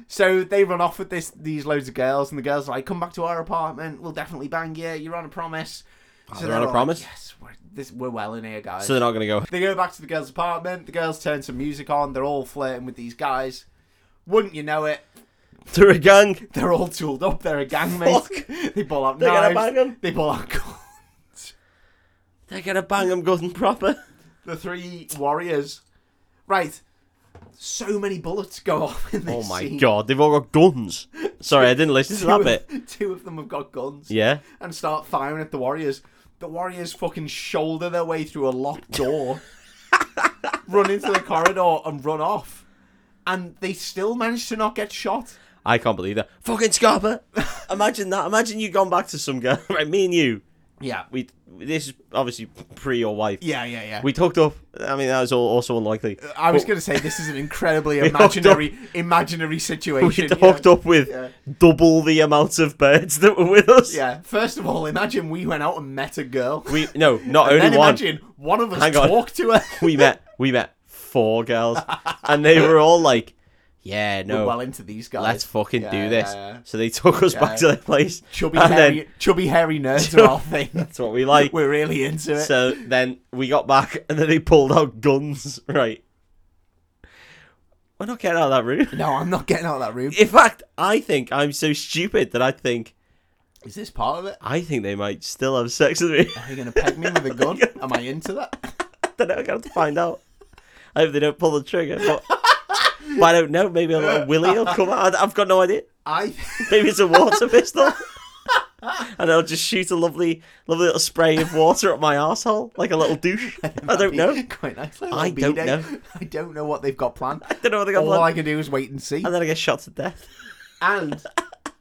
[SPEAKER 1] So they run off with this these loads of girls, and the girls are like, "Come back to our apartment. We'll definitely bang you. You're on a promise." So
[SPEAKER 2] they're
[SPEAKER 1] they're
[SPEAKER 2] on a
[SPEAKER 1] all
[SPEAKER 2] promise?
[SPEAKER 1] Like, yes, we're, this, we're well in here, guys.
[SPEAKER 2] So they're not going to go.
[SPEAKER 1] They go back to the girls' apartment. The girls turn some music on. They're all flirting with these guys. Wouldn't you know it?
[SPEAKER 2] They're a gang.
[SPEAKER 1] They're all tooled up. They're a gang, mate. They pull out
[SPEAKER 2] They're gonna
[SPEAKER 1] knives.
[SPEAKER 2] bang 'em.
[SPEAKER 1] They pull out guns.
[SPEAKER 2] They're gonna bang 'em good and proper.
[SPEAKER 1] The three warriors. Right. So many bullets go off in
[SPEAKER 2] Oh
[SPEAKER 1] this
[SPEAKER 2] my
[SPEAKER 1] scene.
[SPEAKER 2] god, they've all got guns. Sorry, I didn't listen to
[SPEAKER 1] Two
[SPEAKER 2] that
[SPEAKER 1] of,
[SPEAKER 2] bit.
[SPEAKER 1] two of them have got guns
[SPEAKER 2] Yeah.
[SPEAKER 1] and start firing at the warriors. The warriors fucking shoulder their way through a locked door, run into the corridor, and run off. And they still manage to not get shot.
[SPEAKER 2] I can't believe that. Fucking Scarpa! Imagine that. Imagine you gone back to some girl. Right, me and you.
[SPEAKER 1] Yeah.
[SPEAKER 2] We this is obviously pre your wife.
[SPEAKER 1] Yeah, yeah, yeah.
[SPEAKER 2] We hooked up. I mean, that was all also unlikely.
[SPEAKER 1] I was going to say this is an incredibly
[SPEAKER 2] hooked up-
[SPEAKER 1] imaginary, imaginary
[SPEAKER 2] We
[SPEAKER 1] situation. yeah.
[SPEAKER 2] hooked up with
[SPEAKER 1] Yeah.
[SPEAKER 2] double the amount of birds that were with us.
[SPEAKER 1] Yeah. First of all, imagine we went out and met a girl.
[SPEAKER 2] We no, not
[SPEAKER 1] and
[SPEAKER 2] only
[SPEAKER 1] then
[SPEAKER 2] one.
[SPEAKER 1] imagine one of us
[SPEAKER 2] Hang on.
[SPEAKER 1] talked to her.
[SPEAKER 2] We met. We met four girls, and they were all like, "Yeah, no,
[SPEAKER 1] We're well into these guys.
[SPEAKER 2] let's fucking
[SPEAKER 1] Yeah,
[SPEAKER 2] do this."
[SPEAKER 1] yeah, yeah.
[SPEAKER 2] So they took us
[SPEAKER 1] Yeah.
[SPEAKER 2] back to their place,
[SPEAKER 1] Chubby,
[SPEAKER 2] and
[SPEAKER 1] hairy,
[SPEAKER 2] then
[SPEAKER 1] chubby, hairy nerds are our thing.
[SPEAKER 2] that's what we like.
[SPEAKER 1] We're really into it.
[SPEAKER 2] So then we got back, and then they pulled out guns. Right, we're not getting out of that room.
[SPEAKER 1] No, I'm not getting out of that room.
[SPEAKER 2] In fact, I think I'm so stupid that I think
[SPEAKER 1] Is this part of it?
[SPEAKER 2] I think they might still have sex with me.
[SPEAKER 1] Are you going to peg me with a gun? Am I into that?
[SPEAKER 2] I don't know. I gotta find out. I hope they don't pull the trigger. But, but I don't know. Maybe a little willy will come out. I- I've got no idea.
[SPEAKER 1] I
[SPEAKER 2] Maybe it's a water pistol. And I'll just shoot a lovely, lovely little spray of water at my asshole, like a little douche. I don't know.
[SPEAKER 1] Quite nice.
[SPEAKER 2] I
[SPEAKER 1] little
[SPEAKER 2] don't
[SPEAKER 1] B-day.
[SPEAKER 2] know.
[SPEAKER 1] I don't know what they've got planned.
[SPEAKER 2] Don't know what they got
[SPEAKER 1] All I
[SPEAKER 2] planned.
[SPEAKER 1] can do is wait and see.
[SPEAKER 2] And then I get shot to death.
[SPEAKER 1] And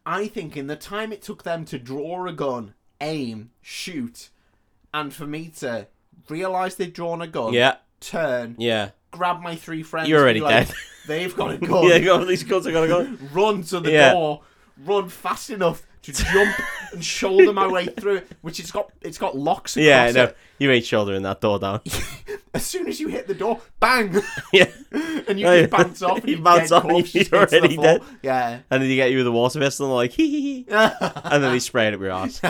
[SPEAKER 1] I think in the time it took them to draw a gun, aim, shoot, and for me to realise they'd drawn a gun,
[SPEAKER 2] Yeah,
[SPEAKER 1] turn,
[SPEAKER 2] yeah.
[SPEAKER 1] grab my three friends,
[SPEAKER 2] You're
[SPEAKER 1] be
[SPEAKER 2] already
[SPEAKER 1] like,
[SPEAKER 2] dead.
[SPEAKER 1] They've got a gun.
[SPEAKER 2] Yeah, got all these guns. I gotta go.
[SPEAKER 1] run to the
[SPEAKER 2] Yeah.
[SPEAKER 1] door, run fast enough to jump and shoulder my way through it, which it's got it's got locks across
[SPEAKER 2] Yeah, no.
[SPEAKER 1] it.
[SPEAKER 2] You ain't shouldering that door down.
[SPEAKER 1] As soon as you hit the door, bang,
[SPEAKER 2] Yeah.
[SPEAKER 1] and you
[SPEAKER 2] Oh, yeah.
[SPEAKER 1] just bounce off. And
[SPEAKER 2] You
[SPEAKER 1] your
[SPEAKER 2] bounce
[SPEAKER 1] dead
[SPEAKER 2] off and
[SPEAKER 1] corpse
[SPEAKER 2] you're
[SPEAKER 1] just hits the
[SPEAKER 2] already
[SPEAKER 1] floor.
[SPEAKER 2] dead.
[SPEAKER 1] Yeah.
[SPEAKER 2] And then you get you with a water pistol, and they're like hee hee hee, and then they spray it up your ass.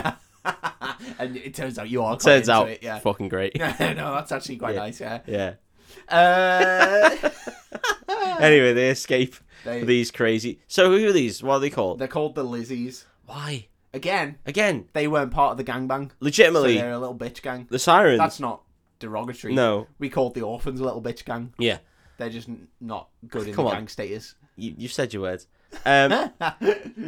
[SPEAKER 1] and it turns out you are. quite
[SPEAKER 2] Turns
[SPEAKER 1] into
[SPEAKER 2] out,
[SPEAKER 1] it, yeah.
[SPEAKER 2] fucking great.
[SPEAKER 1] no, that's actually quite nice. Yeah.
[SPEAKER 2] Yeah.
[SPEAKER 1] Uh,
[SPEAKER 2] Anyway, they escape
[SPEAKER 1] They-
[SPEAKER 2] these crazy. So who are these? What are they called?
[SPEAKER 1] they're called the Lizzies.
[SPEAKER 2] Why?
[SPEAKER 1] Again,
[SPEAKER 2] Again,
[SPEAKER 1] they weren't part of the gangbang, so
[SPEAKER 2] legitimately,
[SPEAKER 1] they're a little bitch gang.
[SPEAKER 2] the sirens.
[SPEAKER 1] That's not derogatory.
[SPEAKER 2] No.
[SPEAKER 1] we called the orphans a little bitch gang.
[SPEAKER 2] Yeah.
[SPEAKER 1] They're just n- not good in
[SPEAKER 2] Come
[SPEAKER 1] the
[SPEAKER 2] on.
[SPEAKER 1] gang status.
[SPEAKER 2] You, you said your words. Um, why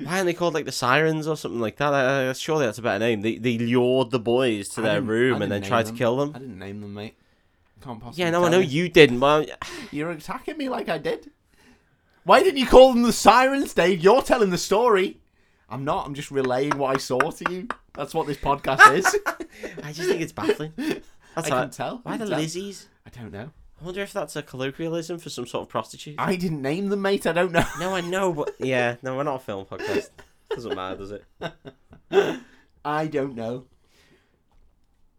[SPEAKER 2] aren't they called like the sirens or something like that? I, I, surely that's a better name. They they lured the boys to their
[SPEAKER 1] didn't- I
[SPEAKER 2] room and
[SPEAKER 1] didn't
[SPEAKER 2] then
[SPEAKER 1] name
[SPEAKER 2] tried
[SPEAKER 1] them.
[SPEAKER 2] to kill
[SPEAKER 1] I
[SPEAKER 2] them.
[SPEAKER 1] didn't name them, mate. Can't possibly.
[SPEAKER 2] Yeah, no,
[SPEAKER 1] tell
[SPEAKER 2] I know
[SPEAKER 1] you.
[SPEAKER 2] you didn't. But I'm-
[SPEAKER 1] You're attacking me like I did. Why didn't you call them the sirens, Dave? You're telling the story. I'm not. I'm just relaying what I saw to you. That's what this podcast is.
[SPEAKER 2] I just think it's baffling. That's
[SPEAKER 1] I
[SPEAKER 2] how-
[SPEAKER 1] can tell. I
[SPEAKER 2] Why
[SPEAKER 1] can
[SPEAKER 2] the
[SPEAKER 1] tell.
[SPEAKER 2] Lizzies?
[SPEAKER 1] I don't know.
[SPEAKER 2] I wonder if that's a colloquialism for some sort of prostitute.
[SPEAKER 1] I didn't name them, mate. I don't know.
[SPEAKER 2] No, I know, but yeah, no, we're not a film podcast. Doesn't matter, does it?
[SPEAKER 1] I don't know.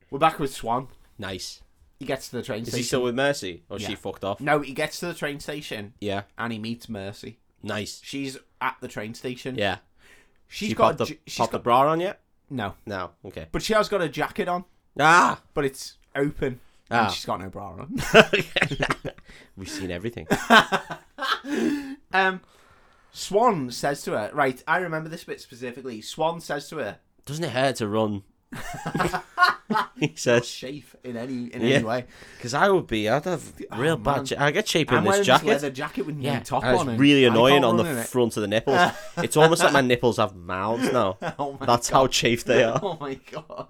[SPEAKER 1] We're back with Swan.
[SPEAKER 2] Nice.
[SPEAKER 1] He gets to the train
[SPEAKER 2] Is
[SPEAKER 1] station.
[SPEAKER 2] he still with Mercy, or
[SPEAKER 1] Yeah. Mm.
[SPEAKER 2] she fucked off?
[SPEAKER 1] No, he gets to the train station
[SPEAKER 2] Yeah.
[SPEAKER 1] and he meets Mercy.
[SPEAKER 2] Nice.
[SPEAKER 1] She's at the train station.
[SPEAKER 2] Yeah.
[SPEAKER 1] she's
[SPEAKER 2] she
[SPEAKER 1] got.
[SPEAKER 2] popped, the,
[SPEAKER 1] a, j- she's
[SPEAKER 2] popped
[SPEAKER 1] got
[SPEAKER 2] the bra on yet?
[SPEAKER 1] no,
[SPEAKER 2] No. Okay.
[SPEAKER 1] but she has got a jacket on,
[SPEAKER 2] Ah.
[SPEAKER 1] but it's open.
[SPEAKER 2] Ah.
[SPEAKER 1] And she's got no bra on.
[SPEAKER 2] We've seen everything.
[SPEAKER 1] um, Swan says to her, "Right, I remember this bit specifically." Swan says to her,
[SPEAKER 2] Doesn't it hurt to run? he says,
[SPEAKER 1] "Shape in any in
[SPEAKER 2] Yeah.
[SPEAKER 1] any way."
[SPEAKER 2] because I would be, I'd have real
[SPEAKER 1] Oh, man.
[SPEAKER 2] bad. Sh- I get shape
[SPEAKER 1] I'm
[SPEAKER 2] in
[SPEAKER 1] wearing
[SPEAKER 2] this jacket.
[SPEAKER 1] this leather jacket with no
[SPEAKER 2] yeah,
[SPEAKER 1] top
[SPEAKER 2] and
[SPEAKER 1] on.
[SPEAKER 2] it's
[SPEAKER 1] and
[SPEAKER 2] really
[SPEAKER 1] I can't
[SPEAKER 2] annoying on the
[SPEAKER 1] run in it.
[SPEAKER 2] front of the nipples. it's almost like my nipples have mouths now.
[SPEAKER 1] Oh my
[SPEAKER 2] That's how chafed they are.
[SPEAKER 1] Oh my god.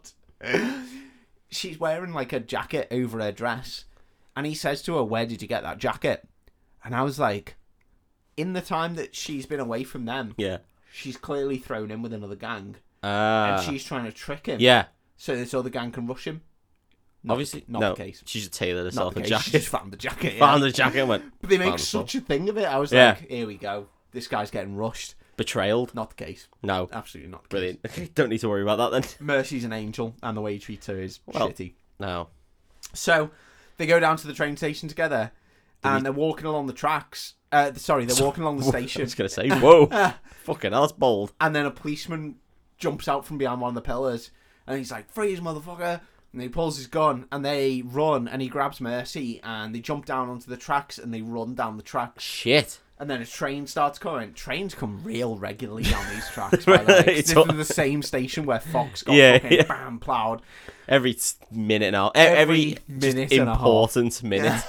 [SPEAKER 1] She's wearing like a jacket over her dress. And he says to her, Where did you get that jacket? And I was like, In the time that she's been away from them,
[SPEAKER 2] Yeah.
[SPEAKER 1] she's clearly thrown in with another gang.
[SPEAKER 2] Ah.
[SPEAKER 1] and she's trying to trick him
[SPEAKER 2] yeah.
[SPEAKER 1] so this other gang can rush him. Not the-
[SPEAKER 2] Obviously,
[SPEAKER 1] not
[SPEAKER 2] no.
[SPEAKER 1] the case.
[SPEAKER 2] She just tailored
[SPEAKER 1] Not
[SPEAKER 2] herself
[SPEAKER 1] the
[SPEAKER 2] a
[SPEAKER 1] case. She
[SPEAKER 2] jacket.
[SPEAKER 1] just found the jacket. yeah.
[SPEAKER 2] Found the jacket and went.
[SPEAKER 1] But they make
[SPEAKER 2] found the
[SPEAKER 1] such a thing of it. I was
[SPEAKER 2] Yeah.
[SPEAKER 1] like, Here we go. This guy's getting rushed.
[SPEAKER 2] Betrayaled.
[SPEAKER 1] Not the case.
[SPEAKER 2] No.
[SPEAKER 1] Absolutely not the case.
[SPEAKER 2] Brilliant. Okay, don't need to worry about that then.
[SPEAKER 1] Mercy's an angel, and the way he treats her is
[SPEAKER 2] Well,
[SPEAKER 1] shitty.
[SPEAKER 2] No.
[SPEAKER 1] So they go down to the train station together, and they're walking along the tracks. Uh, sorry, they're walking along the
[SPEAKER 2] I
[SPEAKER 1] station,
[SPEAKER 2] was gonna say, whoa, fucking hell, that's bold.
[SPEAKER 1] and then a policeman jumps out from behind one of the pillars, and he's like, "Freeze, motherfucker!" And he pulls his gun, and they run, and he grabs Mercy, and they jump down onto the tracks, and they run down the tracks.
[SPEAKER 2] Shit.
[SPEAKER 1] and then a train starts coming. Trains come real regularly down these tracks. By the way, 'cause
[SPEAKER 2] It's
[SPEAKER 1] this
[SPEAKER 2] all-
[SPEAKER 1] is the same station where Fox got
[SPEAKER 2] Yeah,
[SPEAKER 1] fucking
[SPEAKER 2] yeah.
[SPEAKER 1] bam plowed.
[SPEAKER 2] Every t- minute and a half. e- Every,
[SPEAKER 1] Every
[SPEAKER 2] just
[SPEAKER 1] minute and a half.
[SPEAKER 2] important minute.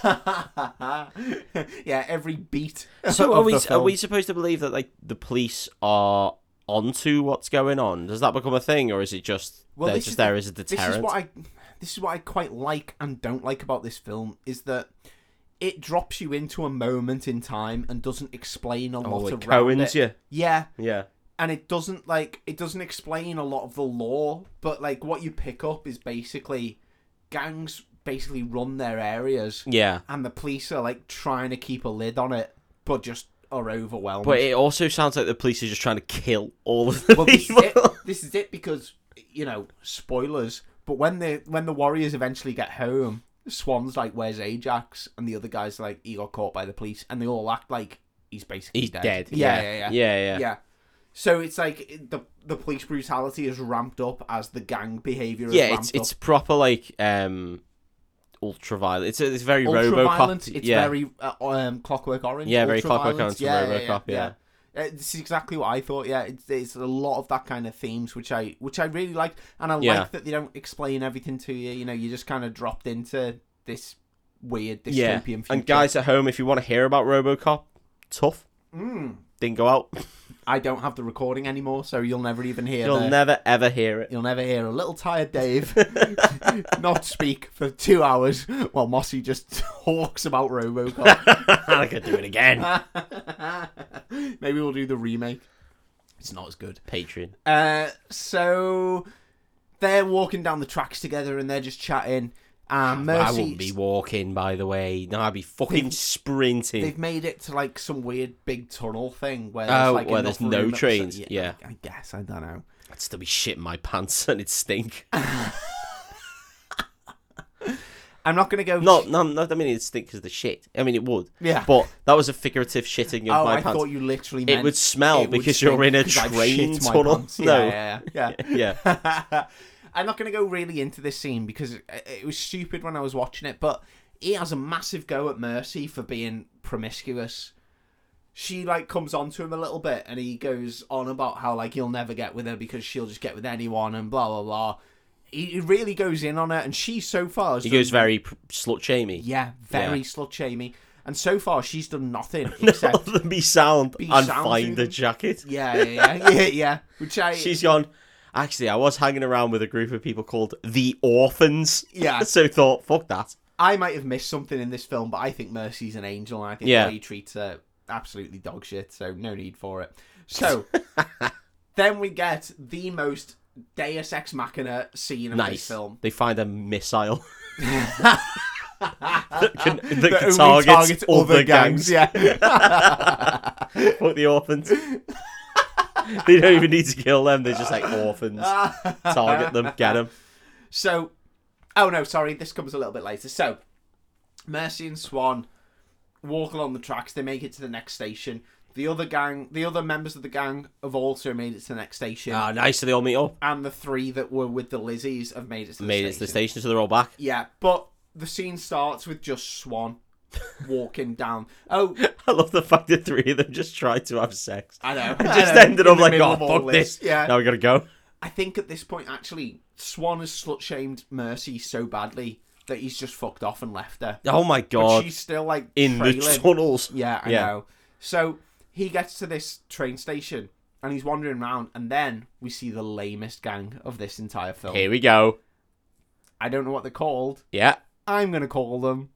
[SPEAKER 1] yeah, every beat.
[SPEAKER 2] So
[SPEAKER 1] of
[SPEAKER 2] are we
[SPEAKER 1] the
[SPEAKER 2] are
[SPEAKER 1] film.
[SPEAKER 2] we supposed to believe that like the police are onto what's going on? Does that become a thing, or is it just
[SPEAKER 1] Well,
[SPEAKER 2] they're
[SPEAKER 1] this
[SPEAKER 2] just
[SPEAKER 1] is
[SPEAKER 2] there
[SPEAKER 1] the-
[SPEAKER 2] as a
[SPEAKER 1] This
[SPEAKER 2] deterrent?
[SPEAKER 1] is what I. This is what I quite like and don't like about this film is that it drops you into a moment in time and doesn't explain a
[SPEAKER 2] oh,
[SPEAKER 1] lot
[SPEAKER 2] it
[SPEAKER 1] around it.
[SPEAKER 2] Cohen's you.
[SPEAKER 1] Yeah,
[SPEAKER 2] Yeah.
[SPEAKER 1] and it doesn't like it doesn't explain a lot of the law, but like what you pick up is basically gangs basically run their areas
[SPEAKER 2] Yeah.
[SPEAKER 1] and the police are like trying to keep a lid on it, but just are overwhelmed.
[SPEAKER 2] But it also sounds like the police are just trying to kill all of the
[SPEAKER 1] Well, this is
[SPEAKER 2] people.
[SPEAKER 1] it. This is it because you know spoilers. But when the when the Warriors eventually get home, Swan's like, "Where's Ajax?" and the other guys are like, "He got caught by the police," and they all act like he's basically
[SPEAKER 2] He's dead.
[SPEAKER 1] Yeah, yeah,
[SPEAKER 2] Yeah.
[SPEAKER 1] yeah,
[SPEAKER 2] Yeah. Yeah.
[SPEAKER 1] Yeah. So it's like it- the the police brutality is ramped up as the gang behavior is
[SPEAKER 2] Yeah,
[SPEAKER 1] ramped
[SPEAKER 2] it's it's proper like um, ultraviolet. It's it's very
[SPEAKER 1] up. Ultra
[SPEAKER 2] RoboCop.
[SPEAKER 1] violent. It's
[SPEAKER 2] yeah.
[SPEAKER 1] very uh, um, Clockwork Orange.
[SPEAKER 2] Yeah, very Clockwork
[SPEAKER 1] ultra-violent.
[SPEAKER 2] Orange and RoboCop, yeah.
[SPEAKER 1] Uh, this is exactly what I thought. Yeah, it's, it's a lot of that kind of themes, which I which I really like, and I
[SPEAKER 2] Yeah.
[SPEAKER 1] like that they don't explain everything to you. You know, you're just kind of dropped into this weird dystopian
[SPEAKER 2] yeah.
[SPEAKER 1] future.
[SPEAKER 2] And guys at home, if you want to hear about RoboCop, tough.
[SPEAKER 1] Mm.
[SPEAKER 2] Didn't go out.
[SPEAKER 1] I don't have the recording anymore, so you'll never even hear.
[SPEAKER 2] You'll
[SPEAKER 1] the-
[SPEAKER 2] never ever hear it.
[SPEAKER 1] You'll never hear a little tired Dave not speak for two hours while Mossy just talks about Robocop.
[SPEAKER 2] I could do it again.
[SPEAKER 1] Maybe we'll do the remake. It's not as good.
[SPEAKER 2] Patreon.
[SPEAKER 1] Uh, so they're walking down the tracks together and they're just chatting. And Mercy,
[SPEAKER 2] I wouldn't be walking, by the way. No, I'd be fucking sprinting.
[SPEAKER 1] They've made it to like some weird big tunnel thing where
[SPEAKER 2] Oh,
[SPEAKER 1] there's, like
[SPEAKER 2] where
[SPEAKER 1] enough
[SPEAKER 2] there's no
[SPEAKER 1] room- so-
[SPEAKER 2] trains, yeah.
[SPEAKER 1] I, I guess I don't know.
[SPEAKER 2] I'd still be shitting my pants and it'd stink.
[SPEAKER 1] I'm not gonna go.
[SPEAKER 2] No, no, no. I mean, it'd stink because the shit. I mean, it would.
[SPEAKER 1] Yeah.
[SPEAKER 2] But that was a figurative shitting of
[SPEAKER 1] Oh,
[SPEAKER 2] my
[SPEAKER 1] I
[SPEAKER 2] pants.
[SPEAKER 1] thought you literally meant
[SPEAKER 2] It would smell
[SPEAKER 1] it would
[SPEAKER 2] because you're in
[SPEAKER 1] stink
[SPEAKER 2] a
[SPEAKER 1] 'cause I've
[SPEAKER 2] train
[SPEAKER 1] shit my
[SPEAKER 2] tunnel.
[SPEAKER 1] pants.
[SPEAKER 2] No.
[SPEAKER 1] Yeah, yeah, yeah.
[SPEAKER 2] Yeah.
[SPEAKER 1] I'm not going to go really into this scene because it- it was stupid when I was watching it, but he has a massive go at Mercy for being promiscuous. She like comes on to him a little bit and he goes on about how like he'll never get with her because she'll just get with anyone and blah blah blah. He he really goes in on her and she so far has
[SPEAKER 2] He
[SPEAKER 1] done-
[SPEAKER 2] goes very pr- slut shamey.
[SPEAKER 1] yeah very
[SPEAKER 2] Yeah.
[SPEAKER 1] slut shamey and so far she's done nothing except
[SPEAKER 2] Other than be sound
[SPEAKER 1] Be
[SPEAKER 2] and
[SPEAKER 1] sound
[SPEAKER 2] find
[SPEAKER 1] to
[SPEAKER 2] the
[SPEAKER 1] them.
[SPEAKER 2] jacket.
[SPEAKER 1] yeah yeah yeah yeah, yeah. which I
[SPEAKER 2] She's gone. Actually, I was hanging around with a group of people called the Orphans.
[SPEAKER 1] Yeah.
[SPEAKER 2] so thought, fuck that.
[SPEAKER 1] I might have missed something in this film, but I think Mercy's an angel, and I think
[SPEAKER 2] Yeah.
[SPEAKER 1] the way he treats her absolutely dog shit, so no need for it. So then we get the most Deus Ex Machina scene of this
[SPEAKER 2] Nice.
[SPEAKER 1] film.
[SPEAKER 2] They find a missile that can, that
[SPEAKER 1] That
[SPEAKER 2] can
[SPEAKER 1] only targets
[SPEAKER 2] target, other, gangs.
[SPEAKER 1] Yeah.
[SPEAKER 2] Fuck the orphans. they don't even need to kill them. They're just like orphans. Target them, get them.
[SPEAKER 1] so, oh no, sorry, this comes a little bit later. So, Mercy and Swan walk along the tracks. They make it to the next station. The other gang, the other members of the gang, have also made it to the next station.
[SPEAKER 2] Ah, nice. So they all meet up.
[SPEAKER 1] and the three that were with the Lizzies have made it to the
[SPEAKER 2] Made
[SPEAKER 1] station.
[SPEAKER 2] it to the station, so they're all back.
[SPEAKER 1] Yeah, but the scene starts with just Swan walking down. Oh,
[SPEAKER 2] I love the fact that three of them just tried to have sex.
[SPEAKER 1] I know.
[SPEAKER 2] And just
[SPEAKER 1] I know,
[SPEAKER 2] ended
[SPEAKER 1] in
[SPEAKER 2] up
[SPEAKER 1] the
[SPEAKER 2] like,
[SPEAKER 1] middle
[SPEAKER 2] oh,
[SPEAKER 1] of all
[SPEAKER 2] fuck this.
[SPEAKER 1] Yeah,
[SPEAKER 2] Now we gotta go.
[SPEAKER 1] I think at this point, actually, Swan has slut shamed Mercy so badly that he's just fucked off and left her.
[SPEAKER 2] Oh my
[SPEAKER 1] But
[SPEAKER 2] god.
[SPEAKER 1] she's still like
[SPEAKER 2] In the
[SPEAKER 1] trailing.
[SPEAKER 2] tunnels.
[SPEAKER 1] Yeah, I
[SPEAKER 2] Yeah.
[SPEAKER 1] know. So he gets to this train station and he's wandering around, and then we see the lamest gang of this entire film.
[SPEAKER 2] Here we go.
[SPEAKER 1] I don't know what they're called.
[SPEAKER 2] Yeah.
[SPEAKER 1] I'm gonna call them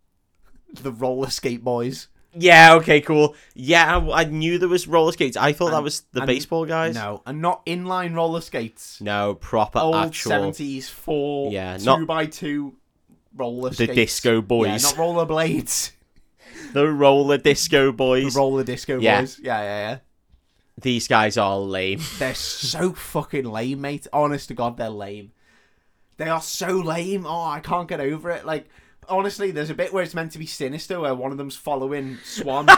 [SPEAKER 1] the roller skate boys.
[SPEAKER 2] Yeah, okay, cool. Yeah, I, I knew there was roller skates. I thought that
[SPEAKER 1] And-
[SPEAKER 2] was the
[SPEAKER 1] and-
[SPEAKER 2] baseball guys.
[SPEAKER 1] No, and not inline roller skates.
[SPEAKER 2] No, proper
[SPEAKER 1] Old
[SPEAKER 2] actual.
[SPEAKER 1] seventies four
[SPEAKER 2] Yeah,
[SPEAKER 1] two
[SPEAKER 2] not-
[SPEAKER 1] by two roller
[SPEAKER 2] The
[SPEAKER 1] skates.
[SPEAKER 2] disco boys.
[SPEAKER 1] Yeah, not roller blades.
[SPEAKER 2] The roller disco
[SPEAKER 1] The
[SPEAKER 2] boys.
[SPEAKER 1] roller disco
[SPEAKER 2] Yeah.
[SPEAKER 1] boys. Yeah, yeah, yeah.
[SPEAKER 2] These guys are lame.
[SPEAKER 1] They're so fucking lame, mate. Honest to God, they're lame. They are so lame. Oh, I can't get over it. Like, honestly, there's a bit where it's meant to be sinister where one of them's following Swan.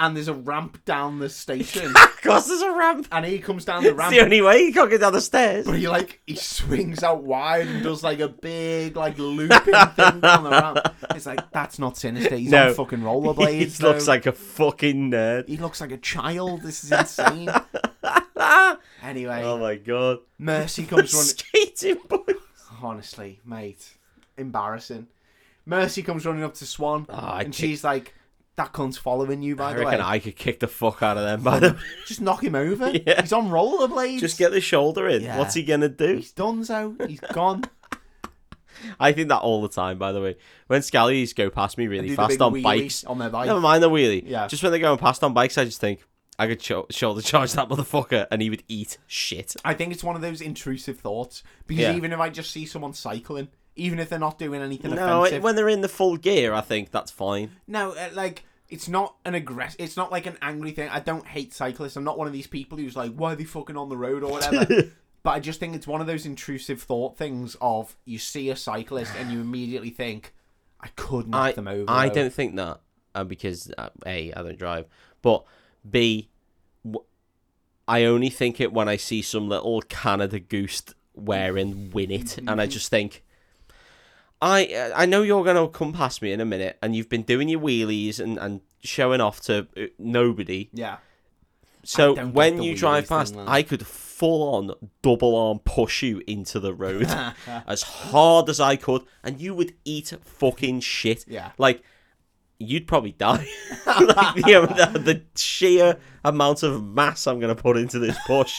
[SPEAKER 1] and there's a ramp down the station,
[SPEAKER 2] of course, there's a ramp.
[SPEAKER 1] and he comes down the
[SPEAKER 2] It's
[SPEAKER 1] ramp.
[SPEAKER 2] the only way you can't get down the stairs.
[SPEAKER 1] but he like he swings out wide and does like a big like looping thing down the ramp. It's like that's not sinister. He's
[SPEAKER 2] No.
[SPEAKER 1] on fucking
[SPEAKER 2] He
[SPEAKER 1] rollerblades.
[SPEAKER 2] looks
[SPEAKER 1] though.
[SPEAKER 2] like a fucking nerd.
[SPEAKER 1] he looks like a child. This is insane. anyway,
[SPEAKER 2] Oh my god.
[SPEAKER 1] Mercy comes running.
[SPEAKER 2] Skating boy.
[SPEAKER 1] Honestly, mate, embarrassing. Mercy comes running up to Swan,
[SPEAKER 2] Ah, I
[SPEAKER 1] and
[SPEAKER 2] kick-
[SPEAKER 1] she's like, "That cunt's following you." By
[SPEAKER 2] I
[SPEAKER 1] the way,
[SPEAKER 2] reckon I could kick the fuck out of them. By the
[SPEAKER 1] just knock him over.
[SPEAKER 2] Yeah.
[SPEAKER 1] He's on rollerblades.
[SPEAKER 2] just get the shoulder in.
[SPEAKER 1] Yeah.
[SPEAKER 2] What's he gonna do?
[SPEAKER 1] He's done so. He's gone.
[SPEAKER 2] I think that all the time. By the way, when Scallies go past me
[SPEAKER 1] They
[SPEAKER 2] really
[SPEAKER 1] do the
[SPEAKER 2] fast
[SPEAKER 1] big
[SPEAKER 2] on
[SPEAKER 1] wheelie
[SPEAKER 2] bikes,
[SPEAKER 1] on their bike.
[SPEAKER 2] never mind the wheelie.
[SPEAKER 1] Yeah.
[SPEAKER 2] Just when they're going past on bikes, I just think I could sho- shoulder charge that motherfucker and he would eat shit.
[SPEAKER 1] I think it's one of those intrusive thoughts because
[SPEAKER 2] Yeah.
[SPEAKER 1] even if I just see someone cycling, even if they're not doing anything
[SPEAKER 2] No,
[SPEAKER 1] offensive,
[SPEAKER 2] it, when they're in the full gear, I think that's fine.
[SPEAKER 1] no, uh, like it's not an aggress. It's not like an angry thing. I don't hate cyclists. I'm not one of these people who's like, why are they fucking on the road or whatever. but I just think it's one of those intrusive thought things of you see a cyclist and you immediately think, I could knock
[SPEAKER 2] I
[SPEAKER 1] them over.
[SPEAKER 2] I
[SPEAKER 1] though."
[SPEAKER 2] don't think that uh, because uh, a I don't drive, but b w- I only think it when I see some little Canada goose wearing win it, and I just think. I uh, I know you're gonna come past me in a minute, and you've been doing your wheelies and, and showing off to uh, nobody.
[SPEAKER 1] Yeah.
[SPEAKER 2] So
[SPEAKER 1] don't get
[SPEAKER 2] when
[SPEAKER 1] the
[SPEAKER 2] you
[SPEAKER 1] wheelies
[SPEAKER 2] drive
[SPEAKER 1] thing,
[SPEAKER 2] past,
[SPEAKER 1] man.
[SPEAKER 2] I could full on double arm push you into the road as hard as I could, and you would eat fucking shit.
[SPEAKER 1] Yeah.
[SPEAKER 2] Like, you'd probably die. like the, the, the sheer amount of mass I'm going to put into this push.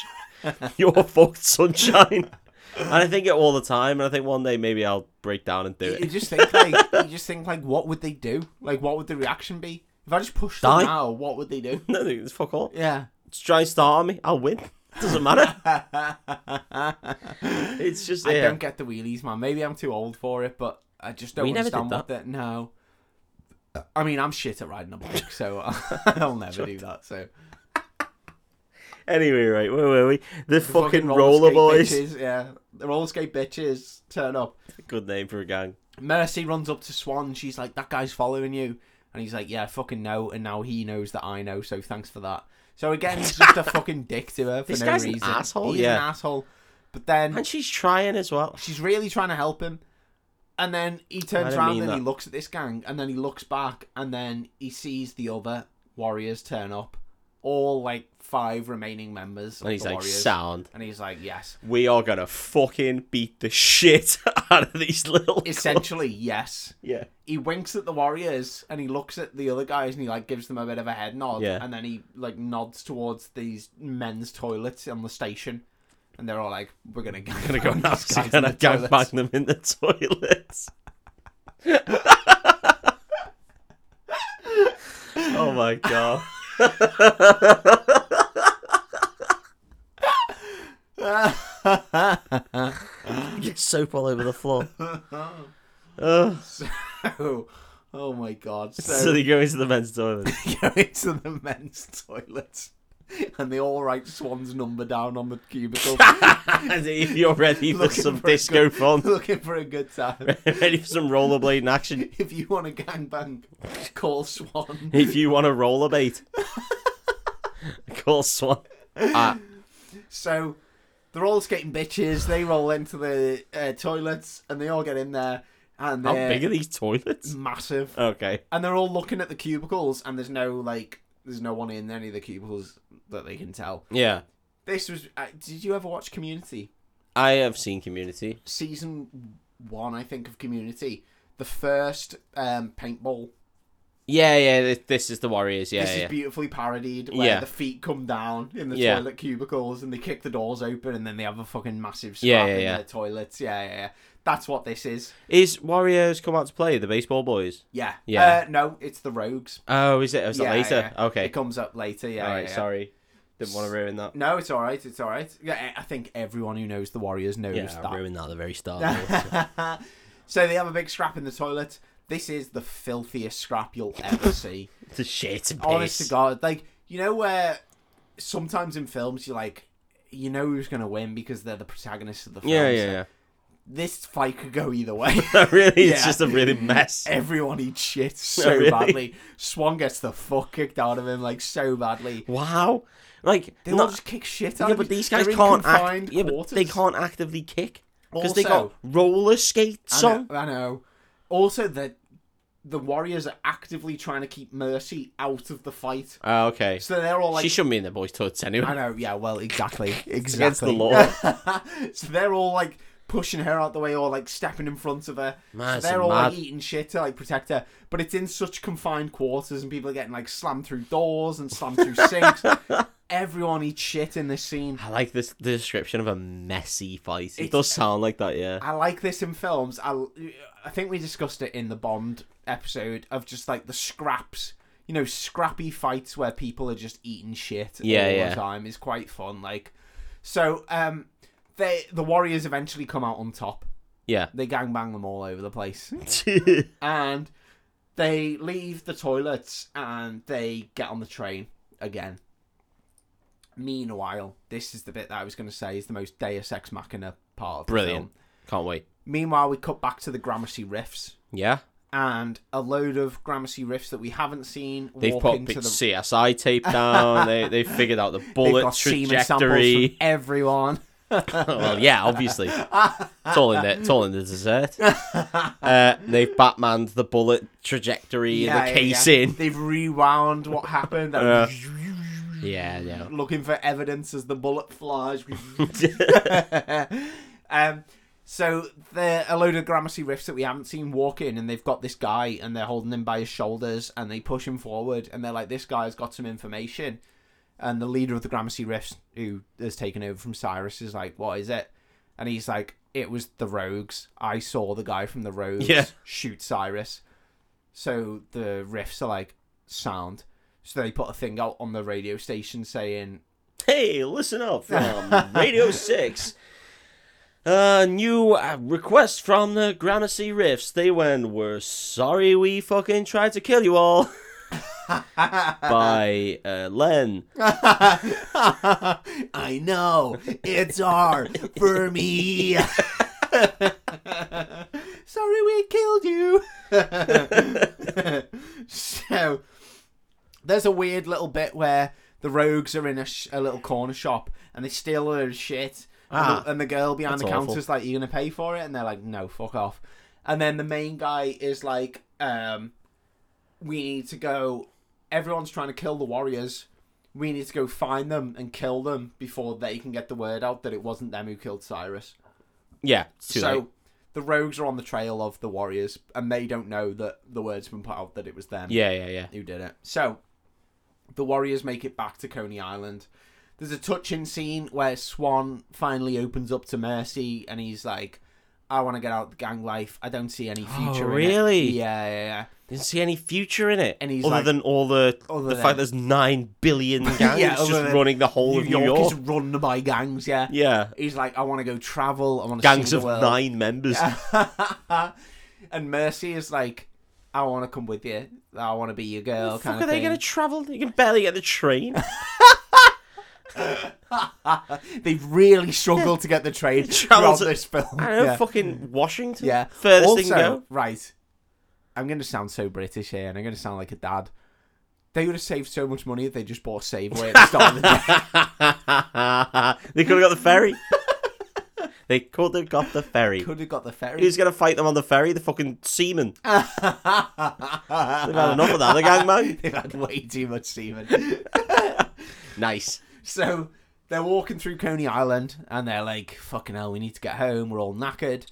[SPEAKER 2] You're fucked, sunshine. And I think it all the time, and I think one day maybe I'll break down and do
[SPEAKER 1] You
[SPEAKER 2] it.
[SPEAKER 1] just think like you just think like what would they do? Like what would the reaction be? If I just pushed them
[SPEAKER 2] Die.
[SPEAKER 1] now, what would they do?
[SPEAKER 2] No, it's fuck all.
[SPEAKER 1] Yeah.
[SPEAKER 2] Just try and start on me. I'll win. Doesn't matter. it's just
[SPEAKER 1] I
[SPEAKER 2] yeah.
[SPEAKER 1] don't get the wheelies, man. Maybe I'm too old for it, but I just don't
[SPEAKER 2] We never did
[SPEAKER 1] understand what that. No, I mean I'm shit at riding a bike, so I'll never do that. So
[SPEAKER 2] Anyway, right, where were we? The, fucking, roller,
[SPEAKER 1] skate
[SPEAKER 2] boys.
[SPEAKER 1] bitches, yeah, the roller skate bitches turn up.
[SPEAKER 2] Good name for a gang.
[SPEAKER 1] Mercy runs up to Swan. She's like, "That guy's following you," and he's like, "Yeah, I fucking know." And now he knows that I know, so thanks for that. So again, he's just a fucking dick to her for
[SPEAKER 2] This
[SPEAKER 1] no
[SPEAKER 2] guy's an
[SPEAKER 1] reason.
[SPEAKER 2] asshole,
[SPEAKER 1] He's an
[SPEAKER 2] yeah.
[SPEAKER 1] asshole. But then
[SPEAKER 2] And she's trying as well.
[SPEAKER 1] She's really trying to help him. And then he turns
[SPEAKER 2] didn't
[SPEAKER 1] around
[SPEAKER 2] mean
[SPEAKER 1] and he
[SPEAKER 2] that.
[SPEAKER 1] looks at this gang and then he looks back and then he sees the other warriors turn up. All like five remaining members of
[SPEAKER 2] And he's
[SPEAKER 1] the
[SPEAKER 2] like,
[SPEAKER 1] warriors.
[SPEAKER 2] sound.
[SPEAKER 1] And he's like, yes.
[SPEAKER 2] We are gonna fucking beat the shit out of these little cunts."
[SPEAKER 1] Essentially, yes.
[SPEAKER 2] Yeah.
[SPEAKER 1] He winks at the warriors and he looks at the other guys and he like gives them a bit of a head nod.
[SPEAKER 2] Yeah.
[SPEAKER 1] And then he like nods towards these men's toilets on the station. And they're all like, we're going to
[SPEAKER 2] Gonna go and have
[SPEAKER 1] guys in
[SPEAKER 2] gonna
[SPEAKER 1] the toilets.
[SPEAKER 2] gangbang them in the toilets. oh my god. Get soap all over the floor. Ugh.
[SPEAKER 1] oh, oh my God.
[SPEAKER 2] so, they go into the men's toilet.
[SPEAKER 1] go into the men's toilet. And they all write Swan's number down on the cubicle,
[SPEAKER 2] and if you're ready for
[SPEAKER 1] Looking
[SPEAKER 2] some
[SPEAKER 1] for a
[SPEAKER 2] disco fun,
[SPEAKER 1] looking for a good time.
[SPEAKER 2] ready for some rollerblading action,
[SPEAKER 1] If you want a gangbang, call Swan.
[SPEAKER 2] if you want to rollerbait, call Swan. Ah,
[SPEAKER 1] So they're all skating bitches. They roll into the uh, toilets and they all get in there. And
[SPEAKER 2] how
[SPEAKER 1] they're
[SPEAKER 2] big are these toilets?
[SPEAKER 1] massive.
[SPEAKER 2] Okay.
[SPEAKER 1] And they're all looking at the cubicles, and there's no like, there's no one in any of the cubicles that they can tell.
[SPEAKER 2] Yeah.
[SPEAKER 1] This was. Uh, did you ever watch Community?
[SPEAKER 2] I have seen Community.
[SPEAKER 1] season one, I think, of Community, the first um, paintball.
[SPEAKER 2] Yeah, yeah, this, this is the Warriors. Yeah,
[SPEAKER 1] this
[SPEAKER 2] yeah.
[SPEAKER 1] is beautifully parodied, where
[SPEAKER 2] Yeah.
[SPEAKER 1] the feet come down in the
[SPEAKER 2] Yeah.
[SPEAKER 1] toilet cubicles and they kick the doors open, and then they have a fucking massive scrap
[SPEAKER 2] Yeah, yeah,
[SPEAKER 1] in
[SPEAKER 2] yeah.
[SPEAKER 1] their toilets. Yeah, yeah, yeah. That's what this is.
[SPEAKER 2] Is Warriors come out to play the baseball boys?
[SPEAKER 1] Yeah.
[SPEAKER 2] Yeah.
[SPEAKER 1] Uh, no, it's the Rogues.
[SPEAKER 2] Oh, is it? Is
[SPEAKER 1] Yeah,
[SPEAKER 2] that later?
[SPEAKER 1] yeah.
[SPEAKER 2] Okay.
[SPEAKER 1] It comes up later. Yeah.
[SPEAKER 2] All right.
[SPEAKER 1] yeah, yeah.
[SPEAKER 2] Sorry, didn't want to ruin that.
[SPEAKER 1] No, it's all right. It's all right. Yeah, I I think everyone who knows the Warriors knows
[SPEAKER 2] Yeah,
[SPEAKER 1] that.
[SPEAKER 2] I ruined that at the very start.
[SPEAKER 1] so they have a big scrap in the toilet. This is the filthiest scrap you'll ever see.
[SPEAKER 2] the shit. and
[SPEAKER 1] honest to
[SPEAKER 2] piss.
[SPEAKER 1] god like you know where sometimes in films you're like you know who's going to win because they're the protagonists of the film
[SPEAKER 2] Yeah,
[SPEAKER 1] so
[SPEAKER 2] yeah, yeah.
[SPEAKER 1] this fight could go either way.
[SPEAKER 2] That really is
[SPEAKER 1] Yeah.
[SPEAKER 2] just a really mess.
[SPEAKER 1] Everyone eats shit so
[SPEAKER 2] really?
[SPEAKER 1] badly. Swan gets the fuck kicked out of him like so badly.
[SPEAKER 2] Wow. Like
[SPEAKER 1] They all
[SPEAKER 2] not,
[SPEAKER 1] just kick shit out
[SPEAKER 2] yeah,
[SPEAKER 1] of
[SPEAKER 2] but
[SPEAKER 1] you.
[SPEAKER 2] these guys
[SPEAKER 1] They're in
[SPEAKER 2] can't
[SPEAKER 1] confined
[SPEAKER 2] act. Yeah, but they
[SPEAKER 1] quarters.
[SPEAKER 2] can't actively kick because they
[SPEAKER 1] Also-
[SPEAKER 2] got roller skates
[SPEAKER 1] I
[SPEAKER 2] on.
[SPEAKER 1] know, I know. Also, that the Warriors are actively trying to keep Mercy out of the fight,
[SPEAKER 2] Oh, okay.
[SPEAKER 1] so they're all
[SPEAKER 2] she
[SPEAKER 1] like,
[SPEAKER 2] shouldn't be in the boys' toilets anyway.
[SPEAKER 1] I know, yeah, well, exactly, exactly.
[SPEAKER 2] against the law.
[SPEAKER 1] so they're all like pushing her out the way or like stepping in front of her.
[SPEAKER 2] Man, it's
[SPEAKER 1] so they're all
[SPEAKER 2] mad.
[SPEAKER 1] like eating shit to like protect her, but it's in such confined quarters, and people are getting like slammed through doors and slammed through sinks. Everyone eats shit in this scene.
[SPEAKER 2] I like this the description of a messy fight. It
[SPEAKER 1] It's-
[SPEAKER 2] does sound like that, yeah.
[SPEAKER 1] I like this in films. I, I think we discussed it in the Bond episode of just like the scraps, you know, scrappy fights where people are just eating shit
[SPEAKER 2] Yeah,
[SPEAKER 1] all
[SPEAKER 2] yeah.
[SPEAKER 1] the time is quite fun. Like, so um, they the warriors eventually come out on top.
[SPEAKER 2] Yeah.
[SPEAKER 1] They gangbang them all over the place, and they leave the toilets and they get on the train again. Meanwhile, this is the bit that I was going to say is the most Deus Ex Machina part of the film.
[SPEAKER 2] Brilliant. Can't wait.
[SPEAKER 1] Meanwhile, we cut back to the Gramercy Riffs
[SPEAKER 2] Yeah.
[SPEAKER 1] and a load of Gramercy Riffs that we haven't seen
[SPEAKER 2] They've
[SPEAKER 1] walk
[SPEAKER 2] put
[SPEAKER 1] into
[SPEAKER 2] big
[SPEAKER 1] the.
[SPEAKER 2] CSI tape down. they they figured out the
[SPEAKER 1] They've
[SPEAKER 2] bullet
[SPEAKER 1] got semen samples from
[SPEAKER 2] trajectory.
[SPEAKER 1] everyone.
[SPEAKER 2] well, yeah, obviously. It's all in the, it's all in the dessert. Uh, they've Batmaned the bullet trajectory,
[SPEAKER 1] Yeah,
[SPEAKER 2] the
[SPEAKER 1] yeah, yeah.
[SPEAKER 2] casing.
[SPEAKER 1] They've rewound what happened. and
[SPEAKER 2] Uh. Yeah, yeah.
[SPEAKER 1] looking for evidence as the bullet flies. um, so there a load of Gramercy riffs that we haven't seen walk in, and they've got this guy, and they're holding him by his shoulders, and they push him forward, and they're like, "This guy's got some information." And the leader of the Gramercy riffs, who has taken over from Cyrus, is like, "What is it?" And he's like, "It was the Rogues. I saw the guy from the Rogues
[SPEAKER 2] Yeah.
[SPEAKER 1] shoot Cyrus." So the riffs are like, "Sound." So they put a thing out on the radio station saying,
[SPEAKER 2] Hey, listen up from Radio 6. Uh, new uh, request from the Gramercy Riffs. They went, We're sorry we fucking tried to kill you all. By uh, Len.
[SPEAKER 1] I know. It's R for me. Sorry we killed you. so there's a weird little bit where the rogues are in a, sh- a little corner shop and they steal all their shit.
[SPEAKER 2] Ah,
[SPEAKER 1] and, the, and the girl behind the
[SPEAKER 2] that's awful.
[SPEAKER 1] counter's like, "You gonna pay for it?" And they're like, "No, fuck off." And then the main guy is like, um, "We need to go. Everyone's trying to kill the warriors. We need to go find them and kill them before they can get the word out that it wasn't them who killed Cyrus."
[SPEAKER 2] Yeah, it's too
[SPEAKER 1] so
[SPEAKER 2] late.
[SPEAKER 1] the rogues are on the trail of the warriors, and they don't know that the word's been put out that it was them
[SPEAKER 2] Yeah, yeah, yeah.
[SPEAKER 1] who did it. So the Warriors make it back to Coney Island. There's a touching scene where Swan finally opens up to Mercy and he's like, I want to get out of gang life. I don't see any future in it."
[SPEAKER 2] Oh, really?
[SPEAKER 1] Yeah, yeah, yeah.
[SPEAKER 2] Didn't see any future in it.
[SPEAKER 1] And he's
[SPEAKER 2] other
[SPEAKER 1] like-
[SPEAKER 2] than all the
[SPEAKER 1] Other
[SPEAKER 2] the
[SPEAKER 1] than-
[SPEAKER 2] fact there's nine billion gangs
[SPEAKER 1] Yeah,
[SPEAKER 2] just
[SPEAKER 1] other than
[SPEAKER 2] running the whole of
[SPEAKER 1] New York,
[SPEAKER 2] York.
[SPEAKER 1] is run by gangs, yeah.
[SPEAKER 2] Yeah,
[SPEAKER 1] He's like, I want to go travel. I want to
[SPEAKER 2] gangs
[SPEAKER 1] see the
[SPEAKER 2] of
[SPEAKER 1] world.
[SPEAKER 2] nine members.
[SPEAKER 1] and Mercy is like, I want to come with you. I want to be your girl.
[SPEAKER 2] fuck
[SPEAKER 1] kind
[SPEAKER 2] are
[SPEAKER 1] of
[SPEAKER 2] they
[SPEAKER 1] thing.
[SPEAKER 2] gonna travel? You can barely get the train.
[SPEAKER 1] They've really struggled to get the trade
[SPEAKER 2] Travel
[SPEAKER 1] throughout
[SPEAKER 2] to-
[SPEAKER 1] this film.
[SPEAKER 2] I don't know,
[SPEAKER 1] Yeah.
[SPEAKER 2] fucking Washington.
[SPEAKER 1] Yeah.
[SPEAKER 2] furthest
[SPEAKER 1] also,
[SPEAKER 2] they can go.
[SPEAKER 1] Right. I'm going to sound so British here, and I'm going to sound like a dad. They would have saved so much money if they just bought Safeway at the start of the day.
[SPEAKER 2] they could have got the ferry. they could have got the ferry.
[SPEAKER 1] Could have got the ferry.
[SPEAKER 2] Who's gonna fight them on the ferry? The fucking seamen. They've had enough of that. The gangman.
[SPEAKER 1] They've had way too much semen.
[SPEAKER 2] Nice.
[SPEAKER 1] so they're walking through Coney Island, and they're like, "Fucking hell, we need to get home. We're all knackered."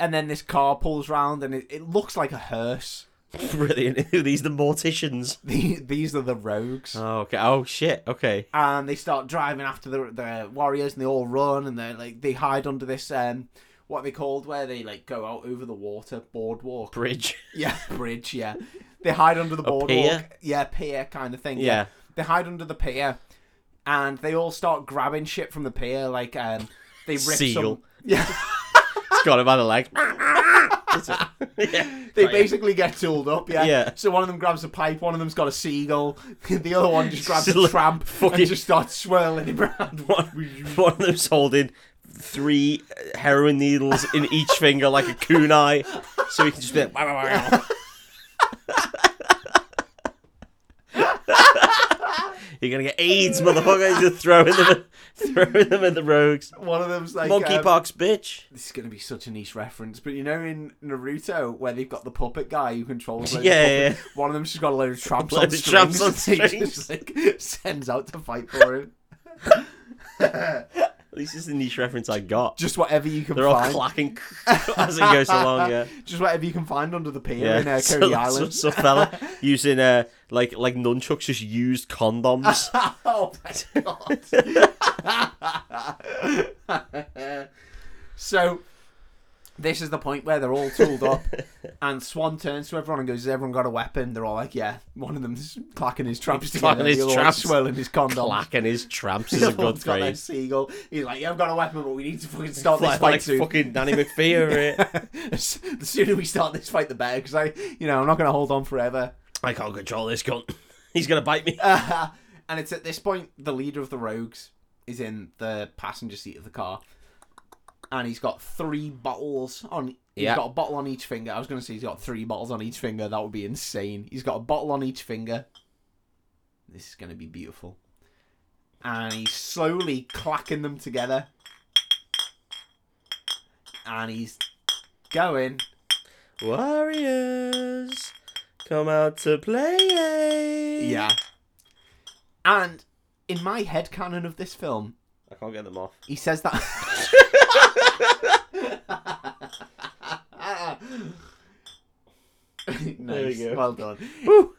[SPEAKER 1] And then this car pulls round, and it, it looks like a hearse.
[SPEAKER 2] Brilliant. Who are These the morticians.
[SPEAKER 1] These, these are the rogues.
[SPEAKER 2] Oh, okay. Oh shit. Okay.
[SPEAKER 1] and they start driving after the the warriors and they all run and they like they hide under this um what are they called where they like go out over the water boardwalk
[SPEAKER 2] Bridge.
[SPEAKER 1] yeah bridge yeah they hide under the boardwalk
[SPEAKER 2] pier?
[SPEAKER 1] yeah pier kind of thing
[SPEAKER 2] Yeah.
[SPEAKER 1] they hide under the pier and they all start grabbing shit from the pier like um they rip
[SPEAKER 2] Seal.
[SPEAKER 1] some yeah
[SPEAKER 2] It's got him by the leg. yeah.
[SPEAKER 1] they
[SPEAKER 2] Right, yeah.
[SPEAKER 1] basically get tooled up yeah
[SPEAKER 2] Yeah.
[SPEAKER 1] so one of them grabs a pipe one of them's got a seagull the other one just grabs
[SPEAKER 2] Just
[SPEAKER 1] a
[SPEAKER 2] look-
[SPEAKER 1] tramp
[SPEAKER 2] fucking-
[SPEAKER 1] and just starts swirling it around
[SPEAKER 2] one, one of them's holding three heroin needles in each finger like a kunai, so he can just be like, "Wow, wow, wow." You're gonna get AIDS, motherfucker! Just throwing them, throwing them at the rogues.
[SPEAKER 1] One of them's like um,
[SPEAKER 2] Monkeypox, bitch.
[SPEAKER 1] this is going to be such a niche reference, but you know in Naruto where they've got the puppet guy who controls. loads of
[SPEAKER 2] Yeah, yeah,
[SPEAKER 1] puppets? One of them's just got a load of tramps
[SPEAKER 2] Load
[SPEAKER 1] on
[SPEAKER 2] of
[SPEAKER 1] strings.
[SPEAKER 2] tramps on
[SPEAKER 1] that he just, like, sends out to fight for him.
[SPEAKER 2] At least it's the niche reference I got.
[SPEAKER 1] Just whatever you can
[SPEAKER 2] They're all
[SPEAKER 1] find.
[SPEAKER 2] clacking as it goes along. Yeah.
[SPEAKER 1] Just whatever you can find under the pier
[SPEAKER 2] Yeah,
[SPEAKER 1] in uh,
[SPEAKER 2] so
[SPEAKER 1] Coney
[SPEAKER 2] that's
[SPEAKER 1] Island.
[SPEAKER 2] some- some fella using uh, like like nunchucks, just used condoms.
[SPEAKER 1] oh my god. so this is the point where they're all tooled up and Swan turns to everyone and goes, Has everyone got a weapon? They're all like, Yeah. One of them's clacking his traps
[SPEAKER 2] He's
[SPEAKER 1] together,
[SPEAKER 2] clacking his
[SPEAKER 1] the other one's
[SPEAKER 2] traps.
[SPEAKER 1] swirling his condom.
[SPEAKER 2] Clacking his tramps is
[SPEAKER 1] The
[SPEAKER 2] a
[SPEAKER 1] other
[SPEAKER 2] good
[SPEAKER 1] one's got that
[SPEAKER 2] phrase.
[SPEAKER 1] seagull. He's like, Yeah, I've got a weapon, but we need to fucking start this
[SPEAKER 2] Like,
[SPEAKER 1] fight
[SPEAKER 2] like
[SPEAKER 1] soon.
[SPEAKER 2] fucking Danny McPhee over it.
[SPEAKER 1] As- the sooner we start this fight, the better, because I, you know, I'm not going to hold on forever.
[SPEAKER 2] I can't control this cunt. He's gonna bite me.
[SPEAKER 1] Uh, and it's at this point the leader of the rogues is in the passenger seat of the car, and he's got three bottles on. He's
[SPEAKER 2] Yeah.
[SPEAKER 1] got a bottle on each finger. I was going to say he's got three bottles on each finger. That would be insane. He's got a bottle on each finger. This is going to be beautiful. And he's slowly clacking them together. And he's going.
[SPEAKER 2] Warriors, come out to play.
[SPEAKER 1] Yeah. And in my head canon of this film,
[SPEAKER 2] I can't get them off.
[SPEAKER 1] He says that. nice.
[SPEAKER 2] go.
[SPEAKER 1] Well done.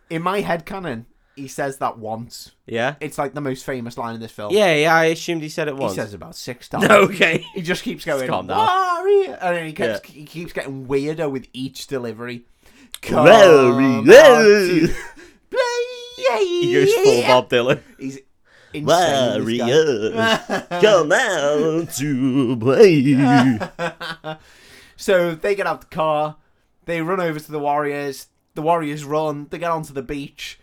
[SPEAKER 1] In my head canon, he says that once.
[SPEAKER 2] Yeah.
[SPEAKER 1] It's like the most famous line in this film.
[SPEAKER 2] Yeah, yeah. I assumed he said it
[SPEAKER 1] He
[SPEAKER 2] once.
[SPEAKER 1] says about six times.
[SPEAKER 2] okay.
[SPEAKER 1] He just keeps going.
[SPEAKER 2] calm down.
[SPEAKER 1] "Warrior," And then he keeps he keeps getting weirder with each delivery. Come
[SPEAKER 2] Warrior.
[SPEAKER 1] out to play.
[SPEAKER 2] He goes full Bob Dylan.
[SPEAKER 1] He's insane. this guy.
[SPEAKER 2] Warriors, come out to play.
[SPEAKER 1] so they get out the car, they run over to the Warriors, the Warriors run, they get onto the beach,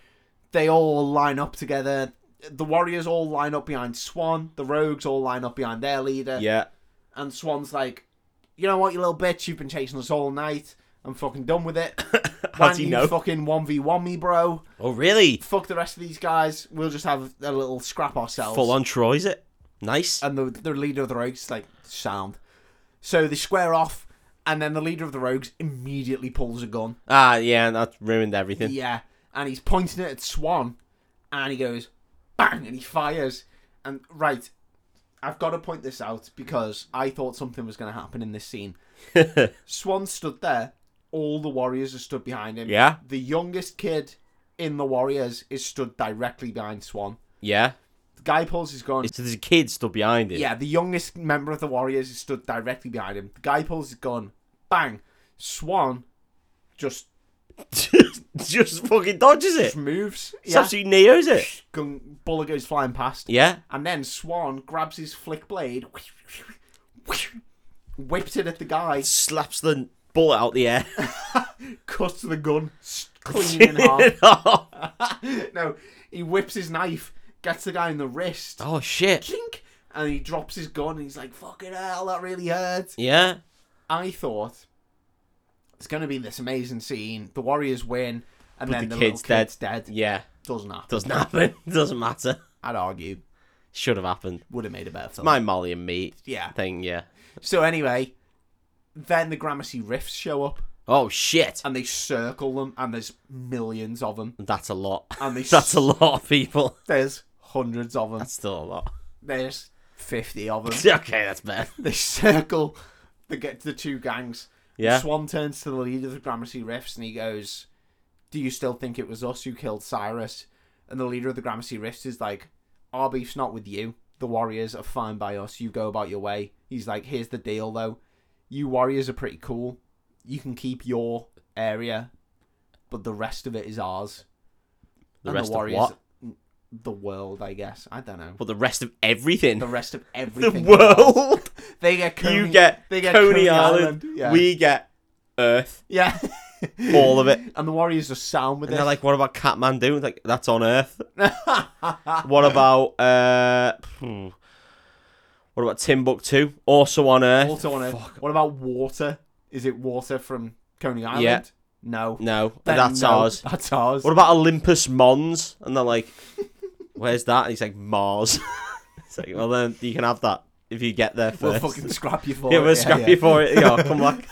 [SPEAKER 1] they all line up together. The Warriors all line up behind Swan, the Rogues all line up behind their leader,
[SPEAKER 2] yeah.
[SPEAKER 1] and Swan's like, You know what, you little bitch, you've been chasing us all night. I'm fucking done with it. Why
[SPEAKER 2] How
[SPEAKER 1] don't
[SPEAKER 2] do you
[SPEAKER 1] you
[SPEAKER 2] know?
[SPEAKER 1] fucking 1v1 me, bro?
[SPEAKER 2] Oh, really?
[SPEAKER 1] Fuck the rest of these guys. We'll just have a little scrap ourselves.
[SPEAKER 2] Full on Troy's it. Nice.
[SPEAKER 1] and the the leader of the rogues is like sound. So they square off, and then the leader of the rogues immediately pulls a gun.
[SPEAKER 2] Ah, yeah, and that ruined everything.
[SPEAKER 1] Yeah, and he's pointing it at Swan, and he goes bang, and he fires. And right, I've got to point this out because I thought something was going to happen in this scene. Swan stood there. All the warriors are stood behind him.
[SPEAKER 2] Yeah.
[SPEAKER 1] The youngest kid in the warriors is stood directly behind Swan.
[SPEAKER 2] Yeah.
[SPEAKER 1] The guy pulls his gun.
[SPEAKER 2] So there's a kid still behind it.
[SPEAKER 1] Yeah, the youngest member of the Warriors is stood directly behind him. The guy pulls his gun. Bang. Swan just,
[SPEAKER 2] Just fucking dodges it.
[SPEAKER 1] just moves.
[SPEAKER 2] It's
[SPEAKER 1] Yeah.
[SPEAKER 2] absolutely neos it.
[SPEAKER 1] Gun, bullet goes flying past.
[SPEAKER 2] Yeah.
[SPEAKER 1] And then Swan grabs his flick blade, whips it at the guy,
[SPEAKER 2] Slaps the bullet out the air.
[SPEAKER 1] cuts the gun s- clean in half.
[SPEAKER 2] oh
[SPEAKER 1] No, he whips his knife, gets the guy in the wrist,
[SPEAKER 2] Oh. shit.
[SPEAKER 1] chink, and he drops his gun and he's like, fucking hell, that really hurts.
[SPEAKER 2] Yeah.
[SPEAKER 1] I thought it's going to be this amazing scene. The Warriors win, and then
[SPEAKER 2] the
[SPEAKER 1] the,
[SPEAKER 2] kid's
[SPEAKER 1] little kid's dead.
[SPEAKER 2] Yeah.
[SPEAKER 1] Doesn't happen.
[SPEAKER 2] Doesn't happen. Doesn't matter.
[SPEAKER 1] I'd argue
[SPEAKER 2] Should have happened.
[SPEAKER 1] would have made a better film.
[SPEAKER 2] My Molly and me
[SPEAKER 1] yeah.
[SPEAKER 2] thing, yeah.
[SPEAKER 1] So anyway, then the Gramercy Riffs show up
[SPEAKER 2] Oh shit.
[SPEAKER 1] and they circle them, and there's millions of them,
[SPEAKER 2] That's a lot.
[SPEAKER 1] and they
[SPEAKER 2] That's a lot of people.
[SPEAKER 1] there's hundreds of them.
[SPEAKER 2] That's still a lot.
[SPEAKER 1] There's fifty of them.
[SPEAKER 2] Okay, that's bad.
[SPEAKER 1] they circle. They get the two gangs.
[SPEAKER 2] Yeah.
[SPEAKER 1] Swan turns to the leader of the Gramercy Rifts and he goes, Do you still think it was us who killed Cyrus? And the leader of the Gramercy Rifts is like, Our beef's not with you. The warriors are fine by us. You go about your way. He's like, Here's the deal though. You warriors are pretty cool. You can keep your area, but the rest of it is ours.
[SPEAKER 2] The
[SPEAKER 1] And
[SPEAKER 2] rest of what?
[SPEAKER 1] The world, I guess. I don't know.
[SPEAKER 2] But the rest of everything.
[SPEAKER 1] The rest of
[SPEAKER 2] The
[SPEAKER 1] everything. is ours.
[SPEAKER 2] world.
[SPEAKER 1] They get Coney,
[SPEAKER 2] you get,
[SPEAKER 1] they get
[SPEAKER 2] Coney, Island.
[SPEAKER 1] Yeah.
[SPEAKER 2] We get Earth.
[SPEAKER 1] yeah.
[SPEAKER 2] All of it.
[SPEAKER 1] and the Warriors are sound with
[SPEAKER 2] And they're
[SPEAKER 1] it.
[SPEAKER 2] like, what about Catmandu? It's Like, that's on Earth. what about uh, hmm, What about Timbuktu? Also on Earth?
[SPEAKER 1] Also on it. What about water? Is it water from Coney Island?
[SPEAKER 2] Yeah.
[SPEAKER 1] No.
[SPEAKER 2] No,
[SPEAKER 1] Then
[SPEAKER 2] that's
[SPEAKER 1] no.
[SPEAKER 2] ours.
[SPEAKER 1] That's ours.
[SPEAKER 2] What about Olympus Mons? And they're like, where's that? And he's like, Mars. it's like, well, then you can have that if you get there 1st
[SPEAKER 1] we'll fucking scrap you for
[SPEAKER 2] yeah,
[SPEAKER 1] it.
[SPEAKER 2] we'll scrap you for it. Yeah, come back.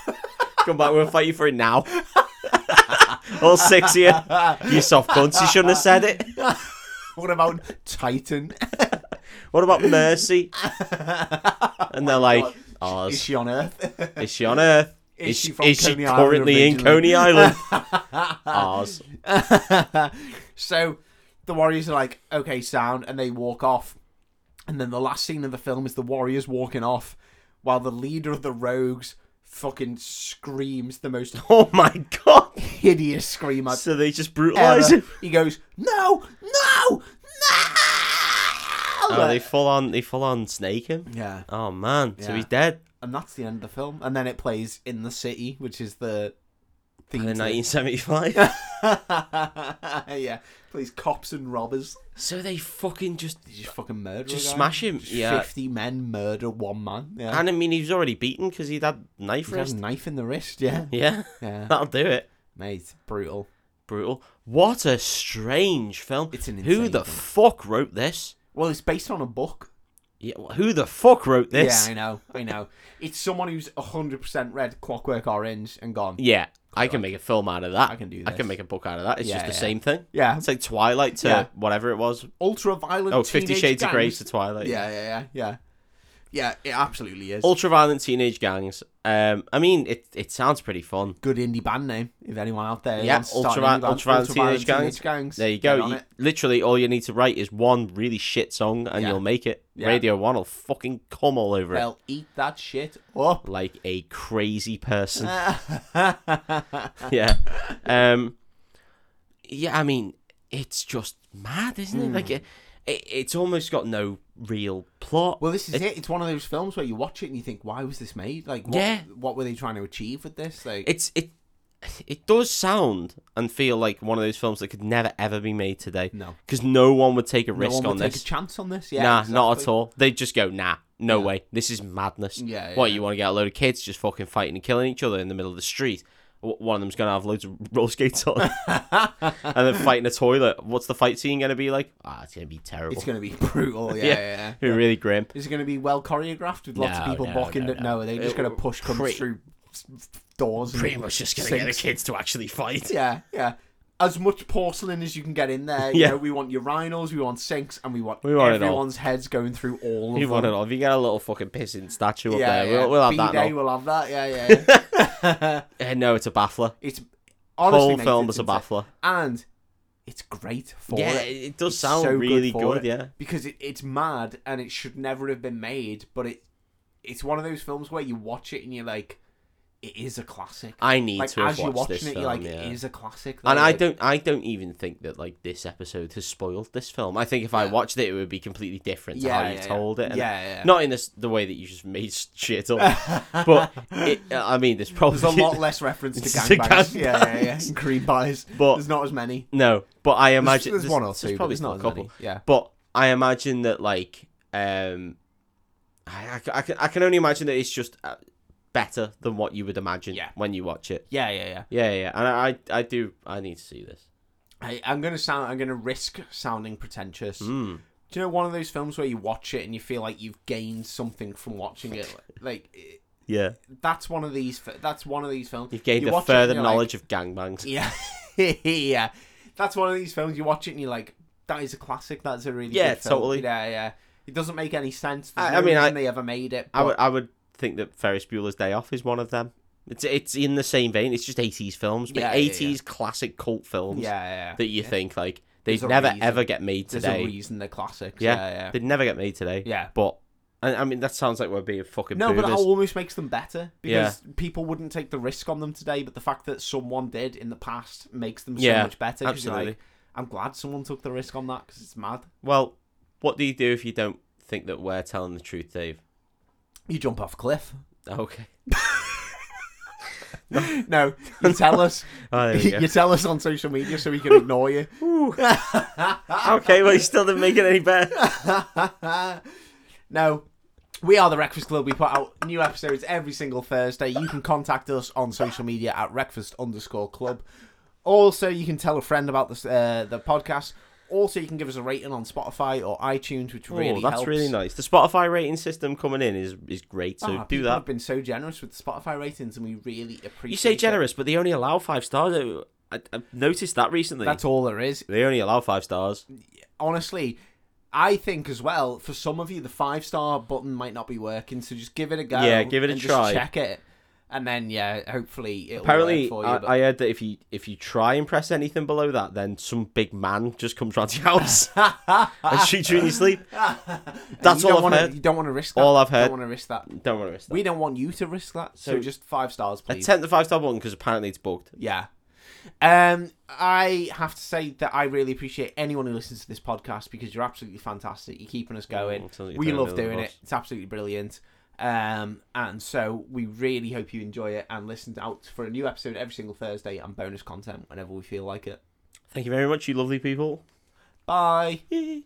[SPEAKER 2] Come back, we'll fight you for it now. All six of you. You soft cunts, you shouldn't have said it.
[SPEAKER 1] What about Titan?
[SPEAKER 2] What about Mercy? And they're like,
[SPEAKER 1] Is
[SPEAKER 2] ours.
[SPEAKER 1] she on Earth?
[SPEAKER 2] Is she on Earth?
[SPEAKER 1] Is she from
[SPEAKER 2] is she
[SPEAKER 1] Coney Island
[SPEAKER 2] currently in
[SPEAKER 1] originally?
[SPEAKER 2] Coney Island? ours.
[SPEAKER 1] so the Warriors are like, okay, sound, and they walk off. And then the last scene of the film is the Warriors walking off while the leader of the Rogues fucking screams the most
[SPEAKER 2] Oh my god.
[SPEAKER 1] hideous scream I've
[SPEAKER 2] So they just
[SPEAKER 1] ever.
[SPEAKER 2] brutalise him.
[SPEAKER 1] He goes, no, no, no!
[SPEAKER 2] Oh, they full on, they full on snake him.
[SPEAKER 1] yeah.
[SPEAKER 2] Oh man, so
[SPEAKER 1] Yeah.
[SPEAKER 2] he's dead.
[SPEAKER 1] And that's the end of the film. And then it plays In the City, which is the theme.
[SPEAKER 2] In
[SPEAKER 1] to-
[SPEAKER 2] 1975.
[SPEAKER 1] yeah. Plays cops and robbers.
[SPEAKER 2] so they fucking just,
[SPEAKER 1] They just fucking murder. a
[SPEAKER 2] just
[SPEAKER 1] guy.
[SPEAKER 2] smash him.
[SPEAKER 1] Just
[SPEAKER 2] Yeah.
[SPEAKER 1] 50 men murder one man. Yeah.
[SPEAKER 2] And I mean, he was already beaten because he'd had knife
[SPEAKER 1] He's got
[SPEAKER 2] wrist.
[SPEAKER 1] a knife in the wrist, yeah.
[SPEAKER 2] Yeah,
[SPEAKER 1] Yeah.
[SPEAKER 2] that'll do it.
[SPEAKER 1] Mate, brutal.
[SPEAKER 2] Brutal. What a strange film.
[SPEAKER 1] It's an
[SPEAKER 2] Who
[SPEAKER 1] insane
[SPEAKER 2] the
[SPEAKER 1] film.
[SPEAKER 2] fuck wrote this?
[SPEAKER 1] Well, it's based on a book.
[SPEAKER 2] Yeah, wh- who the fuck wrote this?
[SPEAKER 1] Yeah, I know. I know. It's someone who's 100% read Clockwork Orange and gone.
[SPEAKER 2] Yeah, I can make a film out of that.
[SPEAKER 1] I can do
[SPEAKER 2] I
[SPEAKER 1] this.
[SPEAKER 2] can make a book out of that. It's
[SPEAKER 1] Yeah,
[SPEAKER 2] just the
[SPEAKER 1] yeah.
[SPEAKER 2] same thing.
[SPEAKER 1] Yeah.
[SPEAKER 2] It's like Twilight to
[SPEAKER 1] Yeah.
[SPEAKER 2] whatever it was.
[SPEAKER 1] Ultra violent.
[SPEAKER 2] Oh, Fifty Shades of Grey to Twilight.
[SPEAKER 1] Yeah, yeah, yeah, yeah. Yeah, it absolutely is.
[SPEAKER 2] Ultra-violent teenage gangs. Um, I mean, it it sounds pretty fun.
[SPEAKER 1] good indie band name if anyone out there
[SPEAKER 2] Yeah,
[SPEAKER 1] wants to start an indie
[SPEAKER 2] Ultravi-
[SPEAKER 1] band.
[SPEAKER 2] Ultraviolent
[SPEAKER 1] Ultraviolent
[SPEAKER 2] Teenage Gangs. There you go.
[SPEAKER 1] Get on
[SPEAKER 2] You-
[SPEAKER 1] it.
[SPEAKER 2] literally, all you need to write is one really shit song, and
[SPEAKER 1] Yeah.
[SPEAKER 2] you'll make it.
[SPEAKER 1] Yeah.
[SPEAKER 2] Radio One will fucking come all over
[SPEAKER 1] They'll eat that shit up.
[SPEAKER 2] it like a crazy person. yeah. Um. Yeah, I mean, it's just mad, isn't
[SPEAKER 1] Hmm.
[SPEAKER 2] it? Like, it, it, it's almost got no real plot.
[SPEAKER 1] well, this is it, It's one of those films where you watch it and you think, why was this made? Like, what,
[SPEAKER 2] Yeah.
[SPEAKER 1] what were they trying to achieve with this? Like,
[SPEAKER 2] it's it. It does sound and feel like one of those films that could never ever be made today.
[SPEAKER 1] No.
[SPEAKER 2] because no one would take a
[SPEAKER 1] no
[SPEAKER 2] risk
[SPEAKER 1] one would
[SPEAKER 2] on
[SPEAKER 1] take
[SPEAKER 2] this.
[SPEAKER 1] a chance on this. Yeah,
[SPEAKER 2] nah, not at
[SPEAKER 1] exactly.
[SPEAKER 2] all. They just go, nah, no way. This is madness.
[SPEAKER 1] Yeah, yeah,
[SPEAKER 2] What
[SPEAKER 1] yeah.
[SPEAKER 2] you want to get a load of kids just fucking fighting and killing each other in the middle of the street? W- One of them's gonna have loads of roller skates on, and then fighting a toilet. What's the fight scene gonna be like? Ah, it's gonna be terrible.
[SPEAKER 1] It's going to be brutal. Yeah,
[SPEAKER 2] Yeah.
[SPEAKER 1] yeah. yeah.
[SPEAKER 2] It'll be really grim.
[SPEAKER 1] Is it going to be well choreographed with lots of
[SPEAKER 2] No,
[SPEAKER 1] people
[SPEAKER 2] no,
[SPEAKER 1] blocking
[SPEAKER 2] no,
[SPEAKER 1] it? No, they're just
[SPEAKER 2] It-
[SPEAKER 1] going to push comes
[SPEAKER 2] pretty-
[SPEAKER 1] through s- doors. and
[SPEAKER 2] Pretty much just gonna get the
[SPEAKER 1] sinks.
[SPEAKER 2] kids to actually fight.
[SPEAKER 1] Yeah, yeah. As much porcelain as you can get in there.
[SPEAKER 2] Yeah.
[SPEAKER 1] You know, we want urinals, we want sinks, and we want,
[SPEAKER 2] We want it all.
[SPEAKER 1] everyone's heads going through all of
[SPEAKER 2] You
[SPEAKER 1] them.
[SPEAKER 2] want it all? If you get a little fucking pissing statue up
[SPEAKER 1] Yeah,
[SPEAKER 2] there,
[SPEAKER 1] yeah.
[SPEAKER 2] we'll, we'll have that.
[SPEAKER 1] B-Day,
[SPEAKER 2] and all.
[SPEAKER 1] we'll have that. Yeah, yeah. yeah.
[SPEAKER 2] Eh, no, it's a baffler.
[SPEAKER 1] it's honestly
[SPEAKER 2] whole
[SPEAKER 1] mate,
[SPEAKER 2] film
[SPEAKER 1] it's
[SPEAKER 2] was a
[SPEAKER 1] insane.
[SPEAKER 2] baffler.
[SPEAKER 1] and it's great for
[SPEAKER 2] Yeah,
[SPEAKER 1] it.
[SPEAKER 2] it, it does
[SPEAKER 1] It's
[SPEAKER 2] sound
[SPEAKER 1] so
[SPEAKER 2] really
[SPEAKER 1] for it.
[SPEAKER 2] good. yeah,
[SPEAKER 1] because it, it's mad and it should never have been made. But it it's one of those films where you watch it and you're like, it is a classic.
[SPEAKER 2] I need
[SPEAKER 1] like
[SPEAKER 2] to have
[SPEAKER 1] as you're
[SPEAKER 2] watched
[SPEAKER 1] watching
[SPEAKER 2] this
[SPEAKER 1] it,
[SPEAKER 2] film.
[SPEAKER 1] you're like,
[SPEAKER 2] yeah.
[SPEAKER 1] it is a classic.
[SPEAKER 2] and
[SPEAKER 1] though,
[SPEAKER 2] I
[SPEAKER 1] like-
[SPEAKER 2] don't, I don't even think that like this episode has spoiled this film. I think if I
[SPEAKER 1] Yeah.
[SPEAKER 2] watched it, it would be completely different to
[SPEAKER 1] Yeah,
[SPEAKER 2] how you
[SPEAKER 1] yeah, yeah.
[SPEAKER 2] told it. and-
[SPEAKER 1] Yeah, yeah, yeah.
[SPEAKER 2] Not in this the way that you just made shit up, but it, I mean, there's probably
[SPEAKER 1] There's a lot less reference to
[SPEAKER 2] It's a
[SPEAKER 1] gangbangs.
[SPEAKER 2] gangbangs.
[SPEAKER 1] Yeah, yeah, yeah. And cream pies.
[SPEAKER 2] But-
[SPEAKER 1] there's not as many.
[SPEAKER 2] No, but I imagine
[SPEAKER 1] there's one or two, but
[SPEAKER 2] probably
[SPEAKER 1] there's not
[SPEAKER 2] a
[SPEAKER 1] as
[SPEAKER 2] couple.
[SPEAKER 1] many, yeah.
[SPEAKER 2] but I imagine that like, um, I, I, c- I can, I can only imagine that it's just uh, better than what you would imagine
[SPEAKER 1] Yeah.
[SPEAKER 2] when you watch it.
[SPEAKER 1] Yeah, yeah, yeah.
[SPEAKER 2] Yeah, yeah, yeah. and I, I, I do, I need to see this.
[SPEAKER 1] I, I'm gonna sound. I'm gonna risk sounding pretentious.
[SPEAKER 2] Hmm.
[SPEAKER 1] Do you know one of those films where you watch it and you feel like you've gained something from watching it? Like it-
[SPEAKER 2] Yeah,
[SPEAKER 1] that's one of these. fi- That's one of these films.
[SPEAKER 2] you've gained
[SPEAKER 1] You
[SPEAKER 2] a
[SPEAKER 1] watch it and
[SPEAKER 2] further
[SPEAKER 1] you're like-
[SPEAKER 2] knowledge of gangbangs.
[SPEAKER 1] yeah, yeah. That's one of these films. You watch it and you're like, that is a classic. That's a really
[SPEAKER 2] Yeah,
[SPEAKER 1] good film.
[SPEAKER 2] totally.
[SPEAKER 1] Yeah, yeah. It doesn't make any sense. There's
[SPEAKER 2] I-
[SPEAKER 1] no
[SPEAKER 2] I mean, I-
[SPEAKER 1] reason they ever made it.
[SPEAKER 2] I
[SPEAKER 1] but-
[SPEAKER 2] would, I would think that Ferris Bueller's Day Off is one of them. It's, it's in the same vein. It's just eighties films, but
[SPEAKER 1] Yeah, yeah, yeah.
[SPEAKER 2] eighties classic cult films
[SPEAKER 1] yeah, yeah.
[SPEAKER 2] that you think like they'd
[SPEAKER 1] There's a
[SPEAKER 2] never
[SPEAKER 1] reason.
[SPEAKER 2] ever get made
[SPEAKER 1] There's
[SPEAKER 2] today.
[SPEAKER 1] a reason they're classics.
[SPEAKER 2] Yeah,
[SPEAKER 1] yeah. yeah.
[SPEAKER 2] They'd never get made today.
[SPEAKER 1] Yeah.
[SPEAKER 2] But I, I mean, that sounds like we're being fucking
[SPEAKER 1] No, but that
[SPEAKER 2] boomers.
[SPEAKER 1] almost makes them better because people wouldn't take the risk on them today. But the fact that someone did in the past makes them so
[SPEAKER 2] Yeah,
[SPEAKER 1] much better. 'cause you're like,
[SPEAKER 2] absolutely.
[SPEAKER 1] I'm glad someone took the risk on that because it's mad.
[SPEAKER 2] Well, what do you do if you don't think that we're telling the truth, Dave?
[SPEAKER 1] You jump off a cliff.
[SPEAKER 2] Okay.
[SPEAKER 1] No, you tell us.
[SPEAKER 2] Oh, there we
[SPEAKER 1] you
[SPEAKER 2] go.
[SPEAKER 1] tell us on social media so we can ignore you.
[SPEAKER 2] Oh, okay, well, you still didn't make it any better.
[SPEAKER 1] no, We are the Breakfast Club. We put out new episodes every single Thursday. You can contact us on social media at breakfast underscore club. Also, you can tell a friend about this uh, the podcast. Also, you can give us a rating on Spotify or iTunes, which really
[SPEAKER 2] oh, that's
[SPEAKER 1] helps.
[SPEAKER 2] really nice. The Spotify rating system coming in is is great. So
[SPEAKER 1] Ah,
[SPEAKER 2] do
[SPEAKER 1] people Have
[SPEAKER 2] that.
[SPEAKER 1] been so generous with Spotify ratings, and we really appreciate.
[SPEAKER 2] You say
[SPEAKER 1] it.
[SPEAKER 2] generous, but they only allow five stars. I, I've noticed that recently.
[SPEAKER 1] That's all there is.
[SPEAKER 2] They only allow five stars.
[SPEAKER 1] honestly, I think as well for some of you the five star button might not be working, so just give it a go.
[SPEAKER 2] Yeah, give it a
[SPEAKER 1] and
[SPEAKER 2] try.
[SPEAKER 1] Just check it, and then yeah, hopefully it'll
[SPEAKER 2] Apparently,
[SPEAKER 1] work for you.
[SPEAKER 2] I,
[SPEAKER 1] but-
[SPEAKER 2] I heard that if you if you try and press anything below that, then some big man just comes round your house and shoots you in your sleep. That's
[SPEAKER 1] you
[SPEAKER 2] all
[SPEAKER 1] don't
[SPEAKER 2] I've
[SPEAKER 1] wanna,
[SPEAKER 2] heard.
[SPEAKER 1] You don't want to risk that.
[SPEAKER 2] All I've heard.
[SPEAKER 1] Don't want to risk that.
[SPEAKER 2] Don't want to miss that.
[SPEAKER 1] We don't want you to risk that. So,
[SPEAKER 2] So-
[SPEAKER 1] just five stars, please.
[SPEAKER 2] Attempt the five star button because apparently it's bugged.
[SPEAKER 1] yeah. Um, I have to say that I really appreciate anyone who listens to this podcast because you're absolutely fantastic. You're keeping us going.
[SPEAKER 2] Mm, sounds like you're
[SPEAKER 1] we
[SPEAKER 2] throwing
[SPEAKER 1] love
[SPEAKER 2] me under the
[SPEAKER 1] doing
[SPEAKER 2] bus.
[SPEAKER 1] it. It's absolutely brilliant. Um, and so we really hope you enjoy it and listen out for a new episode every single Thursday and bonus content whenever we feel like it.
[SPEAKER 2] Thank you very much, you lovely people.
[SPEAKER 1] Bye.
[SPEAKER 2] Yee.